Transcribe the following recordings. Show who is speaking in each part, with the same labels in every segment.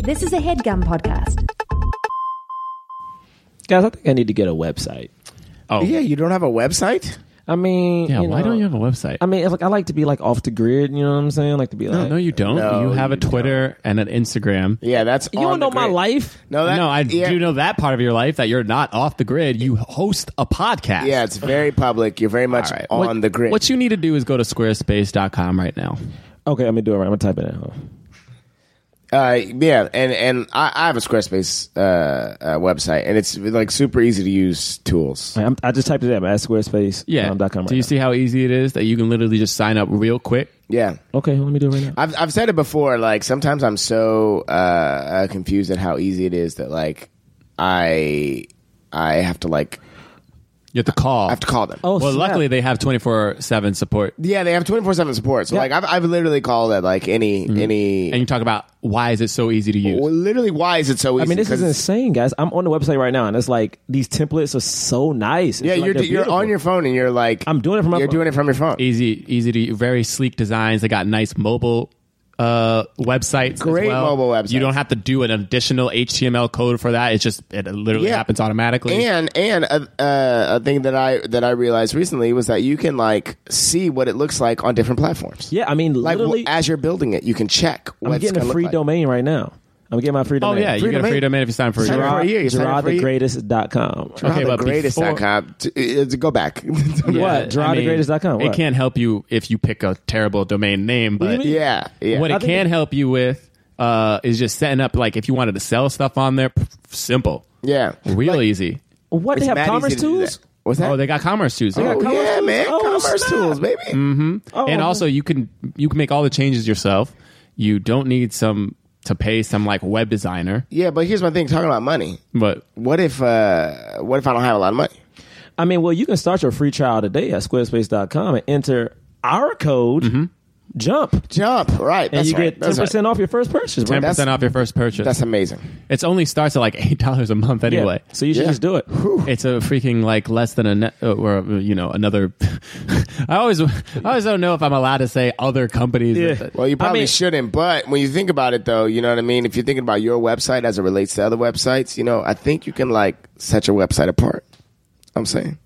Speaker 1: This is a headgum podcast.
Speaker 2: Guys, I think I need to get a website.
Speaker 3: Oh,
Speaker 4: Yeah, you don't have a website?
Speaker 2: I mean,
Speaker 3: Yeah, why
Speaker 2: know,
Speaker 3: don't you have a website?
Speaker 2: I mean, it's like I like to be like off the grid. You know what I'm saying? like to be
Speaker 3: no,
Speaker 2: like,
Speaker 3: no, you don't.
Speaker 4: No,
Speaker 3: you have a
Speaker 4: you
Speaker 3: Twitter and an Instagram.
Speaker 4: Yeah, that's
Speaker 2: You don't
Speaker 4: on the
Speaker 2: know my
Speaker 4: grid.
Speaker 2: life.
Speaker 4: No, that,
Speaker 3: no, I
Speaker 4: yeah,
Speaker 3: do know that part of your life that you're not off the grid. You host a podcast.
Speaker 4: Yeah, it's very public. You're very much
Speaker 3: All right.
Speaker 4: on
Speaker 3: What-
Speaker 4: the grid.
Speaker 3: What you need to do is go to squarespace.com right now.
Speaker 2: Okay, I'm gonna do it. Right. I'm gonna type it in.
Speaker 4: Uh, yeah, and and I, I have a Squarespace uh, uh, website, and it's like super easy to use tools.
Speaker 2: I'm, I just typed it in. I'm at Squarespace.
Speaker 3: Yeah.
Speaker 2: Um, dot com right
Speaker 3: do you
Speaker 2: now.
Speaker 3: see how easy it is that you can literally just sign up real quick?
Speaker 4: Yeah,
Speaker 2: Okay, let me do it right now.
Speaker 4: I've I've said it before. Like sometimes I'm so uh, uh, confused at how easy it is that like I I have to like
Speaker 3: You have to call.
Speaker 4: I have to call them.
Speaker 2: oh,
Speaker 3: well,
Speaker 2: snap.
Speaker 3: luckely they have 24 7 support.
Speaker 4: Yeah, they have twenty four seven support. So
Speaker 2: Yeah. Mm-hmm.
Speaker 4: like I've I've literally called at like any any.
Speaker 3: And you talk about why is it so easy to use?
Speaker 4: well, literally, why is it so easy?
Speaker 2: I mean, this
Speaker 4: 'Cause
Speaker 2: is insane, guys. I'm on the website right now, and it's like these templates are so nice. It's
Speaker 4: Yeah,
Speaker 2: like
Speaker 4: you're
Speaker 2: they're
Speaker 4: you're on
Speaker 2: beautiful.
Speaker 4: your phone, and you're like
Speaker 2: I'm doing it from my
Speaker 4: you're
Speaker 2: phone.
Speaker 4: doing it from your phone.
Speaker 3: easy, easy to very sleek designs. They got nice mobile uh, websites. as
Speaker 4: Great
Speaker 3: well.
Speaker 4: mobile websites.
Speaker 3: You don't have to do an additional HTML code for that. It's just it literally
Speaker 4: Yeah.
Speaker 3: happens automatically.
Speaker 4: And and a, uh, a thing that I that I realized recently was that you can like see what it looks like on different platforms.
Speaker 2: Yeah, I mean,
Speaker 4: Like
Speaker 2: literally,
Speaker 4: w- as you're building it, you can check. What
Speaker 2: I'm
Speaker 4: it's
Speaker 2: getting
Speaker 4: gonna
Speaker 2: a
Speaker 4: look
Speaker 2: free
Speaker 4: like.
Speaker 2: domain right now. I'm getting my free
Speaker 3: oh
Speaker 2: domain.
Speaker 3: yeah, you
Speaker 4: free
Speaker 3: get a
Speaker 4: domain.
Speaker 3: free domain if you sign up for a
Speaker 4: Sign up
Speaker 3: year.
Speaker 4: for E a year. You sign up for a year.
Speaker 2: GerardTheGreatest.com.
Speaker 3: Okay,
Speaker 4: the
Speaker 3: but
Speaker 4: greatest dot
Speaker 3: before-
Speaker 4: com. To, uh, to go back.
Speaker 2: What? GerardTheGreatest.com.
Speaker 3: It
Speaker 2: What?
Speaker 3: can't help you if you pick a terrible domain name, but
Speaker 4: yeah, yeah.
Speaker 3: what
Speaker 2: I
Speaker 3: it
Speaker 2: think
Speaker 3: can
Speaker 2: it-
Speaker 3: help you with uh, is just setting up like if you wanted to sell stuff on there, p- simple,
Speaker 4: yeah.
Speaker 3: real easy.
Speaker 2: What? They
Speaker 4: It's
Speaker 2: have
Speaker 4: mad
Speaker 2: commerce
Speaker 4: easy to do
Speaker 2: tools?
Speaker 4: that. What's that?
Speaker 3: Oh, they got commerce tools. Mm. They
Speaker 4: Oh,
Speaker 3: got
Speaker 2: commerce
Speaker 4: yeah,
Speaker 2: tools?
Speaker 4: man.
Speaker 2: Oh,
Speaker 4: commerce
Speaker 2: snap.
Speaker 4: tools, baby.
Speaker 2: Oh,
Speaker 3: and also you can you can make all the changes yourself. You don't need some to pay some like web designer.
Speaker 4: Yeah, but here's my thing. Talking about money.
Speaker 3: But
Speaker 4: What if uh, what if I don't have a lot of money?
Speaker 2: I mean, well, you can start your free trial today at squarespace.com and enter our code JUMP, and
Speaker 4: Jump right. That's
Speaker 2: you
Speaker 4: right.
Speaker 2: get
Speaker 4: That's
Speaker 2: ten
Speaker 4: right.
Speaker 2: percent off your first purchase. bro.
Speaker 3: ten
Speaker 4: That's-
Speaker 3: percent off your first purchase.
Speaker 4: That's amazing.
Speaker 3: it's only starts at like eight dollars a month
Speaker 2: Yeah.
Speaker 3: anyway.
Speaker 2: So you should
Speaker 4: Yeah.
Speaker 2: just do it.
Speaker 3: It's a freaking like less than a net, uh, or uh, you know another. I always I always don't know if I'm allowed to say other companies.
Speaker 2: Yeah.
Speaker 3: that-
Speaker 4: Well, you
Speaker 2: I
Speaker 4: probably
Speaker 2: mean-
Speaker 4: shouldn't, but when you think about it, though, you know what I mean. If you're thinking about your website as it relates to other websites, you know, I think you can like set your website apart. I'm saying,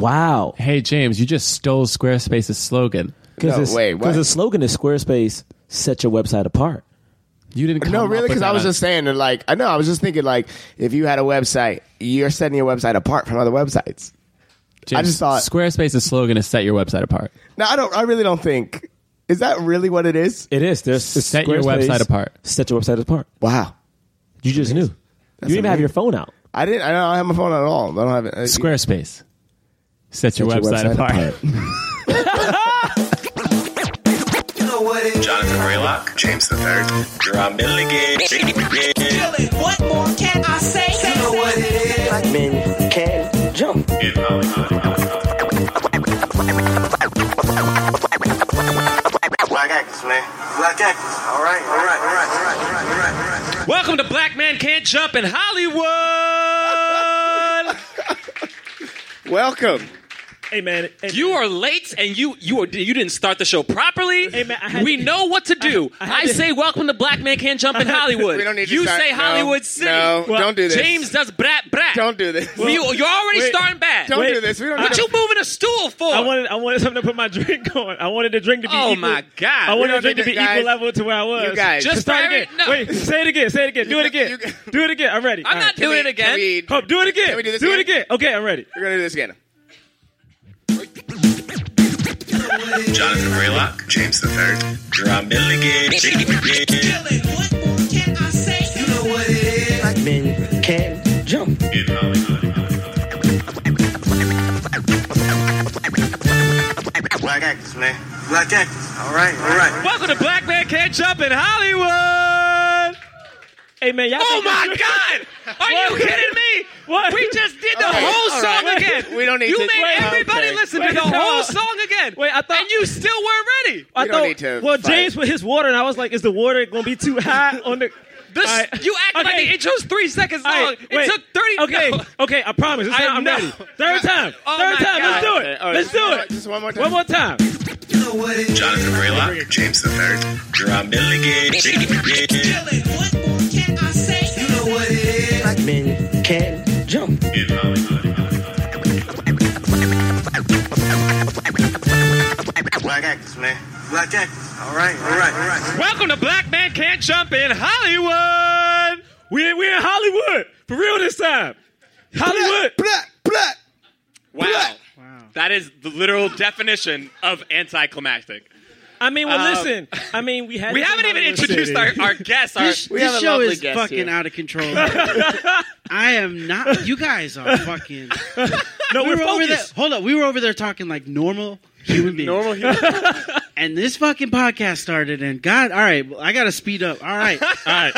Speaker 2: Wow.
Speaker 3: hey James, you just stole Squarespace's slogan.
Speaker 4: No,
Speaker 2: Because
Speaker 4: wait, what?
Speaker 2: the slogan is Squarespace, set your website apart.
Speaker 3: You didn't come
Speaker 4: no,
Speaker 3: up
Speaker 4: really,
Speaker 3: with
Speaker 4: because I
Speaker 3: that
Speaker 4: was
Speaker 3: on-
Speaker 4: just saying that, like, I know I was just thinking, like, if you had a website, you're setting your website apart from other websites.
Speaker 3: James,
Speaker 4: I just thought-
Speaker 3: Squarespace's slogan is set your website apart.
Speaker 4: No, I don't. I really don't think is that really what it is.
Speaker 2: It is. There's it's
Speaker 3: Set your
Speaker 2: Squarespace,
Speaker 3: website apart.
Speaker 2: Set your website apart.
Speaker 4: Wow,
Speaker 2: You just knew. you didn't even have your phone out.
Speaker 4: I didn't. I don't have my phone at all. I don't have it. Uh,
Speaker 3: Squarespace. Set, your, website, apart.
Speaker 5: You know what it is.
Speaker 6: Jonathan Raylock, James the Third, Drum Milligan.
Speaker 5: Dylan, what more can I say? You know what it is.
Speaker 7: black men can jump.
Speaker 6: Black actors, man. Black actors. All right, all right, all right, all right, all right, all right, all right, all right.
Speaker 8: Welcome to Black Man Can't Jump in Hollywood.
Speaker 4: Welcome.
Speaker 9: Hey man, hey,
Speaker 8: you are late, and you you are, you didn't start the show properly.
Speaker 9: Hey, man, I had
Speaker 8: we
Speaker 9: to-
Speaker 8: know what to do.
Speaker 9: I
Speaker 8: I,
Speaker 9: had to-
Speaker 8: say, welcome to Black Man Can't Jump in Hollywood.
Speaker 4: We don't need to
Speaker 8: you
Speaker 4: start-
Speaker 8: say
Speaker 4: no,
Speaker 8: Hollywood City.
Speaker 4: no, Well, don't do this.
Speaker 8: James does brat brat.
Speaker 4: Don't do this.
Speaker 8: you, you're already
Speaker 9: Wait.
Speaker 8: starting bad.
Speaker 4: Don't
Speaker 9: Wait.
Speaker 4: do this. We don't.
Speaker 8: what
Speaker 4: need
Speaker 8: you
Speaker 4: to-
Speaker 8: moving a stool for?
Speaker 9: I wanted I wanted something to put my drink on. I wanted the drink to be.
Speaker 8: Oh,
Speaker 9: equal.
Speaker 8: my God.
Speaker 9: I
Speaker 8: You
Speaker 9: wanted
Speaker 4: know,
Speaker 9: the drink to
Speaker 4: nigga,
Speaker 9: be
Speaker 4: guys,
Speaker 9: equal level to where I was.
Speaker 4: you guys-
Speaker 9: just
Speaker 8: Just
Speaker 9: start
Speaker 8: very-
Speaker 9: again.
Speaker 8: no.
Speaker 9: Wait, say it again. Say it again. Do it
Speaker 4: you
Speaker 9: again.
Speaker 4: can-
Speaker 9: Do it again. I'm ready.
Speaker 8: I'm
Speaker 9: All
Speaker 8: not doing it
Speaker 4: we-
Speaker 8: again.
Speaker 4: can we-
Speaker 9: Hope, do it again.
Speaker 4: Can we do this
Speaker 9: it again. Okay, I'm ready.
Speaker 4: We're gonna do this again.
Speaker 6: Jonathan Raylock, James the Third, Drum Milligan.
Speaker 5: Dylan, what more can I say? You know what it is.
Speaker 7: Black men can jump.
Speaker 6: Black actors, man. Black actors. All right, all right.
Speaker 8: Welcome to Black Man Can't Jump in Hollywood.
Speaker 9: Hey man, y'all.
Speaker 8: Oh
Speaker 9: think
Speaker 8: my
Speaker 9: this-
Speaker 8: God! Are you
Speaker 9: What?
Speaker 8: kidding me?
Speaker 9: What?
Speaker 8: We just did the
Speaker 4: Okay,
Speaker 8: whole
Speaker 4: all
Speaker 8: song
Speaker 4: right.
Speaker 8: again.
Speaker 4: We don't need
Speaker 8: you
Speaker 4: to-
Speaker 8: made
Speaker 4: Wait,
Speaker 8: everybody
Speaker 4: okay.
Speaker 8: listen
Speaker 9: Wait,
Speaker 8: to the
Speaker 9: no.
Speaker 8: whole song again.
Speaker 9: Wait, I thought-
Speaker 8: and you still weren't ready.
Speaker 9: I
Speaker 4: We don't
Speaker 9: thought,
Speaker 4: need to
Speaker 9: well,
Speaker 4: fight.
Speaker 9: James with his water, and I was like, "Is the water going to be too high on the?"
Speaker 8: This
Speaker 9: All right.
Speaker 8: you act like
Speaker 9: Okay.
Speaker 8: the intro's three seconds
Speaker 9: All
Speaker 8: long.
Speaker 9: right,
Speaker 8: it took thirty.
Speaker 9: Okay,
Speaker 8: no.
Speaker 9: okay, I promise. This
Speaker 8: I
Speaker 9: time I'm
Speaker 8: know.
Speaker 9: ready. Third time.
Speaker 8: Oh
Speaker 9: Third
Speaker 8: my
Speaker 9: time. Let's do
Speaker 8: God.
Speaker 9: it.
Speaker 4: All right,
Speaker 9: Let's do it.
Speaker 4: Just one more time.
Speaker 9: One more time.
Speaker 5: You know what it is.
Speaker 6: Jonathan Raylock, James the Third, Drum Milligan.
Speaker 5: Dylan, what more can I
Speaker 10: in Hollywood.
Speaker 6: Black actors, man. Black actors. All right, all right, all right.
Speaker 9: Welcome to Black Man Can't Jump in Hollywood. We're, we're in Hollywood. For real this time. Hollywood.
Speaker 4: Black, black.
Speaker 8: Wow. That is the literal definition of anticlimactic.
Speaker 9: I mean, well,
Speaker 8: Um,
Speaker 9: listen. I mean, we had
Speaker 8: We
Speaker 9: it in
Speaker 8: haven't even
Speaker 9: Hollywood
Speaker 8: introduced
Speaker 9: City.
Speaker 8: our, our guests. Our,
Speaker 11: This,
Speaker 4: We
Speaker 11: this
Speaker 4: have a
Speaker 11: show
Speaker 4: lovely
Speaker 11: is
Speaker 4: guest
Speaker 11: fucking
Speaker 4: here.
Speaker 11: out of control. I am not. You guys are fucking.
Speaker 9: No,
Speaker 11: we
Speaker 9: we're
Speaker 11: were over there.
Speaker 9: focused.
Speaker 11: Hold up, we were over there talking like normal human beings.
Speaker 8: normal human.
Speaker 11: And this fucking podcast started, and God, all right, well, I gotta speed up. All right, uh,
Speaker 9: All right.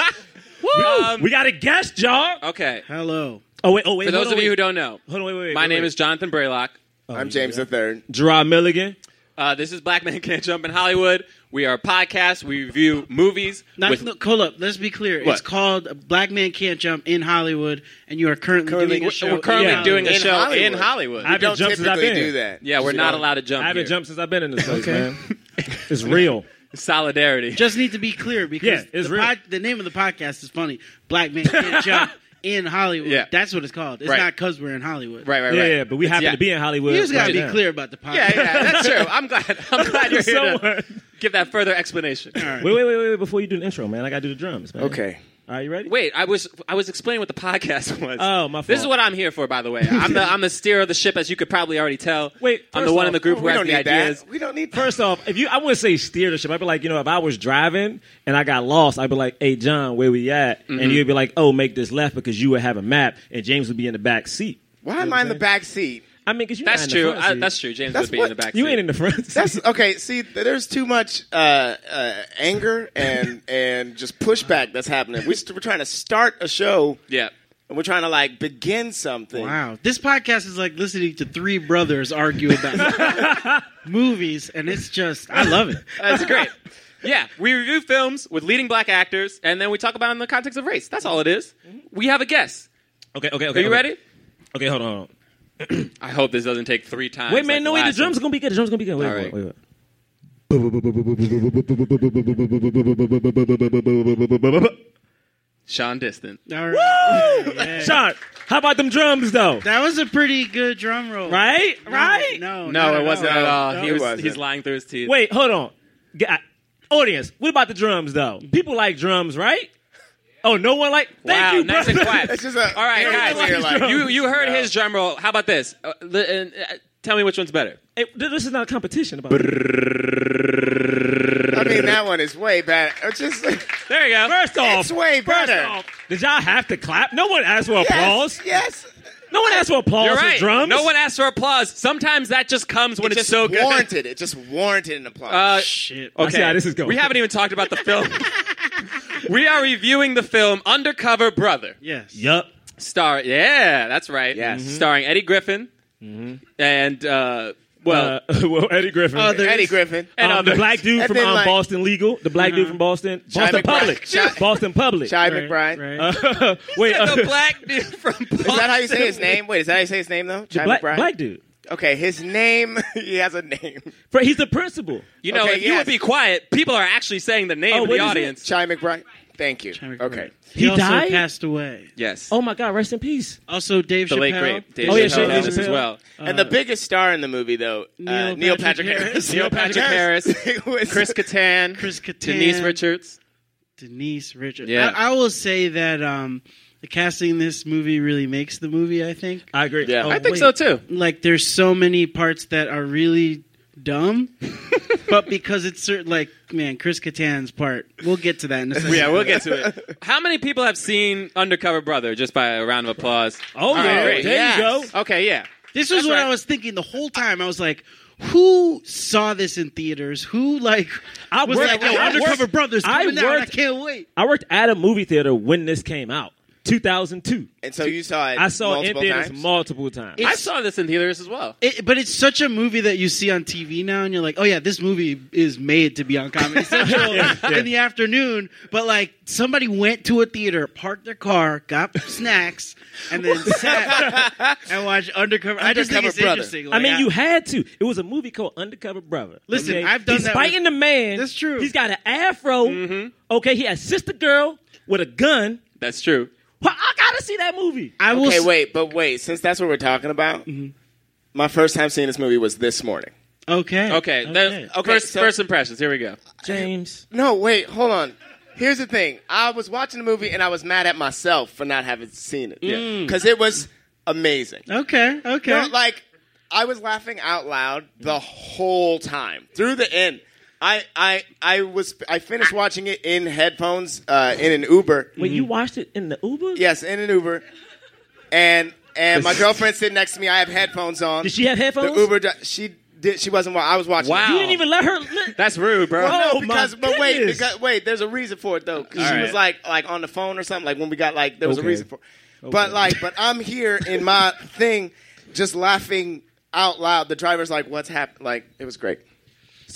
Speaker 8: Um,
Speaker 9: we got a guest, y'all.
Speaker 8: okay.
Speaker 11: hello.
Speaker 9: Oh, wait, oh, wait.
Speaker 8: For
Speaker 9: hold
Speaker 8: those
Speaker 9: on,
Speaker 8: of you who
Speaker 9: wait.
Speaker 8: don't know,
Speaker 9: Hold on, wait, wait, wait.
Speaker 8: my
Speaker 9: wait,
Speaker 8: name
Speaker 9: wait.
Speaker 8: is Jonathan Braylock.
Speaker 4: I'm James the Third.
Speaker 9: Gerard Milligan.
Speaker 8: Uh, this is Black Man Can't Jump in Hollywood. We are a podcast. We review movies.
Speaker 11: Not,
Speaker 8: with-
Speaker 11: look, hold up. Let's be clear. It's
Speaker 8: What?
Speaker 11: called "Black Man Can't Jump" in Hollywood, and you are currently, doing a
Speaker 8: we're,
Speaker 11: show.
Speaker 8: we're currently
Speaker 11: in
Speaker 8: doing a
Speaker 4: In
Speaker 8: show
Speaker 4: Hollywood.
Speaker 8: in Hollywood.
Speaker 9: I
Speaker 4: We
Speaker 9: haven't
Speaker 4: don't
Speaker 9: jumped since I've
Speaker 4: typically
Speaker 9: been.
Speaker 4: do that.
Speaker 8: yeah, we're
Speaker 4: You
Speaker 8: not
Speaker 4: know?
Speaker 8: allowed to jump.
Speaker 9: I haven't
Speaker 8: here.
Speaker 9: jumped since I've been in this place, man. It's real.
Speaker 8: Solidarity.
Speaker 11: Just need to be clear because
Speaker 9: Yeah, it's
Speaker 11: the,
Speaker 9: real.
Speaker 11: the name of the podcast is funny. Black man can't jump in Hollywood.
Speaker 8: Yeah.
Speaker 11: That's what it's called. It's
Speaker 8: Right.
Speaker 11: not because we're in Hollywood.
Speaker 8: right, right,
Speaker 9: Yeah,
Speaker 8: right.
Speaker 9: yeah, but we
Speaker 8: It's-
Speaker 9: happen
Speaker 8: yeah.
Speaker 9: to be in Hollywood.
Speaker 11: You just gotta
Speaker 9: right
Speaker 11: be
Speaker 9: now.
Speaker 11: clear about the podcast.
Speaker 8: Yeah, yeah, that's true. I'm glad. I'm glad you're here
Speaker 9: Someone-
Speaker 8: to give that further explanation.
Speaker 2: Wait, wait, wait, wait, wait, before you do the intro, man. I got to do the drums, man.
Speaker 4: Okay.
Speaker 2: All right, you ready?
Speaker 8: Wait, I was I was explaining what the podcast was.
Speaker 2: Oh, my
Speaker 8: This is
Speaker 2: fault.
Speaker 8: what I'm here for, by the way. I'm the I'm the steer of the ship, as you could probably already tell.
Speaker 2: Wait,
Speaker 8: I'm
Speaker 2: first
Speaker 8: the one
Speaker 2: off,
Speaker 8: in the group who
Speaker 4: We
Speaker 8: has
Speaker 4: don't
Speaker 8: the
Speaker 4: need
Speaker 8: ideas.
Speaker 4: that. We don't need.
Speaker 2: First off, if you, I wouldn't say steer the ship. I'd be like, you know, if I was driving and I got lost, I'd be like, "Hey, John, where we at?"
Speaker 8: Mm-hmm.
Speaker 2: And you'd be like, "Oh, make this left because you would have a map, and James would be in the back seat."
Speaker 4: Why am I in the back seat?
Speaker 2: I mean, because you're
Speaker 8: That's
Speaker 2: not in the
Speaker 8: true.
Speaker 2: front
Speaker 8: I,
Speaker 2: seat.
Speaker 8: that's true. James
Speaker 4: That's
Speaker 8: would be
Speaker 4: what-
Speaker 8: in the back.
Speaker 2: You
Speaker 8: seat.
Speaker 2: ain't in the front. Seat.
Speaker 4: That's okay. See, th- there's too much uh, uh, anger and and just pushback that's happening. We're, st- we're trying to start a show.
Speaker 8: Yeah.
Speaker 4: and we're trying to like begin something.
Speaker 11: Wow. This podcast is like listening to three brothers argue about movies, and it's just I love it.
Speaker 8: That's great. Yeah, we review films with leading black actors, and then we talk about it in the context of race. That's all it is. We have a guest.
Speaker 2: Okay, okay, okay.
Speaker 8: Are you
Speaker 2: okay.
Speaker 8: ready?
Speaker 2: Okay, hold on. Hold on.
Speaker 8: I hope this doesn't take three times.
Speaker 2: Wait, man,
Speaker 8: like
Speaker 2: no, wait. The
Speaker 8: last
Speaker 2: drums are
Speaker 8: one.
Speaker 2: gonna be good. The drums are gonna be good. Wait,
Speaker 8: All
Speaker 2: wait,
Speaker 8: right.
Speaker 2: wait, wait.
Speaker 8: Sean Distant.
Speaker 11: All right. Yeah.
Speaker 2: Sean, how about them drums though?
Speaker 11: That was a pretty good drum roll.
Speaker 2: Right,
Speaker 11: No,
Speaker 2: right.
Speaker 11: No, not
Speaker 8: No, it wasn't at all.
Speaker 4: No,
Speaker 8: he
Speaker 4: it
Speaker 8: was
Speaker 4: wasn't.
Speaker 8: he's lying through his teeth.
Speaker 2: Wait, hold on. G- I- Audience, what about the drums though? People like drums, right? Oh, no one like. Thank
Speaker 8: wow,
Speaker 2: you,
Speaker 8: nice
Speaker 2: brother.
Speaker 8: and quiet.
Speaker 4: It's just a
Speaker 8: all right,
Speaker 4: very clear,
Speaker 8: guys.
Speaker 4: like-
Speaker 8: you you heard his drum roll. How about this? Uh, li- and, uh, tell me which one's better.
Speaker 2: Hey, th- this is not a competition about. it.
Speaker 4: I mean, that one is way better. It's just
Speaker 8: There you go.
Speaker 2: First off,
Speaker 4: It's way better.
Speaker 2: First off, did y'all have to clap? No one asked for applause.
Speaker 4: yes, yes.
Speaker 2: No one asked for applause
Speaker 8: You're right.
Speaker 2: for drums.
Speaker 8: No one asked for applause. Sometimes that just comes when
Speaker 4: It
Speaker 8: it's
Speaker 4: just
Speaker 8: so good.
Speaker 4: warranted. It just warranted an applause.
Speaker 8: Uh,
Speaker 11: Shit.
Speaker 2: I see how this is going.
Speaker 8: We haven't even talked about the film. we are reviewing the film Undercover Brother.
Speaker 11: Yes.
Speaker 2: Yup.
Speaker 8: Star. Yeah, that's right. Mm-hmm.
Speaker 4: Yes. Mhm.
Speaker 8: Starring Eddie Griffin and uh, well,
Speaker 2: Uh, well, Eddie Griffin.
Speaker 11: Other-
Speaker 4: Eddie Griffin.
Speaker 8: and
Speaker 2: Um, the
Speaker 8: others.
Speaker 2: black dude
Speaker 4: And
Speaker 2: from
Speaker 4: then,
Speaker 2: um,
Speaker 4: like-
Speaker 2: Boston Legal, the black dude from Boston, Boston
Speaker 4: McBride.
Speaker 2: Public,
Speaker 4: Chi-
Speaker 2: Boston Public.
Speaker 4: Shy
Speaker 11: Right,
Speaker 4: McBride.
Speaker 11: right.
Speaker 2: Uh, wait, uh,
Speaker 8: the black dude from.
Speaker 4: Is that how you say his name? Wait, is that how you say his name though? Chai
Speaker 2: black,
Speaker 4: McBride.
Speaker 2: black dude.
Speaker 4: Okay, his name. he has a name.
Speaker 2: Fr- He's the principal.
Speaker 8: You know,
Speaker 4: Okay,
Speaker 8: if you
Speaker 4: yes.
Speaker 8: would be quiet, people are actually saying the name
Speaker 2: Oh,
Speaker 8: of
Speaker 2: what
Speaker 8: the
Speaker 2: is it?
Speaker 8: audience.
Speaker 4: Chai McBride. Thank you.
Speaker 11: Right.
Speaker 4: Okay.
Speaker 11: He,
Speaker 2: He
Speaker 11: also
Speaker 2: died?
Speaker 11: passed away.
Speaker 8: Yes.
Speaker 2: Oh my God, rest in peace.
Speaker 11: Also, Dave
Speaker 8: the
Speaker 11: Chappelle.
Speaker 8: late great Dave
Speaker 2: Oh, yeah,
Speaker 8: Chappelle
Speaker 2: Dave
Speaker 8: is as
Speaker 2: Chappelle.
Speaker 8: well.
Speaker 4: and
Speaker 2: Uh,
Speaker 4: the biggest star in the movie, though, uh,
Speaker 11: Neil
Speaker 4: Neil
Speaker 11: Patrick
Speaker 4: Patrick
Speaker 11: Harris.
Speaker 4: Harris.
Speaker 8: Neil Patrick Harris,
Speaker 4: Who is-
Speaker 8: Chris Kattan,
Speaker 11: Chris Kattan.
Speaker 8: Denise Richards.
Speaker 11: Denise Richards.
Speaker 8: Yeah.
Speaker 11: I, I will say that um, the casting in this movie really makes the movie. I think.
Speaker 2: I agree.
Speaker 4: Yeah.
Speaker 2: Oh,
Speaker 8: I think
Speaker 2: wait.
Speaker 8: so too.
Speaker 11: like there's so many parts that are really dumb, but because it's certain, like man, Chris Kattan's part. We'll get to that in a second.
Speaker 8: Yeah, we'll get to it. How many people have seen Undercover Brother? Just by a round of applause.
Speaker 2: Oh,
Speaker 8: All
Speaker 2: yeah.
Speaker 8: right, great.
Speaker 2: There you go.
Speaker 8: Okay, yeah.
Speaker 11: This was
Speaker 8: That's
Speaker 11: what
Speaker 8: right.
Speaker 11: I was thinking the whole time. I was like, who saw this in theaters? Who like
Speaker 2: I
Speaker 11: was
Speaker 2: worked-
Speaker 11: like, yo,
Speaker 2: I
Speaker 11: Undercover
Speaker 2: worked-
Speaker 11: Brothers
Speaker 2: I
Speaker 11: coming out. I
Speaker 2: worked-
Speaker 11: can't wait.
Speaker 2: I worked at a movie theater when this came out, 2002.
Speaker 4: And so you saw it.
Speaker 2: I saw it in
Speaker 4: multiple
Speaker 2: theaters
Speaker 4: times?
Speaker 2: multiple times.
Speaker 8: I saw this in theaters as well.
Speaker 11: It, but it's such a movie that you see on TV now, and you're like, oh yeah, this movie is made to be on Comedy Central in the afternoon. But like, somebody went to a theater, parked their car, got snacks, and then sat and watched Undercover. I just think
Speaker 4: Undercover
Speaker 11: it's
Speaker 4: Brother.
Speaker 11: interesting.
Speaker 2: I
Speaker 11: Like,
Speaker 2: mean, you had to. It was a movie called Undercover Brother.
Speaker 11: Listen, I've done
Speaker 2: He's
Speaker 11: that
Speaker 2: fighting
Speaker 11: with-
Speaker 2: the man.
Speaker 11: That's true.
Speaker 2: He's got an afro. Okay, he has sister girl with a gun.
Speaker 8: Mm-hmm. That's true.
Speaker 2: Well, I gotta to see that movie.
Speaker 11: I will.
Speaker 4: okay,
Speaker 11: s-
Speaker 4: wait, but wait. Since that's what we're talking about,
Speaker 2: Mm-hmm.
Speaker 4: my first time seeing this movie was this morning.
Speaker 11: Okay.
Speaker 8: Okay, the-
Speaker 4: Okay,
Speaker 8: first
Speaker 4: so-
Speaker 8: first impressions. Here we go.
Speaker 2: James.
Speaker 4: No, wait, hold on. Here's the thing. I was watching the movie and I was mad at myself for not having seen it because it was amazing.
Speaker 11: Okay. Okay.
Speaker 4: No, like I was laughing out loud the whole time through the end. I I I was I finished watching it in headphones uh, in an Uber.
Speaker 2: When you watched it in the Uber?
Speaker 4: Yes, in an Uber, and and my girlfriend sitting next to me. I have headphones on.
Speaker 2: Did she have
Speaker 4: the
Speaker 2: headphones?
Speaker 4: Uber? dri- She did. She wasn't. wa- I was watching.
Speaker 8: Wow.
Speaker 4: it.
Speaker 2: You didn't even let her.
Speaker 8: That's rude, bro.
Speaker 2: Bro.
Speaker 4: No,
Speaker 2: Oh, my
Speaker 4: because but wait,
Speaker 2: goodness.
Speaker 4: because, wait. There's a reason for it though. 'cause
Speaker 8: All
Speaker 4: she
Speaker 8: right.
Speaker 4: was like like on the phone or something. Like when we got like there was
Speaker 2: Okay.
Speaker 4: a reason for. it. But like, but I'm here in my thing, just laughing out loud. The driver's like, "What's happened?" Like it was great.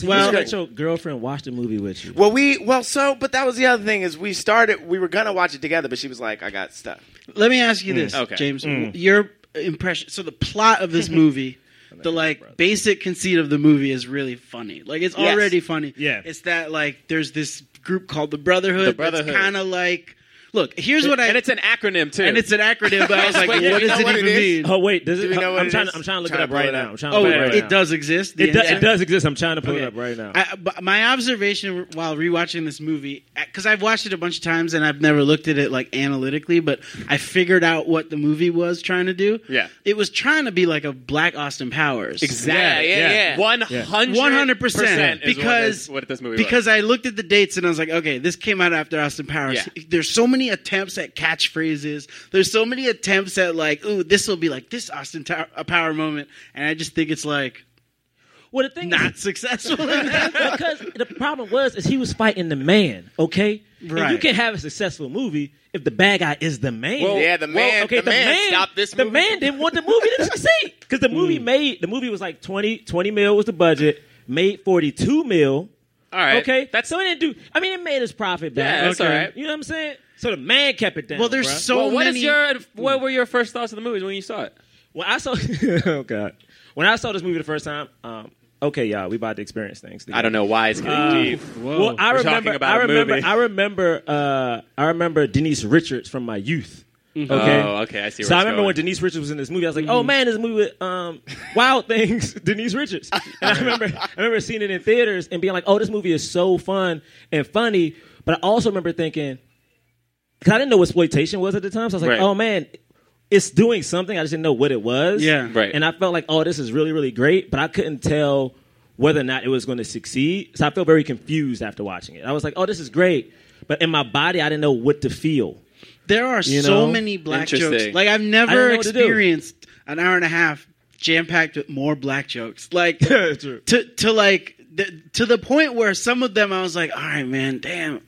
Speaker 2: well,
Speaker 4: Well-
Speaker 2: let your girlfriend watch the movie with you.
Speaker 4: Well, we well so, but that was the other thing is we started. We were gonna watch it together, but she was like, "I got stuff."
Speaker 11: Let me ask you this,
Speaker 8: okay.
Speaker 11: James. Your impression. So the plot of this movie, the like basic conceit of the movie is really funny. Like it's
Speaker 4: Yes.
Speaker 11: already funny.
Speaker 2: Yeah.
Speaker 11: It's that like there's this group called the Brotherhood.
Speaker 8: The Brotherhood.
Speaker 11: That's kind of like. Look, here's what I
Speaker 8: and it's an acronym too.
Speaker 11: and it's an acronym, but I was like,
Speaker 4: Wait,
Speaker 11: what
Speaker 4: you
Speaker 11: does
Speaker 4: know
Speaker 11: it
Speaker 4: what
Speaker 11: even
Speaker 4: it is?
Speaker 11: mean?
Speaker 2: Oh wait, does
Speaker 4: Do
Speaker 2: it,
Speaker 4: we know what
Speaker 2: I'm
Speaker 4: it
Speaker 2: trying.
Speaker 4: is?
Speaker 2: To, I'm trying to look it
Speaker 4: Trying to
Speaker 2: up
Speaker 4: pull
Speaker 2: right
Speaker 4: it
Speaker 2: now.
Speaker 4: up.
Speaker 2: I'm trying to
Speaker 11: Oh,
Speaker 2: look it up.
Speaker 11: it
Speaker 2: right
Speaker 11: does exist.
Speaker 2: now. It,
Speaker 11: The
Speaker 2: do, it
Speaker 11: answer.
Speaker 2: does exist. I'm trying to pull it up
Speaker 11: Okay.
Speaker 2: right now.
Speaker 11: I, but my observation while rewatching this movie, because I've watched it a bunch of times and I've never looked at it like analytically, but I figured out what the movie was trying to do.
Speaker 8: Yeah.
Speaker 11: it was trying to be like a Black Austin Powers.
Speaker 8: exactly
Speaker 4: Yeah, yeah, yeah.
Speaker 8: one hundred
Speaker 11: One hundred percent,
Speaker 8: is what
Speaker 11: because
Speaker 8: this- what this movie was.
Speaker 11: because I looked at the dates and I was like, okay, this came out after Austin Powers.
Speaker 8: Yeah.
Speaker 11: There's so many attempts at catchphrases. There's so many attempts at like, ooh, this will be like this Austin Tow- a Power moment, and I just think it's like
Speaker 2: well, the thing is,
Speaker 11: not successful. in that.
Speaker 2: because the problem was is he was fighting the man. Okay, And you
Speaker 11: Right.
Speaker 2: can have a successful movie if the bad guy is the man.
Speaker 8: Well,
Speaker 4: yeah, the man- the man stopped this
Speaker 2: The
Speaker 4: movie.
Speaker 2: man didn't want the movie to succeed because the movie
Speaker 8: Hmm.
Speaker 2: made the movie was like 20, 20 mil was the budget, made forty two mil.
Speaker 8: all right,
Speaker 2: Okay,
Speaker 8: that's
Speaker 2: so it didn't do. I mean, it made its profit back.
Speaker 8: Yeah, that's
Speaker 2: okay.
Speaker 8: alright.
Speaker 2: You know what I'm saying? So the man kept it down.
Speaker 11: well, there's
Speaker 2: bruh.
Speaker 11: so
Speaker 8: well, what
Speaker 11: many.
Speaker 8: is your what were your first thoughts of the movie when you saw it?
Speaker 2: when I saw oh god when I saw this movie the first time. Um, okay, y'all, we about to experience things.
Speaker 8: I don't know why it's getting deep.
Speaker 2: Well, I
Speaker 8: We're talking
Speaker 2: remember.
Speaker 8: about
Speaker 2: I
Speaker 8: a
Speaker 2: remember.
Speaker 8: movie.
Speaker 2: I remember. Uh, I remember Denise Richards from my youth. Okay.
Speaker 8: Oh, okay, I see where
Speaker 2: so I remember
Speaker 8: it's going. Mm-hmm.
Speaker 2: when Denise Richards was in this movie. I was like, "Oh man, this movie with um, Wild Things." Denise Richards. And I remember. I remember seeing it in theaters and being like, "Oh, this movie is so fun and funny." But I also remember thinking, because I didn't know what exploitation was at the time, so I was like,
Speaker 8: Right.
Speaker 2: "Oh man." It's doing something. I just didn't know what it was.
Speaker 11: Yeah.
Speaker 8: Right.
Speaker 2: And I felt like, oh, this is really, really great, but I couldn't tell whether or not it was going to succeed. So I felt very confused after watching it. I was like, oh, this is great, but in my body, I didn't know what to feel.
Speaker 11: There are
Speaker 2: You
Speaker 11: so
Speaker 2: know?
Speaker 11: many black
Speaker 8: Interesting.
Speaker 11: jokes. Like I've
Speaker 2: I don't
Speaker 11: never
Speaker 2: know what to do.
Speaker 11: experienced an hour and a half jam packed with more black jokes. Like
Speaker 2: True.
Speaker 11: to to like the, to the point where some of them I was like, all right, man, damn.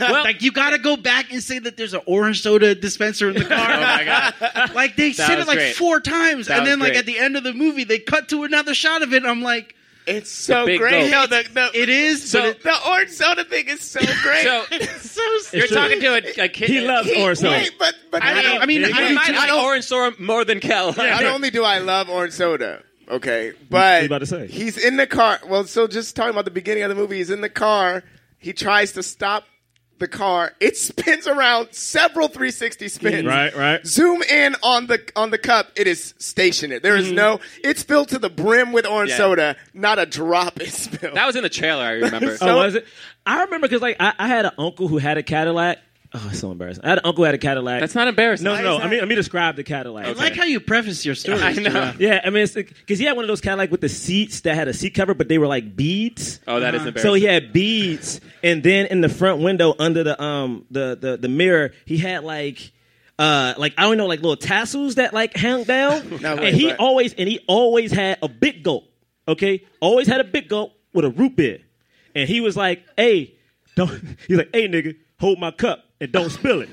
Speaker 11: like you got to go back and say that there's an orange soda dispenser in the car.
Speaker 8: Oh my god!
Speaker 11: Like they said
Speaker 8: was
Speaker 11: it like
Speaker 8: great.
Speaker 11: four times,
Speaker 8: That
Speaker 11: and
Speaker 8: was
Speaker 11: then like
Speaker 8: great.
Speaker 11: at the end of the movie they cut to another shot of it. and I'm like,
Speaker 4: It's so
Speaker 8: big
Speaker 4: great.
Speaker 8: dope.
Speaker 4: Yo, the, the,
Speaker 11: it is,
Speaker 8: So-
Speaker 11: but it,
Speaker 4: the orange soda thing is so great.
Speaker 8: So
Speaker 11: so
Speaker 8: you're
Speaker 2: true.
Speaker 8: talking to a, a kid.
Speaker 2: He loves orange soda.
Speaker 4: Wait, but but
Speaker 11: I, don't- I mean, I,
Speaker 8: I,
Speaker 11: do
Speaker 8: might
Speaker 11: too.
Speaker 8: like orange soda more than Kel.
Speaker 4: not only do I love orange soda, okay,
Speaker 2: you
Speaker 4: but
Speaker 2: about to say?
Speaker 4: he's in the car. Well, so just talking about the beginning of the movie, he's in the car. He tries to stop the car. It spins around several 360 spins.
Speaker 2: Right, right.
Speaker 4: Zoom in on the on the cup. It is stationary. There is no. It's filled to the brim with orange
Speaker 8: Yeah.
Speaker 4: soda. Not a drop is spilled.
Speaker 8: That was in the trailer. I remember.
Speaker 2: oh, was it? I remember because like I, I had an uncle who had a Cadillac. Oh, it's so embarrassing. I had an uncle who had a Cadillac.
Speaker 8: That's not embarrassing.
Speaker 2: No, no, no. I mean, let me describe the Cadillac.
Speaker 11: I like how you preface your story.
Speaker 8: I know.
Speaker 2: Yeah, I mean, because he had one of those Cadillac with the seats that had a seat cover, but they were like beads.
Speaker 8: Oh, that is embarrassing.
Speaker 2: So he had beads, and then in the front window under the um the the, the mirror, he had like uh like I don't know like little tassels that like hung down.
Speaker 4: No, wait,
Speaker 2: and he
Speaker 4: but-
Speaker 2: always and he always had a big gulp. Okay, always had a big gulp with a root beer, and he was like, "Hey, don't." He's like, "Hey, nigga, hold my cup." And don't spill it.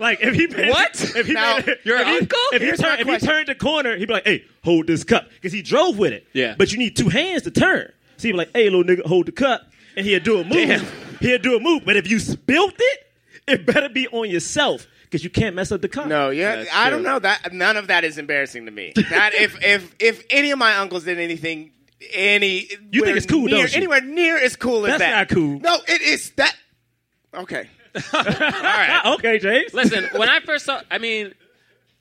Speaker 2: Like if he made,
Speaker 8: What?
Speaker 2: If he
Speaker 4: Now,
Speaker 2: made it,
Speaker 8: your
Speaker 2: if he-
Speaker 8: uncle?
Speaker 2: If he,
Speaker 4: Here's my
Speaker 2: turned, if he
Speaker 4: question.
Speaker 2: turned the corner, he'd be like, "Hey, hold this cup," because he drove with it.
Speaker 8: Yeah.
Speaker 2: But you need two hands to turn. So he'd be like, "Hey, little nigga, hold the cup," and he'd do a move.
Speaker 8: Damn.
Speaker 2: He'd do a move. But if you spilt it, it better be on yourself because you can't mess up the cup.
Speaker 4: No, Oh, yeah,
Speaker 8: That's
Speaker 4: I
Speaker 8: true.
Speaker 4: don't know that. None of that is embarrassing to me. That if if if any of my uncles did anything, any
Speaker 2: You think it's cool,
Speaker 4: near,
Speaker 2: don't you?
Speaker 4: Anywhere near as cool as
Speaker 2: That's
Speaker 4: that?
Speaker 2: not cool.
Speaker 4: No, it is that. Okay,
Speaker 8: All right.
Speaker 2: okay, James.
Speaker 8: Listen, when I first saw, I mean,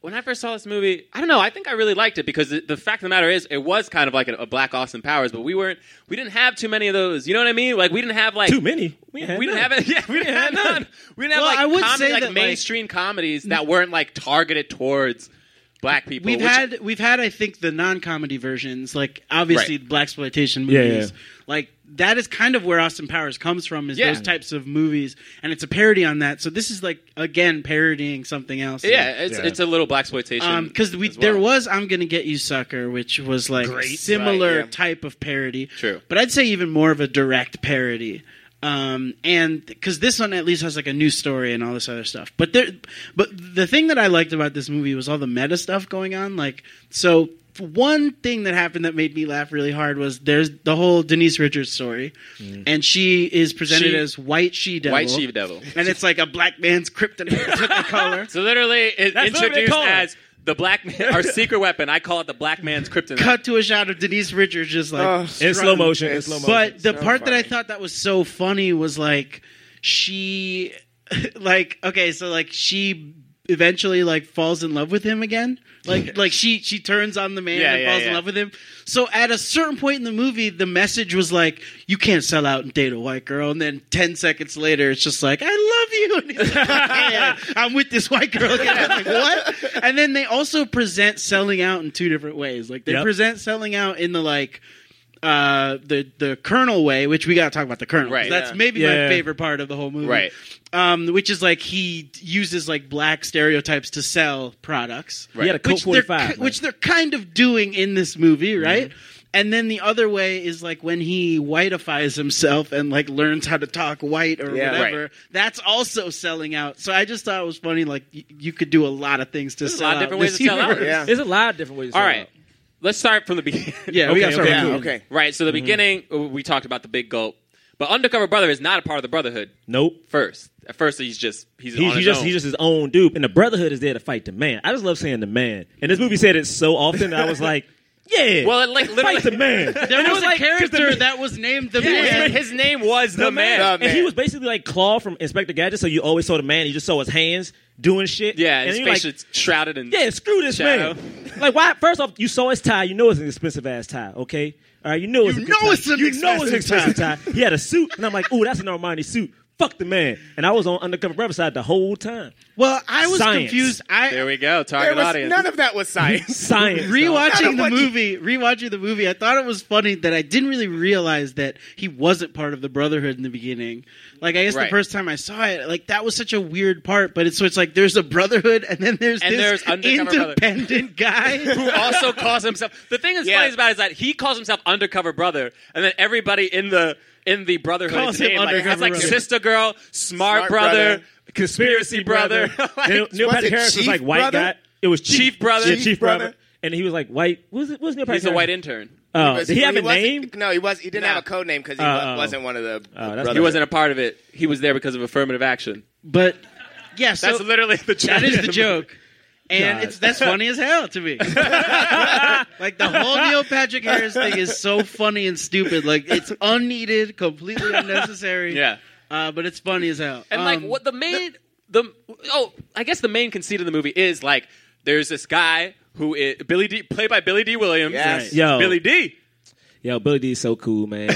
Speaker 8: when I first saw this movie, I don't know. I think I really liked it because the, the fact of the matter is, it was kind of like a, a Black Austin Powers, but we weren't, we didn't have too many of those. You know what I mean? Like we didn't have like
Speaker 2: Too many.
Speaker 8: We,
Speaker 2: had
Speaker 8: didn't
Speaker 2: none.
Speaker 8: have it. Yeah, we didn't have none. We didn't have
Speaker 11: Well,
Speaker 8: like
Speaker 11: I would
Speaker 8: comedy,
Speaker 11: say
Speaker 8: like
Speaker 11: that, like-
Speaker 8: mainstream comedies that weren't like targeted towards black people.
Speaker 11: We've
Speaker 8: which-
Speaker 11: had we've had I think the non-comedy versions like obviously
Speaker 8: Right.
Speaker 11: black exploitation
Speaker 2: Yeah,
Speaker 11: movies
Speaker 2: yeah.
Speaker 11: like that is kind of where Austin Powers comes from is
Speaker 8: Yeah.
Speaker 11: those types of movies and it's a parody on that so this is like again parodying something else
Speaker 8: yeah, it's it's a little black exploitation.
Speaker 11: because Um, we there was I'm gonna get you sucker which was like
Speaker 4: Right,
Speaker 11: similar
Speaker 4: yeah.
Speaker 11: type of parody
Speaker 8: True.
Speaker 11: but I'd say even more of a direct parody um, and because this one at least has like a new story and all this other stuff but there but the thing that I liked about this movie was all the meta stuff going on like so one thing that happened that made me laugh really hard was there's the whole Denise Richards story and she is presented
Speaker 8: Mm. She-
Speaker 11: as white she devil
Speaker 8: White She Devil.
Speaker 11: and it's like a black man's kryptonite is what they call her
Speaker 8: So literally, it
Speaker 2: That's what they
Speaker 8: introduced
Speaker 2: call it.
Speaker 8: as the black man, our secret weapon. I call it the black man's kryptonite.
Speaker 11: cut to a shot of Denise Richards just like
Speaker 4: Oh,
Speaker 2: in slow motion. In
Speaker 4: It's-
Speaker 2: slow motion.
Speaker 11: But the
Speaker 4: so
Speaker 11: part that I
Speaker 4: funny.
Speaker 11: thought that was so funny was like she like okay, so like she eventually like falls in love with him again. Like like she she turns on the man
Speaker 8: Yeah,
Speaker 11: and
Speaker 8: yeah,
Speaker 11: falls in
Speaker 8: yeah.
Speaker 11: love with him. So at a certain point in the movie, the message was like, You can't sell out and date a white girl and then ten seconds later it's just like, I love you and he's like, "Yeah, I'm with this white girl again. I was like, what? And then they also present selling out in two different ways. Like they
Speaker 2: Yep.
Speaker 11: present selling out in the like uh, the the Colonel way, which we gotta talk about the Colonel. 'cause
Speaker 8: Right.
Speaker 11: That's
Speaker 8: Yeah.
Speaker 11: maybe
Speaker 2: Yeah.
Speaker 11: my favorite part of the whole movie.
Speaker 8: Right.
Speaker 11: Um, which is like he uses like black stereotypes to sell products.
Speaker 2: He had a Colt
Speaker 11: Which they're,
Speaker 2: 45,
Speaker 11: ki-
Speaker 2: man.
Speaker 11: which they're kind of doing in this movie,
Speaker 8: Mm-hmm.
Speaker 11: right? And then the other way is like when he whiteifies himself and like learns how to talk white or
Speaker 4: Yeah.
Speaker 11: whatever. That's also selling out. So I just thought it was funny. Like y- you could do a lot of things to
Speaker 8: There's a
Speaker 11: sell
Speaker 8: lot of
Speaker 11: out
Speaker 8: different
Speaker 11: uh, this
Speaker 8: ways to sell out.
Speaker 11: universe.
Speaker 4: Yeah.
Speaker 2: There's a lot of different ways. to
Speaker 8: All
Speaker 2: sell
Speaker 8: right,
Speaker 2: out.
Speaker 8: let's start from the beginning.
Speaker 11: Yeah, we got
Speaker 2: Okay,
Speaker 11: start
Speaker 2: okay.
Speaker 11: with
Speaker 4: Yeah.
Speaker 11: that.
Speaker 4: Okay.
Speaker 8: Right. So the
Speaker 4: Mm-hmm.
Speaker 8: beginning, uh, we talked about the big gulp, but undercover brother is not a part of the brotherhood.
Speaker 2: Nope.
Speaker 8: First, at first he's just he's,
Speaker 2: He's,
Speaker 8: on
Speaker 2: he's
Speaker 8: his
Speaker 2: just
Speaker 8: own.
Speaker 2: he's just his own dude, and the Brotherhood is there to fight the man. I just love saying the man, and this movie said it so often that I was like, yeah,
Speaker 8: well, it, like literally,
Speaker 2: fight the man.
Speaker 11: There was,
Speaker 2: was like- 'cause
Speaker 11: a
Speaker 2: the
Speaker 11: character
Speaker 2: man-
Speaker 11: that was named the
Speaker 8: His-
Speaker 11: man.
Speaker 8: his name was the, man.
Speaker 4: man.
Speaker 2: And he was basically like Claw from Inspector Gadget, so you always saw the man. You just saw his hands doing shit.
Speaker 8: Yeah,
Speaker 2: and
Speaker 8: his
Speaker 2: you're
Speaker 8: face
Speaker 2: like,
Speaker 8: is shrouded in.
Speaker 2: yeah, screw this
Speaker 8: Shadow.
Speaker 2: man. Like, why? First off, you saw his tie. You know it's an expensive ass tie. Okay, all right. You know it's
Speaker 11: You
Speaker 2: a good
Speaker 11: know
Speaker 2: tie.
Speaker 11: it's an
Speaker 2: you know it's an
Speaker 11: expensive
Speaker 2: expensive tie. He had a suit, and I'm like, ooh, that's an Armani suit. Fuck the man. And I was on undercover brother side the whole time.
Speaker 11: Well, I was
Speaker 2: Science.
Speaker 11: confused. I
Speaker 8: There we
Speaker 4: There
Speaker 8: go. Target
Speaker 4: was-
Speaker 8: audience.
Speaker 4: none of that was science.
Speaker 2: Science. dog.
Speaker 11: rewatching the
Speaker 4: what you-
Speaker 11: movie, rewatching the movie, I thought it was funny that I didn't really realize that he wasn't part of the Brotherhood in the beginning. Like I guess
Speaker 8: Right.
Speaker 11: the first time I saw it, like that was such a weird part. But it's so it's like there's a Brotherhood and then there's
Speaker 8: And
Speaker 11: this
Speaker 8: there's undercover brother.
Speaker 11: independent
Speaker 8: who
Speaker 11: guy.
Speaker 8: also calls himself. The thing that's
Speaker 4: Yeah.
Speaker 8: funny about it is that he calls himself undercover brother, and then everybody in the in the brotherhood
Speaker 11: Calls
Speaker 8: is
Speaker 11: him
Speaker 8: named like,
Speaker 11: Undercover
Speaker 8: that's like
Speaker 11: Brother.
Speaker 8: sister girl, smart,
Speaker 4: Smart
Speaker 8: brother,
Speaker 4: brother.
Speaker 8: conspiracy brother, like,
Speaker 2: Neil, Neil
Speaker 4: was
Speaker 2: Patrick
Speaker 4: it
Speaker 2: Harris was
Speaker 4: Chief
Speaker 2: like white
Speaker 4: Brother?
Speaker 2: guy. It was Chief,
Speaker 8: Chief Brother?
Speaker 2: Yeah,
Speaker 4: Chief
Speaker 2: Chief brother.
Speaker 4: Brother.
Speaker 2: And he was like white. What was it? What was Neil Patrick
Speaker 8: he's a
Speaker 2: Harris?
Speaker 8: white intern.
Speaker 2: Oh, did he have a
Speaker 4: wasn't-
Speaker 2: name?
Speaker 4: No, he was. He didn't
Speaker 8: No.
Speaker 4: have a code name because he
Speaker 2: Uh,
Speaker 4: wa- wasn't one of the.
Speaker 2: that's-
Speaker 4: brothers.
Speaker 8: He wasn't a part of it. He was there because of affirmative action.
Speaker 11: but yeah, so
Speaker 8: That's literally the joke.
Speaker 11: that is the joke. And
Speaker 2: God.
Speaker 11: it's that's funny as hell to me. like the whole Neil Patrick Harris thing is so funny and stupid. Like it's unneeded, completely unnecessary.
Speaker 8: Yeah.
Speaker 11: Uh, but it's funny as hell.
Speaker 8: And like
Speaker 11: Um,
Speaker 8: what the main the, oh I guess the main conceit of the movie is like there's this guy who is Billy D played by Billy D Williams.
Speaker 4: Yes. Right.
Speaker 2: Yo.
Speaker 8: Billy D.
Speaker 2: Yo, Billy D is so cool, man.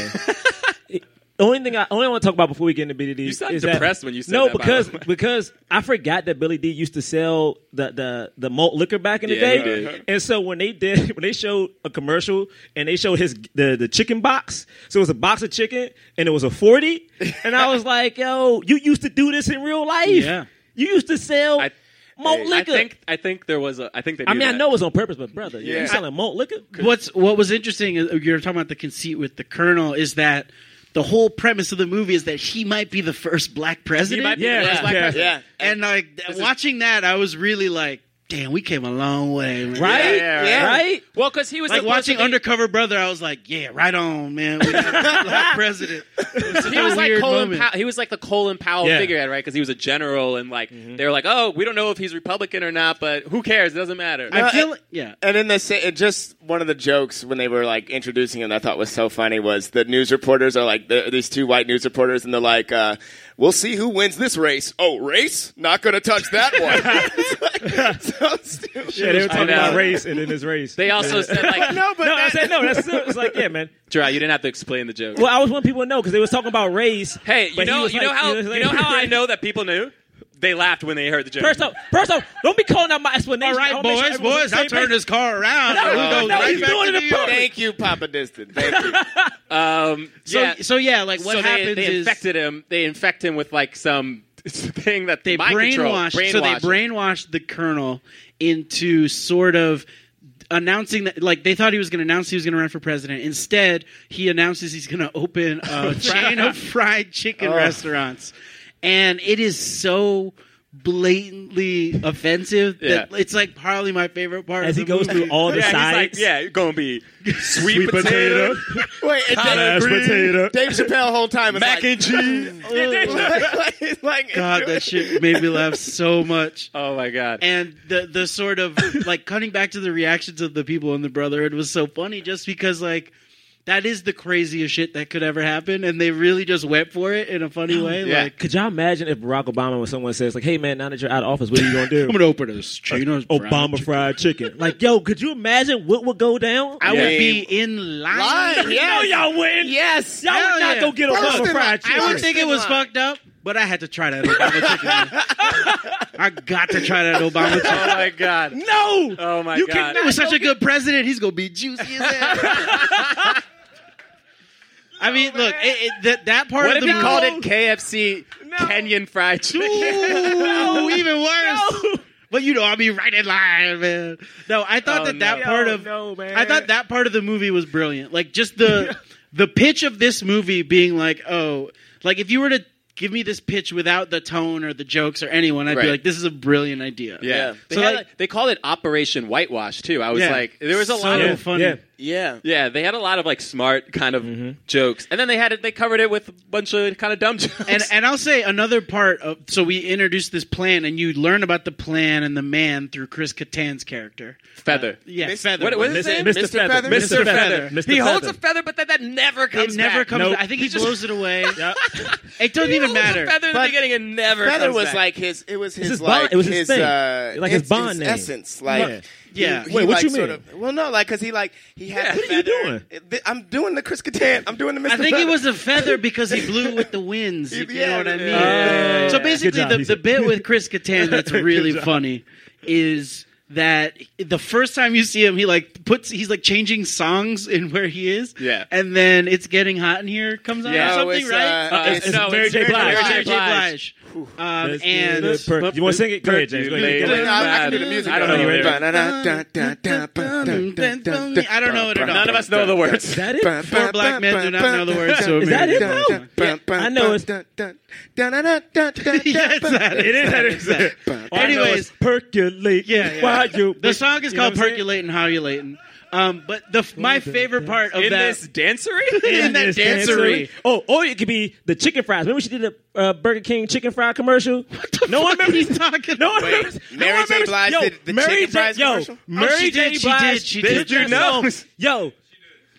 Speaker 2: The only thing I only want to talk about before we get into Billy D.
Speaker 8: You sound
Speaker 2: is that-
Speaker 8: depressed when you said
Speaker 2: no
Speaker 8: that, by
Speaker 2: because
Speaker 8: the way.
Speaker 2: because I forgot that Billy D used to sell the the the malt liquor back in the
Speaker 8: Yeah,
Speaker 2: day,
Speaker 8: he did.
Speaker 2: and so when they did when they showed a commercial and they showed his the the chicken box, so it was a box of chicken and it was a forty, and I was like, yo, you used to do this in real life,
Speaker 11: Yeah.
Speaker 2: you used to sell
Speaker 8: I-
Speaker 2: malt
Speaker 8: I
Speaker 2: liquor. I,
Speaker 8: think I think there was a I think they
Speaker 2: mean,
Speaker 8: knew
Speaker 2: I
Speaker 8: that.
Speaker 2: know it's on purpose, but brother,
Speaker 4: Yeah.
Speaker 2: you selling malt liquor?
Speaker 11: What's what was interesting is you're talking about the conceit with the colonel is that the whole premise of the movie is that he might be the first black president.
Speaker 8: might be the
Speaker 2: Yeah,
Speaker 8: first black
Speaker 2: yeah.
Speaker 8: president.
Speaker 4: Yeah.
Speaker 11: And like th- watching that, I was really like, damn, we came a long way, man.
Speaker 2: Right?
Speaker 8: Yeah, right.
Speaker 2: Right?
Speaker 8: Well, because he was
Speaker 11: Like
Speaker 8: the person
Speaker 11: watching
Speaker 8: that-
Speaker 11: Undercover Brother, I was like, yeah, right on, man. We got a black president.
Speaker 8: He was like
Speaker 11: weird
Speaker 8: Colin.
Speaker 11: moment.
Speaker 8: Powell, he was like the Colin Powell
Speaker 2: Yeah.
Speaker 8: figurehead, right? Because he was a general, and like they were like, "Oh, we don't know if he's Republican or not, but who cares? It doesn't matter."
Speaker 11: I feel
Speaker 4: it-
Speaker 11: like, yeah.
Speaker 4: And in the sa- it just one of the jokes when they were like introducing him, that I thought was so funny was the news reporters are like the, these two white news reporters, and they're like, uh, we'll see who wins this race. Oh, race? Not going to touch that one. It's like, so stupid.
Speaker 2: Yeah, they were talking
Speaker 8: I know.
Speaker 2: about race and then this race.
Speaker 8: They also said like,
Speaker 4: no, but
Speaker 2: no, I
Speaker 4: that-
Speaker 2: said no. That's still, it's like yeah, man.
Speaker 8: Gerard, you didn't have to explain the joke.
Speaker 2: Well, I was wanting people to know because they was talking about race.
Speaker 8: hey, you
Speaker 2: but he
Speaker 8: know,
Speaker 2: was
Speaker 8: you
Speaker 2: like-
Speaker 8: know how
Speaker 2: he was like-
Speaker 8: you know how I know that people knew. They laughed when they heard the joke.
Speaker 2: First off, first off, don't be calling out my explanation.
Speaker 11: All
Speaker 2: I
Speaker 11: right,
Speaker 2: wanna make sure
Speaker 11: boys,
Speaker 2: everyone's on
Speaker 11: boys,
Speaker 2: the
Speaker 11: I'll
Speaker 2: same
Speaker 11: turn
Speaker 2: page.
Speaker 11: this car around.
Speaker 2: No,
Speaker 11: We'll go
Speaker 2: no,
Speaker 11: right
Speaker 2: he's
Speaker 11: back
Speaker 2: doing
Speaker 11: to
Speaker 2: it
Speaker 11: New
Speaker 2: in
Speaker 11: York.
Speaker 4: Thank you, Papa Distant. Thank you.
Speaker 8: um,
Speaker 11: So,
Speaker 8: yeah.
Speaker 11: so yeah, like what
Speaker 8: So they-
Speaker 11: happens
Speaker 8: they,
Speaker 11: is
Speaker 8: infected him. They infect him with like some thing that
Speaker 11: they
Speaker 8: mind control,
Speaker 11: brainwashed, so they
Speaker 8: brainwashing.
Speaker 11: brainwashed the colonel into sort of announcing that like they thought he was going to announce he was going to run for president instead he announces he's going to open a chain of fried chicken
Speaker 8: Oh.
Speaker 11: restaurants and it is so blatantly offensive that
Speaker 8: Yeah.
Speaker 11: it's like probably my favorite part
Speaker 2: As he
Speaker 11: of the
Speaker 2: goes
Speaker 11: movie.
Speaker 2: through all the
Speaker 8: yeah,
Speaker 2: sides.
Speaker 8: He's like, yeah, you're gonna be sweet,
Speaker 2: Sweet
Speaker 8: potato,
Speaker 2: potato.
Speaker 4: Wait, and Dave,
Speaker 2: potato.
Speaker 4: Dave Chappelle whole time is like,
Speaker 8: mac and cheese.
Speaker 4: like, like-
Speaker 11: god that shit made me laugh so much
Speaker 8: oh my god.
Speaker 11: and the the sort of like cutting back to the reactions of the people in the brotherhood was so funny just because like that is the craziest shit that could ever happen and they really just went for it in a funny way
Speaker 8: Yeah.
Speaker 11: like
Speaker 2: Could y'all imagine if Barack Obama, when someone says like, "Hey man, now that you're out of office, what are you gonna do?"
Speaker 11: i'm gonna open a chain of
Speaker 2: Obama fried chicken. Like, yo, could you imagine what would go down?
Speaker 11: i
Speaker 8: Yeah.
Speaker 11: would be in line,
Speaker 4: Line, yeah.
Speaker 2: know y'all win.
Speaker 4: yes.
Speaker 2: Y'all
Speaker 11: Hell
Speaker 2: would not
Speaker 11: yeah.
Speaker 2: go get
Speaker 4: First
Speaker 2: Obama
Speaker 4: in line.
Speaker 2: fried
Speaker 11: i
Speaker 2: chicken.
Speaker 11: would think it was
Speaker 4: Line.
Speaker 11: fucked up but i had to try that obama chicken i got to try that obama
Speaker 8: oh
Speaker 11: chicken
Speaker 8: my god.
Speaker 2: no.
Speaker 8: Oh my
Speaker 2: You
Speaker 8: god.
Speaker 11: he was such a good president. He's gonna be juicy as hell. I mean, look, it, it, that that part
Speaker 8: What
Speaker 11: of
Speaker 8: if
Speaker 11: the
Speaker 8: you
Speaker 11: movie-
Speaker 8: called it KFC Kenyan Fried Chicken?
Speaker 11: Ooh, even worse.
Speaker 2: No.
Speaker 11: But you know, I'll be right in line, man. No, I thought
Speaker 8: Oh,
Speaker 11: that that
Speaker 8: no.
Speaker 11: part of
Speaker 2: no, man.
Speaker 11: I thought that part of the movie was brilliant. Like just the the pitch of this movie being like, oh, like if you were to give me this pitch without the tone or the jokes or anyone, I'd
Speaker 8: Right.
Speaker 11: be like, this is a brilliant idea.
Speaker 8: Yeah. They,
Speaker 11: So,
Speaker 8: had,
Speaker 11: like-
Speaker 8: like, they called it Operation Whitewash too. I was
Speaker 11: Yeah.
Speaker 8: like, there was a
Speaker 11: So
Speaker 8: lot
Speaker 2: yeah,
Speaker 8: of
Speaker 11: funny.
Speaker 2: Yeah.
Speaker 4: Yeah.
Speaker 8: yeah. They had a lot of like smart kind of
Speaker 2: Mm-hmm.
Speaker 8: jokes, and then they had it. They covered it with a bunch of kind of dumb jokes.
Speaker 11: And and I'll say another part of so we introduced this plan and you learn about the plan and the man through Chris Catan's character. Uh,
Speaker 8: feather.
Speaker 11: Yeah,
Speaker 4: Miss-
Speaker 11: Feather.
Speaker 8: What, what is
Speaker 11: was
Speaker 8: his
Speaker 11: it?
Speaker 8: name?
Speaker 2: Mr. Feather.
Speaker 8: Mr.
Speaker 2: Mr.
Speaker 8: Feather.
Speaker 2: Feather. Mr.
Speaker 8: He holds a
Speaker 2: Feather.
Speaker 8: feather, but then that never comes
Speaker 11: It never
Speaker 8: back.
Speaker 11: comes.
Speaker 2: Nope.
Speaker 11: I think he,
Speaker 8: He just-
Speaker 11: blows it away.
Speaker 2: Yep.
Speaker 11: It doesn't even matter.
Speaker 8: It was a feather in the
Speaker 11: But-
Speaker 8: beginning and never.
Speaker 4: Feather
Speaker 8: comes
Speaker 4: was
Speaker 8: back.
Speaker 4: like his. It was his,
Speaker 2: his
Speaker 4: like
Speaker 2: bond- it was his thing.
Speaker 4: uh,
Speaker 2: Like his bond name.
Speaker 4: essence. Like
Speaker 2: Right.
Speaker 4: he-
Speaker 11: Yeah.
Speaker 4: he,
Speaker 2: Wait, what
Speaker 4: like,
Speaker 2: you
Speaker 4: sort
Speaker 2: mean?
Speaker 4: of- well, no, like because he like he had.
Speaker 8: Yeah.
Speaker 4: the
Speaker 2: What are you
Speaker 4: feather. Th- I'm doing the Chris Kattan. I'm doing the Mr.
Speaker 11: I think it
Speaker 4: Feather.
Speaker 11: was a feather because he blew with the winds. You
Speaker 4: Yeah,
Speaker 11: know what I
Speaker 4: yeah,
Speaker 11: mean?
Speaker 2: yeah, yeah.
Speaker 11: So
Speaker 2: Good
Speaker 11: basically,
Speaker 2: job,
Speaker 11: the,
Speaker 2: Lisa.
Speaker 11: the bit with Chris Kattan that's really funny is that the first time you see him, he like puts he's like changing songs in where he is.
Speaker 8: Yeah.
Speaker 11: and then it's getting hot in here comes on
Speaker 8: Yeah.
Speaker 11: or
Speaker 8: No,
Speaker 11: something,
Speaker 4: it's,
Speaker 11: right?
Speaker 4: uh,
Speaker 8: Uh,
Speaker 4: it's-
Speaker 8: no,
Speaker 2: Mary
Speaker 8: it's
Speaker 2: J. Blige.
Speaker 8: Mlige.
Speaker 11: Mary J. Blige. Um, and
Speaker 2: you want to sing it? Go ahead, James. Go ahead.
Speaker 8: Lady
Speaker 2: Go ahead.
Speaker 4: No, I, I can do the
Speaker 8: Bad.
Speaker 4: music.
Speaker 8: I don't
Speaker 4: though.
Speaker 8: know the lyrics.
Speaker 11: I don't know it at all.
Speaker 8: None of us know the words.
Speaker 2: Is that it?
Speaker 11: Four black men do not know the words to
Speaker 2: Is that it, though?
Speaker 4: Yeah,
Speaker 2: I know it's-
Speaker 11: yeah, it's that.
Speaker 2: It is that
Speaker 11: It's that.
Speaker 2: exact. All I know
Speaker 11: Anyways.
Speaker 2: is percolate.
Speaker 11: Yeah, yeah.
Speaker 2: Why you?
Speaker 11: The song is
Speaker 2: you know
Speaker 11: called
Speaker 2: what I'm saying?
Speaker 11: "Percolating How You Latin." Um, but the my favorite part of
Speaker 8: In
Speaker 11: that
Speaker 8: this dancery?
Speaker 11: in that
Speaker 2: It's
Speaker 11: dancery.
Speaker 2: Oh, or it could be the chicken fries. Remember she did a uh, Burger King chicken fry commercial? no one
Speaker 11: fuck are
Speaker 2: remembers.
Speaker 11: you talking
Speaker 2: No one
Speaker 11: about?
Speaker 2: remembers. no
Speaker 4: Mary
Speaker 2: one
Speaker 4: J.
Speaker 2: remembers-
Speaker 4: Blige
Speaker 2: yo,
Speaker 4: did the
Speaker 2: Mary
Speaker 4: chicken
Speaker 2: J.
Speaker 4: fries
Speaker 2: yo,
Speaker 4: commercial?
Speaker 8: Oh,
Speaker 2: Mary
Speaker 11: she
Speaker 2: J.
Speaker 11: did, she
Speaker 2: Blige.
Speaker 11: did, she
Speaker 2: that
Speaker 11: did. She
Speaker 2: song. Yo,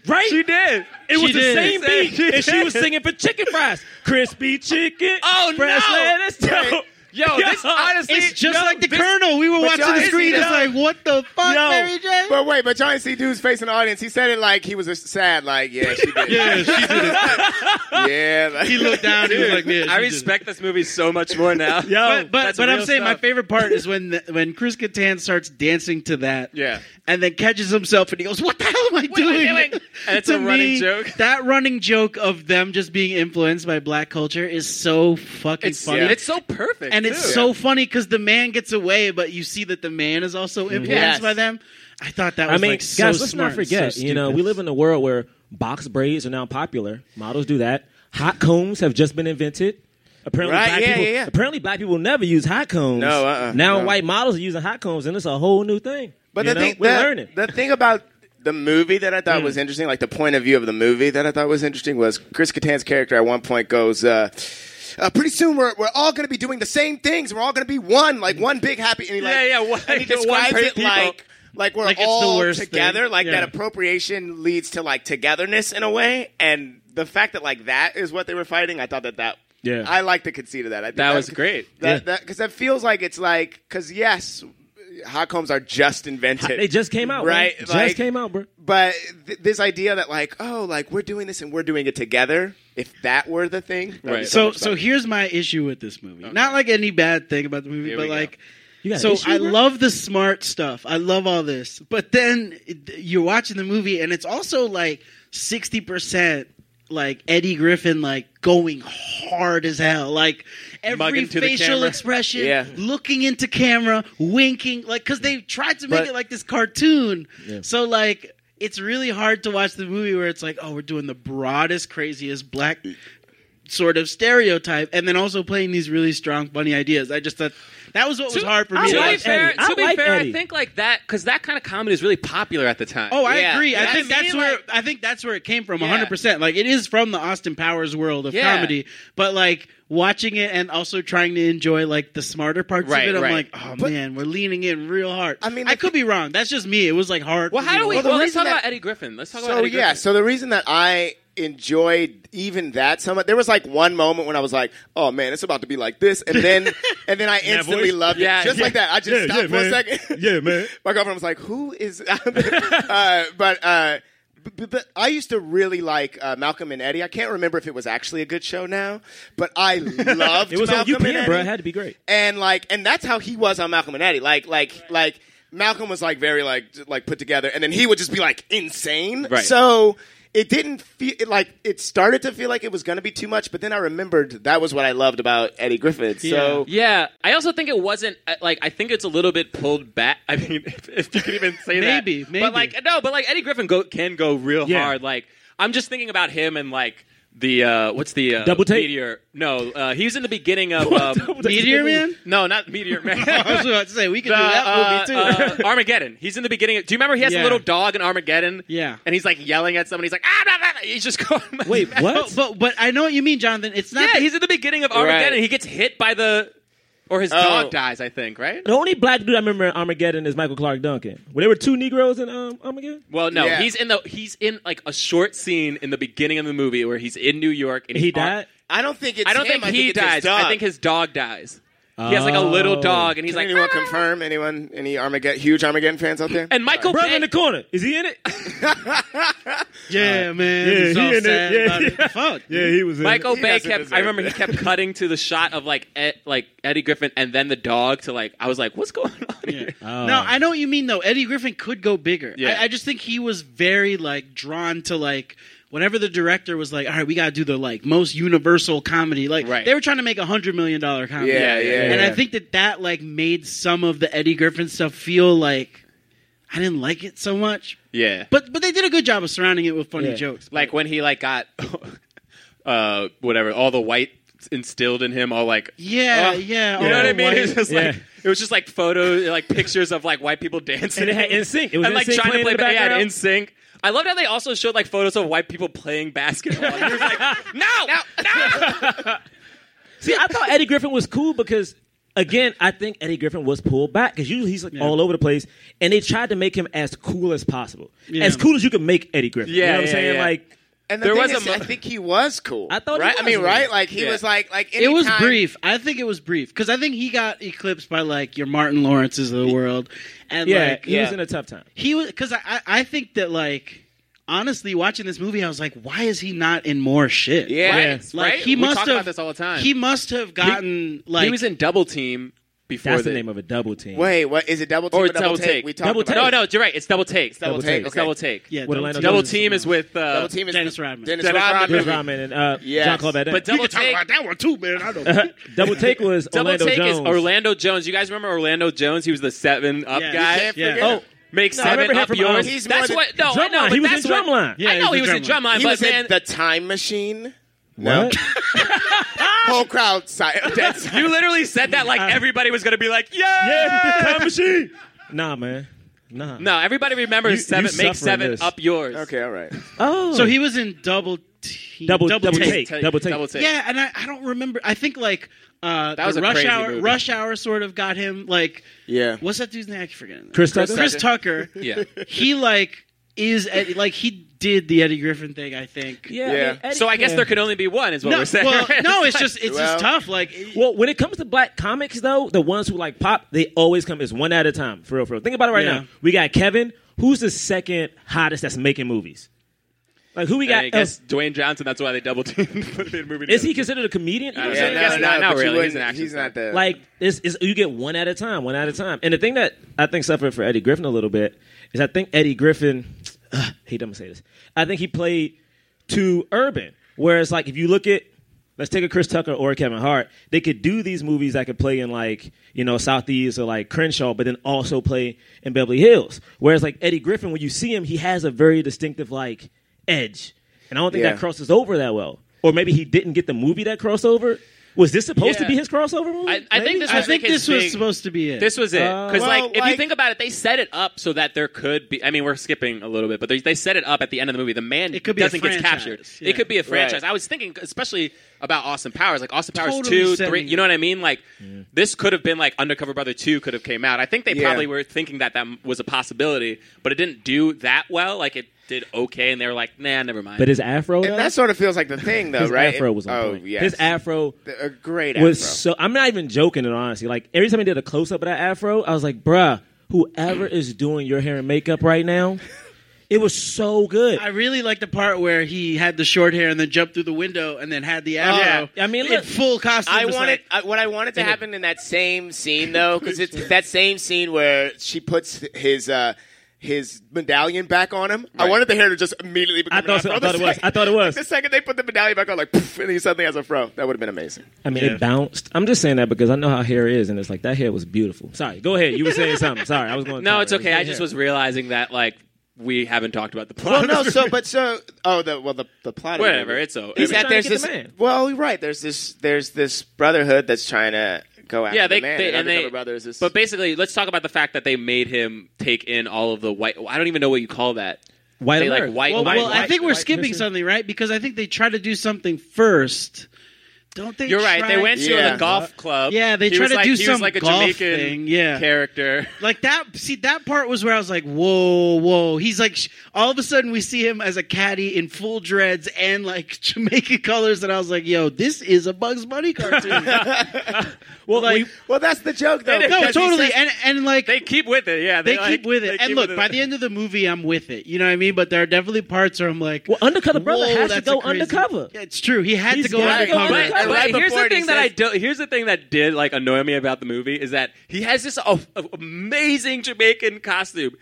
Speaker 2: right?
Speaker 8: She did.
Speaker 2: It was
Speaker 11: She
Speaker 2: the
Speaker 11: did.
Speaker 2: same beat,
Speaker 8: She
Speaker 2: and she
Speaker 8: did.
Speaker 2: was singing for chicken fries, crispy chicken.
Speaker 8: Oh,
Speaker 2: fresh
Speaker 8: no.
Speaker 2: lettuce. Yo,
Speaker 8: Right. Yo, this honestly,
Speaker 11: It's just
Speaker 8: no,
Speaker 11: like the
Speaker 8: this-
Speaker 11: Colonel. We were watching
Speaker 4: y'all
Speaker 11: the
Speaker 4: didn't
Speaker 11: screen,
Speaker 4: see
Speaker 11: just
Speaker 4: that.
Speaker 11: like, what the fuck,
Speaker 2: Yo.
Speaker 11: Mary J?
Speaker 4: But wait, but y'all didn't see dude's face in the audience. He said it like he was a sad, like, yeah, she did. yeah,
Speaker 11: Yeah, she did it.
Speaker 4: yeah. Like,
Speaker 11: He looked down. He was like,
Speaker 8: I
Speaker 11: yeah, she did it.
Speaker 8: respect this movie so much more now.
Speaker 2: Yo,
Speaker 11: Oh, But but,
Speaker 8: That's
Speaker 11: but I'm
Speaker 8: real
Speaker 11: saying my
Speaker 8: stuff.
Speaker 11: favorite part is when the, when Chris Kattan starts dancing to that.
Speaker 8: Yeah.
Speaker 11: And then catches himself and he goes, "What the hell am I
Speaker 8: am I
Speaker 11: doing?"
Speaker 8: doing? And it's
Speaker 11: To
Speaker 8: a running
Speaker 11: me,
Speaker 8: joke.
Speaker 11: That running joke of them just being influenced by black culture is so fucking
Speaker 8: It's,
Speaker 11: funny.
Speaker 8: yeah. it's so perfect.
Speaker 11: and it's
Speaker 8: too.
Speaker 11: so funny because the man gets away, but you see that the man is also influenced
Speaker 8: Mm-hmm. Yes.
Speaker 11: by them. I thought that
Speaker 2: I
Speaker 11: was
Speaker 2: mean,
Speaker 11: like
Speaker 2: guys,
Speaker 11: so
Speaker 2: let's
Speaker 11: smart.
Speaker 2: not forget.
Speaker 11: so
Speaker 2: you know, we
Speaker 11: stupid.
Speaker 2: live in a world where box braids are now popular. Models do that. Hot combs have just been invented. Apparently,
Speaker 4: Right,
Speaker 2: black
Speaker 4: yeah,
Speaker 2: people,
Speaker 4: yeah, yeah.
Speaker 2: apparently black people never use hot combs.
Speaker 4: No, uh-uh,
Speaker 2: now
Speaker 4: no.
Speaker 2: white models are using hot combs, and it's a whole new thing.
Speaker 4: But
Speaker 2: you
Speaker 4: the
Speaker 2: know?
Speaker 4: thing,
Speaker 2: we're
Speaker 4: the,
Speaker 2: learning.
Speaker 4: the thing about the movie that I thought was interesting, like the point of view of the movie that I thought was interesting, was Chris Kattan's character at one point goes, uh, uh, "Pretty soon we're, we're all going to be doing the same things. We're all going to be one, like one big happy." And he, like,
Speaker 8: Yeah, yeah, one-
Speaker 4: and he
Speaker 8: one
Speaker 4: describes
Speaker 8: per
Speaker 4: it
Speaker 8: people.
Speaker 4: like. Like we're
Speaker 11: Like it's the
Speaker 4: all
Speaker 11: worst thing.
Speaker 4: together, like
Speaker 11: Yeah.
Speaker 4: that appropriation leads to like togetherness in a way, and the fact that like that is what they were fighting, I thought that that Yeah. I like the conceit of that. I think
Speaker 8: That was
Speaker 4: that's-
Speaker 8: great.
Speaker 4: That
Speaker 8: Yeah.
Speaker 4: because that, 'cause that feels like it's like because yes, hot combs are just invented.
Speaker 2: They just came out, man.
Speaker 4: right?
Speaker 2: Just came out, bro.
Speaker 4: But th- this idea that like oh, like we're doing this and we're doing it together. If that were the thing, that'd be
Speaker 11: Right. So,
Speaker 4: much
Speaker 11: so
Speaker 4: better.
Speaker 11: here's my issue with this movie. Not like any bad thing about the movie,
Speaker 4: Here
Speaker 11: but
Speaker 4: we go.
Speaker 11: like,
Speaker 4: You got an
Speaker 11: so
Speaker 4: issue,
Speaker 11: I
Speaker 4: bro?
Speaker 11: love the smart stuff. I love all this, but then it- you're watching the movie, and it's also like sixty percent like Eddie Griffin, like going hard as hell, like every
Speaker 8: Mugging to the
Speaker 11: facial
Speaker 8: camera.
Speaker 11: expression,
Speaker 8: Yeah.
Speaker 11: looking into camera, winking, like because they tried to make
Speaker 8: But-
Speaker 11: it like this cartoon. So like. It's really hard to watch the movie where it's like, oh, we're doing the broadest, craziest black sort of stereotype, and then also playing these really strong, funny ideas. I just thought that was what was hard for me.
Speaker 8: To be
Speaker 11: watch.
Speaker 8: fair, to be fair, I think like that because that kind of comedy is really popular at the time.
Speaker 11: Oh, I
Speaker 8: Yeah.
Speaker 11: agree.
Speaker 8: You know
Speaker 11: I
Speaker 8: what
Speaker 11: think that's
Speaker 8: mean?
Speaker 11: where
Speaker 8: Like,
Speaker 11: I think that's where it came from.
Speaker 8: Yeah.
Speaker 11: 100. percent Like it is from the Austin Powers world of
Speaker 8: Yeah.
Speaker 11: comedy, but like watching it and also trying to enjoy like the smarter parts
Speaker 8: Right,
Speaker 11: of it. I'm
Speaker 8: right.
Speaker 11: like, oh man, we're leaning in real hard. I mean, I could be wrong. That's just me. It was like hard.
Speaker 8: well,
Speaker 11: for
Speaker 8: how
Speaker 11: me
Speaker 8: do
Speaker 11: to
Speaker 8: we?
Speaker 11: watch.
Speaker 8: Well, let's talk about Eddie Griffin. Let's talk about
Speaker 4: so
Speaker 8: Eddie
Speaker 4: yeah,
Speaker 8: Griffin.
Speaker 4: so the reason that I enjoyed even that so much, there was like one moment when I was like, "Oh man, it's about to be like this," and then and then I
Speaker 9: that
Speaker 4: instantly
Speaker 9: voice?
Speaker 4: loved
Speaker 9: Yeah,
Speaker 4: it, just
Speaker 9: yeah.
Speaker 4: like that. I just
Speaker 9: Yeah,
Speaker 4: stopped
Speaker 9: yeah,
Speaker 4: for
Speaker 9: man.
Speaker 4: a second.
Speaker 9: Yeah, man.
Speaker 4: My girlfriend was like, "Who is?" uh, but. Uh, but, but I used to really like uh, Malcolm and Eddie. I can't remember if it was actually a good show now, but I loved
Speaker 2: It was on
Speaker 4: Malcolm
Speaker 2: UPN,
Speaker 4: and Eddie
Speaker 2: bro. It had to be great.
Speaker 4: and like and that's how he was on Malcolm and Eddie. Like like like Malcolm was like very like j- like put together, and then he would just be like insane.
Speaker 9: Right.
Speaker 4: So it didn't feel it, like it started to feel like it was going to be too much, but then I remembered that was what I loved about Eddie Griffith. So
Speaker 8: yeah, I also think it wasn't uh, like I think it's a little bit pulled back. I mean, if, if you could even say that,
Speaker 11: Maybe, maybe.
Speaker 8: But like no, but like Eddie Griffin go, can go real
Speaker 11: Yeah.
Speaker 8: hard. Like I'm just thinking about him and like the uh, what's the uh,
Speaker 2: Double Take?
Speaker 8: meteor? No, uh, he was in the beginning of um,
Speaker 11: Meteor Man.
Speaker 8: No, not Meteor Man.
Speaker 11: I was about to say we could do
Speaker 8: The,
Speaker 11: that movie too.
Speaker 8: uh, uh, Armageddon. He's in the beginning. Of, do you remember he has
Speaker 11: Yeah.
Speaker 8: a little dog in Armageddon?
Speaker 11: Yeah.
Speaker 8: and he's like yelling at someone. He's like, ah, blah, blah, blah." he's just going.
Speaker 2: Wait, what?
Speaker 11: But, but but I know what you mean, Jonathan. It's not.
Speaker 8: yeah,
Speaker 11: that-
Speaker 8: he's at the beginning of Armageddon.
Speaker 4: Right.
Speaker 8: He gets hit by the, or his dog dies. I think, right?
Speaker 2: The only black dude I remember in Armageddon is Michael Clark Duncan. Well, there were two Negroes in um, Armageddon.
Speaker 8: Well, no,
Speaker 4: Yeah.
Speaker 8: he's in the he's in like a short scene in the beginning of the movie where he's in New York and
Speaker 2: He
Speaker 8: he's on-
Speaker 2: died.
Speaker 4: I don't think it's
Speaker 8: I don't
Speaker 4: him.
Speaker 8: think
Speaker 4: I
Speaker 8: he
Speaker 4: think It's his
Speaker 8: dies.
Speaker 4: dog.
Speaker 8: I think his dog dies. He has like a little
Speaker 2: Oh.
Speaker 8: dog and he's
Speaker 4: Can
Speaker 8: like,
Speaker 4: anyone
Speaker 8: "Ah."
Speaker 4: confirm anyone any Armageddon huge Armageddon fans out there?
Speaker 8: and Michael
Speaker 2: Brother
Speaker 8: Caine-
Speaker 2: in the corner. Is he in it?
Speaker 11: yeah, man.
Speaker 9: Uh, yeah,
Speaker 11: he's
Speaker 9: he
Speaker 11: all
Speaker 9: in it,
Speaker 11: sad
Speaker 9: yeah,
Speaker 11: about
Speaker 9: yeah.
Speaker 11: it. Fuck.
Speaker 9: Yeah, he was in.
Speaker 8: Michael
Speaker 4: He
Speaker 8: Bay
Speaker 4: doesn't
Speaker 8: kept. I
Speaker 4: deserve
Speaker 8: remember he
Speaker 4: it.
Speaker 8: kept cutting to the shot of like Ed, like Eddie Griffin and then the dog to like I was like, what's going on here?
Speaker 11: No, I know what you mean though. Eddie Griffin could go bigger.
Speaker 8: Yeah.
Speaker 11: I, I just think he was very like drawn to like whenever the director was like, "All right, we got to do the like most universal comedy." Like
Speaker 8: Right.
Speaker 11: they were trying to make a hundred million dollar comedy.
Speaker 4: Yeah, yeah,
Speaker 11: And
Speaker 4: yeah.
Speaker 11: I think that that like made some of the Eddie Griffin stuff feel like I didn't like it so much.
Speaker 8: Yeah,
Speaker 11: But but they did a good job of surrounding it with funny
Speaker 2: Yeah.
Speaker 11: jokes.
Speaker 8: like when he like got, uh, whatever, all the white instilled in him, all like
Speaker 11: yeah,
Speaker 8: Ugh.
Speaker 11: yeah.
Speaker 8: You know
Speaker 11: all
Speaker 8: what I mean?
Speaker 11: white.
Speaker 8: It was just like
Speaker 2: Yeah.
Speaker 8: it was just like photos, like pictures of like white people dancing.
Speaker 2: And it had NSYNC. It was
Speaker 8: and like
Speaker 2: NSYNC
Speaker 8: trying
Speaker 2: playing
Speaker 8: to play
Speaker 2: in the
Speaker 8: yeah,
Speaker 2: background.
Speaker 8: in sync. I loved how they also showed like photos of white people playing basketball. And it was like, no, no,
Speaker 2: See, I thought Eddie Griffin was cool because, again, I think Eddie Griffin was pulled back because usually he's like all over the place, and they tried to make him as cool as possible,
Speaker 11: Yeah.
Speaker 2: as cool as you can make Eddie Griffin. you know
Speaker 8: Yeah,
Speaker 2: what I'm
Speaker 8: yeah,
Speaker 2: saying?
Speaker 8: yeah.
Speaker 2: Like,
Speaker 4: and the
Speaker 8: there
Speaker 4: thing
Speaker 8: was a
Speaker 4: is,
Speaker 8: mo-
Speaker 4: I think he was cool.
Speaker 2: I thought he
Speaker 4: right. I
Speaker 2: was
Speaker 4: mean,
Speaker 2: cool.
Speaker 4: right? Like he
Speaker 8: Yeah.
Speaker 4: was like like
Speaker 11: It was
Speaker 4: anytime-
Speaker 11: brief. I think it was brief because I think he got eclipsed by like your Martin Lawrence's of the world, and
Speaker 2: yeah,
Speaker 11: like
Speaker 2: he was in a tough time.
Speaker 11: he was because I, I I think that like honestly watching this movie I was like why is he not in more shit
Speaker 8: Yeah,
Speaker 11: like,
Speaker 8: right.
Speaker 11: like
Speaker 8: Right?
Speaker 11: he
Speaker 8: We
Speaker 11: must
Speaker 8: talk
Speaker 11: have
Speaker 8: about this all the time.
Speaker 11: he must have gotten like
Speaker 8: he was in double team before
Speaker 2: That's the name of a double team.
Speaker 4: Wait, what is it? Double team
Speaker 8: or
Speaker 4: or
Speaker 8: it's double take.
Speaker 4: We talked
Speaker 2: Double
Speaker 4: about
Speaker 2: Take.
Speaker 8: No,
Speaker 4: it.
Speaker 8: no, you're right. It's double take. It's
Speaker 4: Double take,
Speaker 8: It's
Speaker 4: okay.
Speaker 8: double take.
Speaker 11: yeah
Speaker 2: What
Speaker 11: double
Speaker 2: Orlando
Speaker 11: team.
Speaker 8: Double
Speaker 2: Jones
Speaker 8: team is with uh,
Speaker 4: Double team is
Speaker 11: Dennis Rodman.
Speaker 4: Dennis,
Speaker 8: Dennis
Speaker 4: Rodman.
Speaker 8: Rodman.
Speaker 2: Dennis Rodman and uh,
Speaker 4: Yes.
Speaker 2: John Claude Van Damme.
Speaker 8: But double take.
Speaker 11: that one too man I know
Speaker 2: double take was
Speaker 8: Double
Speaker 2: Orlando
Speaker 8: take
Speaker 2: Jones.
Speaker 8: is Orlando Jones. You guys remember Orlando Jones? He was the seven up
Speaker 11: Yeah,
Speaker 8: guy.
Speaker 11: you can't
Speaker 4: Yeah.
Speaker 11: forget
Speaker 2: Oh,
Speaker 8: Make
Speaker 2: No, I
Speaker 8: seven
Speaker 2: remember him
Speaker 8: up
Speaker 2: from,
Speaker 8: yours.
Speaker 2: um,
Speaker 4: He's more
Speaker 8: that's
Speaker 4: than-
Speaker 8: what. No, I know.
Speaker 2: Drumline.
Speaker 8: but
Speaker 2: He was
Speaker 8: that's
Speaker 2: in
Speaker 8: what-
Speaker 2: Drumline.
Speaker 11: Yeah,
Speaker 8: I know he was in drumline,
Speaker 4: He
Speaker 8: but
Speaker 4: was
Speaker 8: man,
Speaker 4: in the time machine.
Speaker 2: what? Ah,
Speaker 4: Whole crowd silent. That's-
Speaker 8: You literally said that like everybody was gonna be like,
Speaker 2: Uh, yeah,
Speaker 8: yeah.
Speaker 2: time machine. Nah, man. Nah.
Speaker 8: No, everybody remembers
Speaker 2: You- you
Speaker 8: seven.
Speaker 2: suffering
Speaker 8: make seven
Speaker 2: this.
Speaker 8: up yours.
Speaker 4: okay, all right.
Speaker 2: Oh,
Speaker 11: so he was in double team
Speaker 2: double double,
Speaker 11: team.
Speaker 2: take. Double take.
Speaker 8: Double take.
Speaker 11: yeah and I, I don't remember I think like uh
Speaker 8: That
Speaker 11: the
Speaker 8: was a
Speaker 11: rush
Speaker 8: crazy
Speaker 11: hour
Speaker 8: movie.
Speaker 11: rush hour sort of got him like
Speaker 4: Yeah.
Speaker 11: what's that dude's name I keep forgetting
Speaker 2: Chris Tucker?
Speaker 11: Chris Tucker
Speaker 8: Yeah.
Speaker 11: he like is Eddie, like he did the Eddie Griffin thing. I think.
Speaker 2: Yeah, I Yeah. mean, Eddie-
Speaker 8: so I guess
Speaker 2: yeah.
Speaker 8: there could only be one, is what
Speaker 11: No,
Speaker 8: we're saying.
Speaker 11: well, no, it's just it's
Speaker 8: Well-
Speaker 11: just tough. Like,
Speaker 2: Well, when it comes to black comics, though, the ones who like pop, they always come as one at a time. For real, for real. Think about it right
Speaker 11: Yeah.
Speaker 2: now. We got Kevin. Who's the second hottest that's making movies? Like who we got?
Speaker 8: I guess
Speaker 2: else?
Speaker 8: Dwayne Johnson. That's why they double teamed. put him in movie
Speaker 2: Is he
Speaker 8: together.
Speaker 2: considered a comedian? You know
Speaker 8: Uh,
Speaker 2: what
Speaker 8: yeah,
Speaker 2: I'm saying?
Speaker 8: no, no, not
Speaker 4: but you
Speaker 8: really. He's an
Speaker 4: wouldn't-
Speaker 8: action
Speaker 4: He's not the
Speaker 2: like it's, it's, you get one at a time, one at a time. And the thing that I think suffered for Eddie Griffin a little bit is I think Eddie Griffin, I hate I'm gonna say this, I think he played too urban. Whereas like if you look at let's take a Chris Tucker or a Kevin Hart, they could do these movies that could play in like you know Southeast or like Crenshaw, but then also play in Beverly Hills. Whereas like Eddie Griffin, when you see him, he has a very distinctive like edge, and I don't think
Speaker 4: Yeah.
Speaker 2: that crosses over that well. Or maybe he didn't get the movie that crossover. Was this supposed to
Speaker 8: Yeah.
Speaker 2: be his crossover movie?
Speaker 8: I, I think this.
Speaker 11: I
Speaker 8: Was
Speaker 11: think
Speaker 8: like his
Speaker 11: this was
Speaker 8: big-
Speaker 11: supposed to be it.
Speaker 8: This was it.
Speaker 2: Oh.
Speaker 8: Because,
Speaker 4: Uh,
Speaker 8: like,
Speaker 4: well,
Speaker 8: if you
Speaker 4: like-
Speaker 8: think about it, they set it up so that there could be. I mean, we're skipping a little bit, but they, they set it up at the end of the movie. The man
Speaker 11: It could be a
Speaker 8: doesn't get
Speaker 11: franchise.
Speaker 8: captured.
Speaker 11: Yeah.
Speaker 8: It could be a franchise.
Speaker 4: Right.
Speaker 8: I was thinking, especially about Austin Powers, like Austin Powers
Speaker 11: Totally
Speaker 8: two,
Speaker 11: setting
Speaker 8: three.
Speaker 11: it
Speaker 8: You know what I mean? Like, this could have been like Undercover Brother two could have came out. I think they
Speaker 4: Yeah.
Speaker 8: probably were thinking that that was a possibility, but it didn't do that well. Like, it did okay, and they were like, nah, never mind.
Speaker 2: But his afro, though,
Speaker 4: And that sort of feels like the thing, though,
Speaker 2: his
Speaker 4: right?
Speaker 2: afro was on
Speaker 4: oh,
Speaker 2: point.
Speaker 4: yes.
Speaker 2: His afro
Speaker 4: The- a great
Speaker 2: was
Speaker 4: afro.
Speaker 2: so. I'm not even joking, in honesty. Like every time he did a close up of that afro, I was like, "Bruh, whoever is doing your hair and makeup right now, it was so good."
Speaker 11: I really like the part where he had the short hair and then jumped through the window and then had the afro.
Speaker 2: Yeah. I mean,
Speaker 11: in
Speaker 2: look-
Speaker 11: full costume.
Speaker 4: I
Speaker 11: It's
Speaker 4: wanted
Speaker 11: like-
Speaker 4: I, what I wanted to happen in that same scene though, because it's that same scene where she puts his uh, his medallion back on him. I wanted the hair to just immediately become.
Speaker 2: I thought
Speaker 4: an
Speaker 2: so- I
Speaker 4: afro.
Speaker 2: thought
Speaker 4: The
Speaker 2: it was.
Speaker 4: second-
Speaker 2: I thought it was.
Speaker 4: The second they put the medallion back on, like, poof, and he suddenly has a fro. That would have been amazing.
Speaker 2: I mean,
Speaker 11: Yeah.
Speaker 2: it bounced. I'm just saying that because I know how hair is, and it's like that hair was beautiful. Sorry, go ahead. You were saying something. Sorry, I was going. to
Speaker 8: no,
Speaker 2: counter.
Speaker 8: it's
Speaker 2: It
Speaker 8: okay. I
Speaker 2: great
Speaker 8: just
Speaker 2: hair.
Speaker 8: was realizing that like we haven't talked about the
Speaker 4: Well,
Speaker 8: plot.
Speaker 4: Oh, no, so but so oh, the well the the plot. of the
Speaker 8: Whatever,
Speaker 4: movie
Speaker 8: it's so-
Speaker 4: Is
Speaker 8: I mean-
Speaker 4: that there's
Speaker 2: Trying to get
Speaker 4: this?
Speaker 2: the man.
Speaker 4: Well, you're right. There's this. There's this brotherhood that's trying to go after
Speaker 8: yeah, they,
Speaker 4: the man.
Speaker 8: they and
Speaker 4: Undercover
Speaker 8: they
Speaker 4: brothers is-
Speaker 8: but basically, let's talk about the fact that they made him take in all of the white. I don't even know what you call that.
Speaker 2: White
Speaker 8: they, like
Speaker 2: alert.
Speaker 8: white.
Speaker 11: Well,
Speaker 8: white-
Speaker 11: well, I
Speaker 8: white-
Speaker 11: think we're
Speaker 2: white
Speaker 11: skipping
Speaker 2: person.
Speaker 11: something, right? Because I think they try to do something first. Don't they?
Speaker 8: You're right.
Speaker 11: try-
Speaker 8: They went to
Speaker 4: Yeah.
Speaker 8: the golf club.
Speaker 11: Yeah, they
Speaker 8: He
Speaker 11: tried
Speaker 8: was
Speaker 11: to
Speaker 8: like,
Speaker 11: do
Speaker 8: he
Speaker 11: some
Speaker 8: was like a
Speaker 11: golf
Speaker 8: Jamaican
Speaker 11: thing, yeah.
Speaker 8: character.
Speaker 11: like that. See, that part was where I was like, "Whoa, whoa!" He's like, sh- all of a sudden, we see him as a caddy in full dreads and like Jamaican colors, and I was like, "Yo, this is a Bugs Bunny cartoon." well, like,
Speaker 4: well, that's the joke though.
Speaker 8: They-
Speaker 11: no,
Speaker 8: because he
Speaker 11: totally,
Speaker 8: says-
Speaker 11: and and like
Speaker 8: They keep with it. Yeah,
Speaker 11: they,
Speaker 8: like-
Speaker 11: keep with
Speaker 8: they
Speaker 11: it. And
Speaker 8: keep
Speaker 11: look,
Speaker 8: with
Speaker 11: by
Speaker 8: it.
Speaker 11: the end of the movie, I'm with it. You know what I mean? But there are definitely parts where I'm like,
Speaker 2: Well, Undercover Brother
Speaker 11: whoa,
Speaker 2: has to
Speaker 11: that's
Speaker 2: go
Speaker 11: a crazy-
Speaker 2: undercover.
Speaker 11: Yeah, it's true. He had
Speaker 2: He's
Speaker 11: to go
Speaker 2: gotta go
Speaker 11: undercover.
Speaker 8: But,
Speaker 2: undercover.
Speaker 8: but
Speaker 4: Right
Speaker 8: here's
Speaker 4: before
Speaker 8: the
Speaker 4: it, he
Speaker 8: thing that I
Speaker 4: says-
Speaker 8: do. Here's the thing that did like annoy me about the movie is that he has this a- a- amazing Jamaican costume.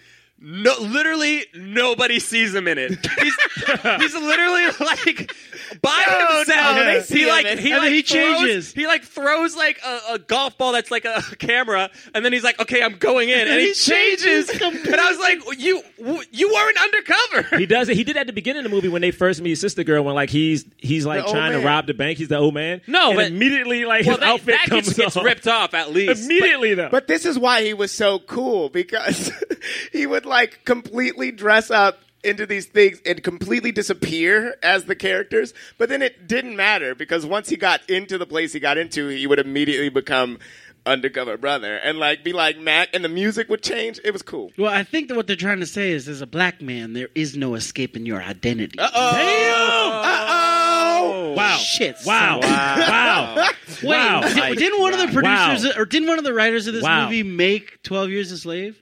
Speaker 8: No, literally nobody sees him in it. He's, he's literally like by himself.
Speaker 4: no, they see
Speaker 8: he
Speaker 4: him
Speaker 8: like
Speaker 4: in-
Speaker 8: he
Speaker 11: and
Speaker 8: like
Speaker 11: then he
Speaker 8: throws-
Speaker 11: changes.
Speaker 8: He like throws like a, a golf ball that's like a camera, and then he's like, "Okay, I'm going in," and,
Speaker 11: then
Speaker 8: he,
Speaker 11: he changes
Speaker 8: changes.
Speaker 11: completely.
Speaker 8: and I was like, "You w- you weren't undercover."
Speaker 2: He does it. He did at the beginning of the movie when they first meet his sister girl. When like he's he's like
Speaker 4: old
Speaker 2: trying to
Speaker 4: man.
Speaker 2: rob the bank. He's the old man.
Speaker 8: No,
Speaker 2: and
Speaker 8: but-
Speaker 2: immediately like
Speaker 8: well,
Speaker 2: his
Speaker 8: that,
Speaker 2: outfit
Speaker 8: that
Speaker 2: comes
Speaker 8: gets, gets
Speaker 2: off.
Speaker 8: ripped off at least.
Speaker 2: immediately though.
Speaker 4: But this is why he was so cool because he would like completely dress up into these things and completely disappear as the characters. But then it didn't matter because once he got into the place he got into, he would immediately become undercover brother and like be like Mac, and the music would change. It was cool.
Speaker 11: Well, I think that what they're trying to say is, as a black man, there is no escaping your identity.
Speaker 4: Oh,
Speaker 11: Wow! Shit!
Speaker 2: wow,
Speaker 11: son.
Speaker 2: wow,
Speaker 11: Wait,
Speaker 2: wow.
Speaker 11: did,
Speaker 2: Like,
Speaker 11: didn't one of the
Speaker 2: wow.
Speaker 11: producers or didn't one of the writers of this
Speaker 2: Wow. Oh,
Speaker 11: movie make Twelve Years a Slave?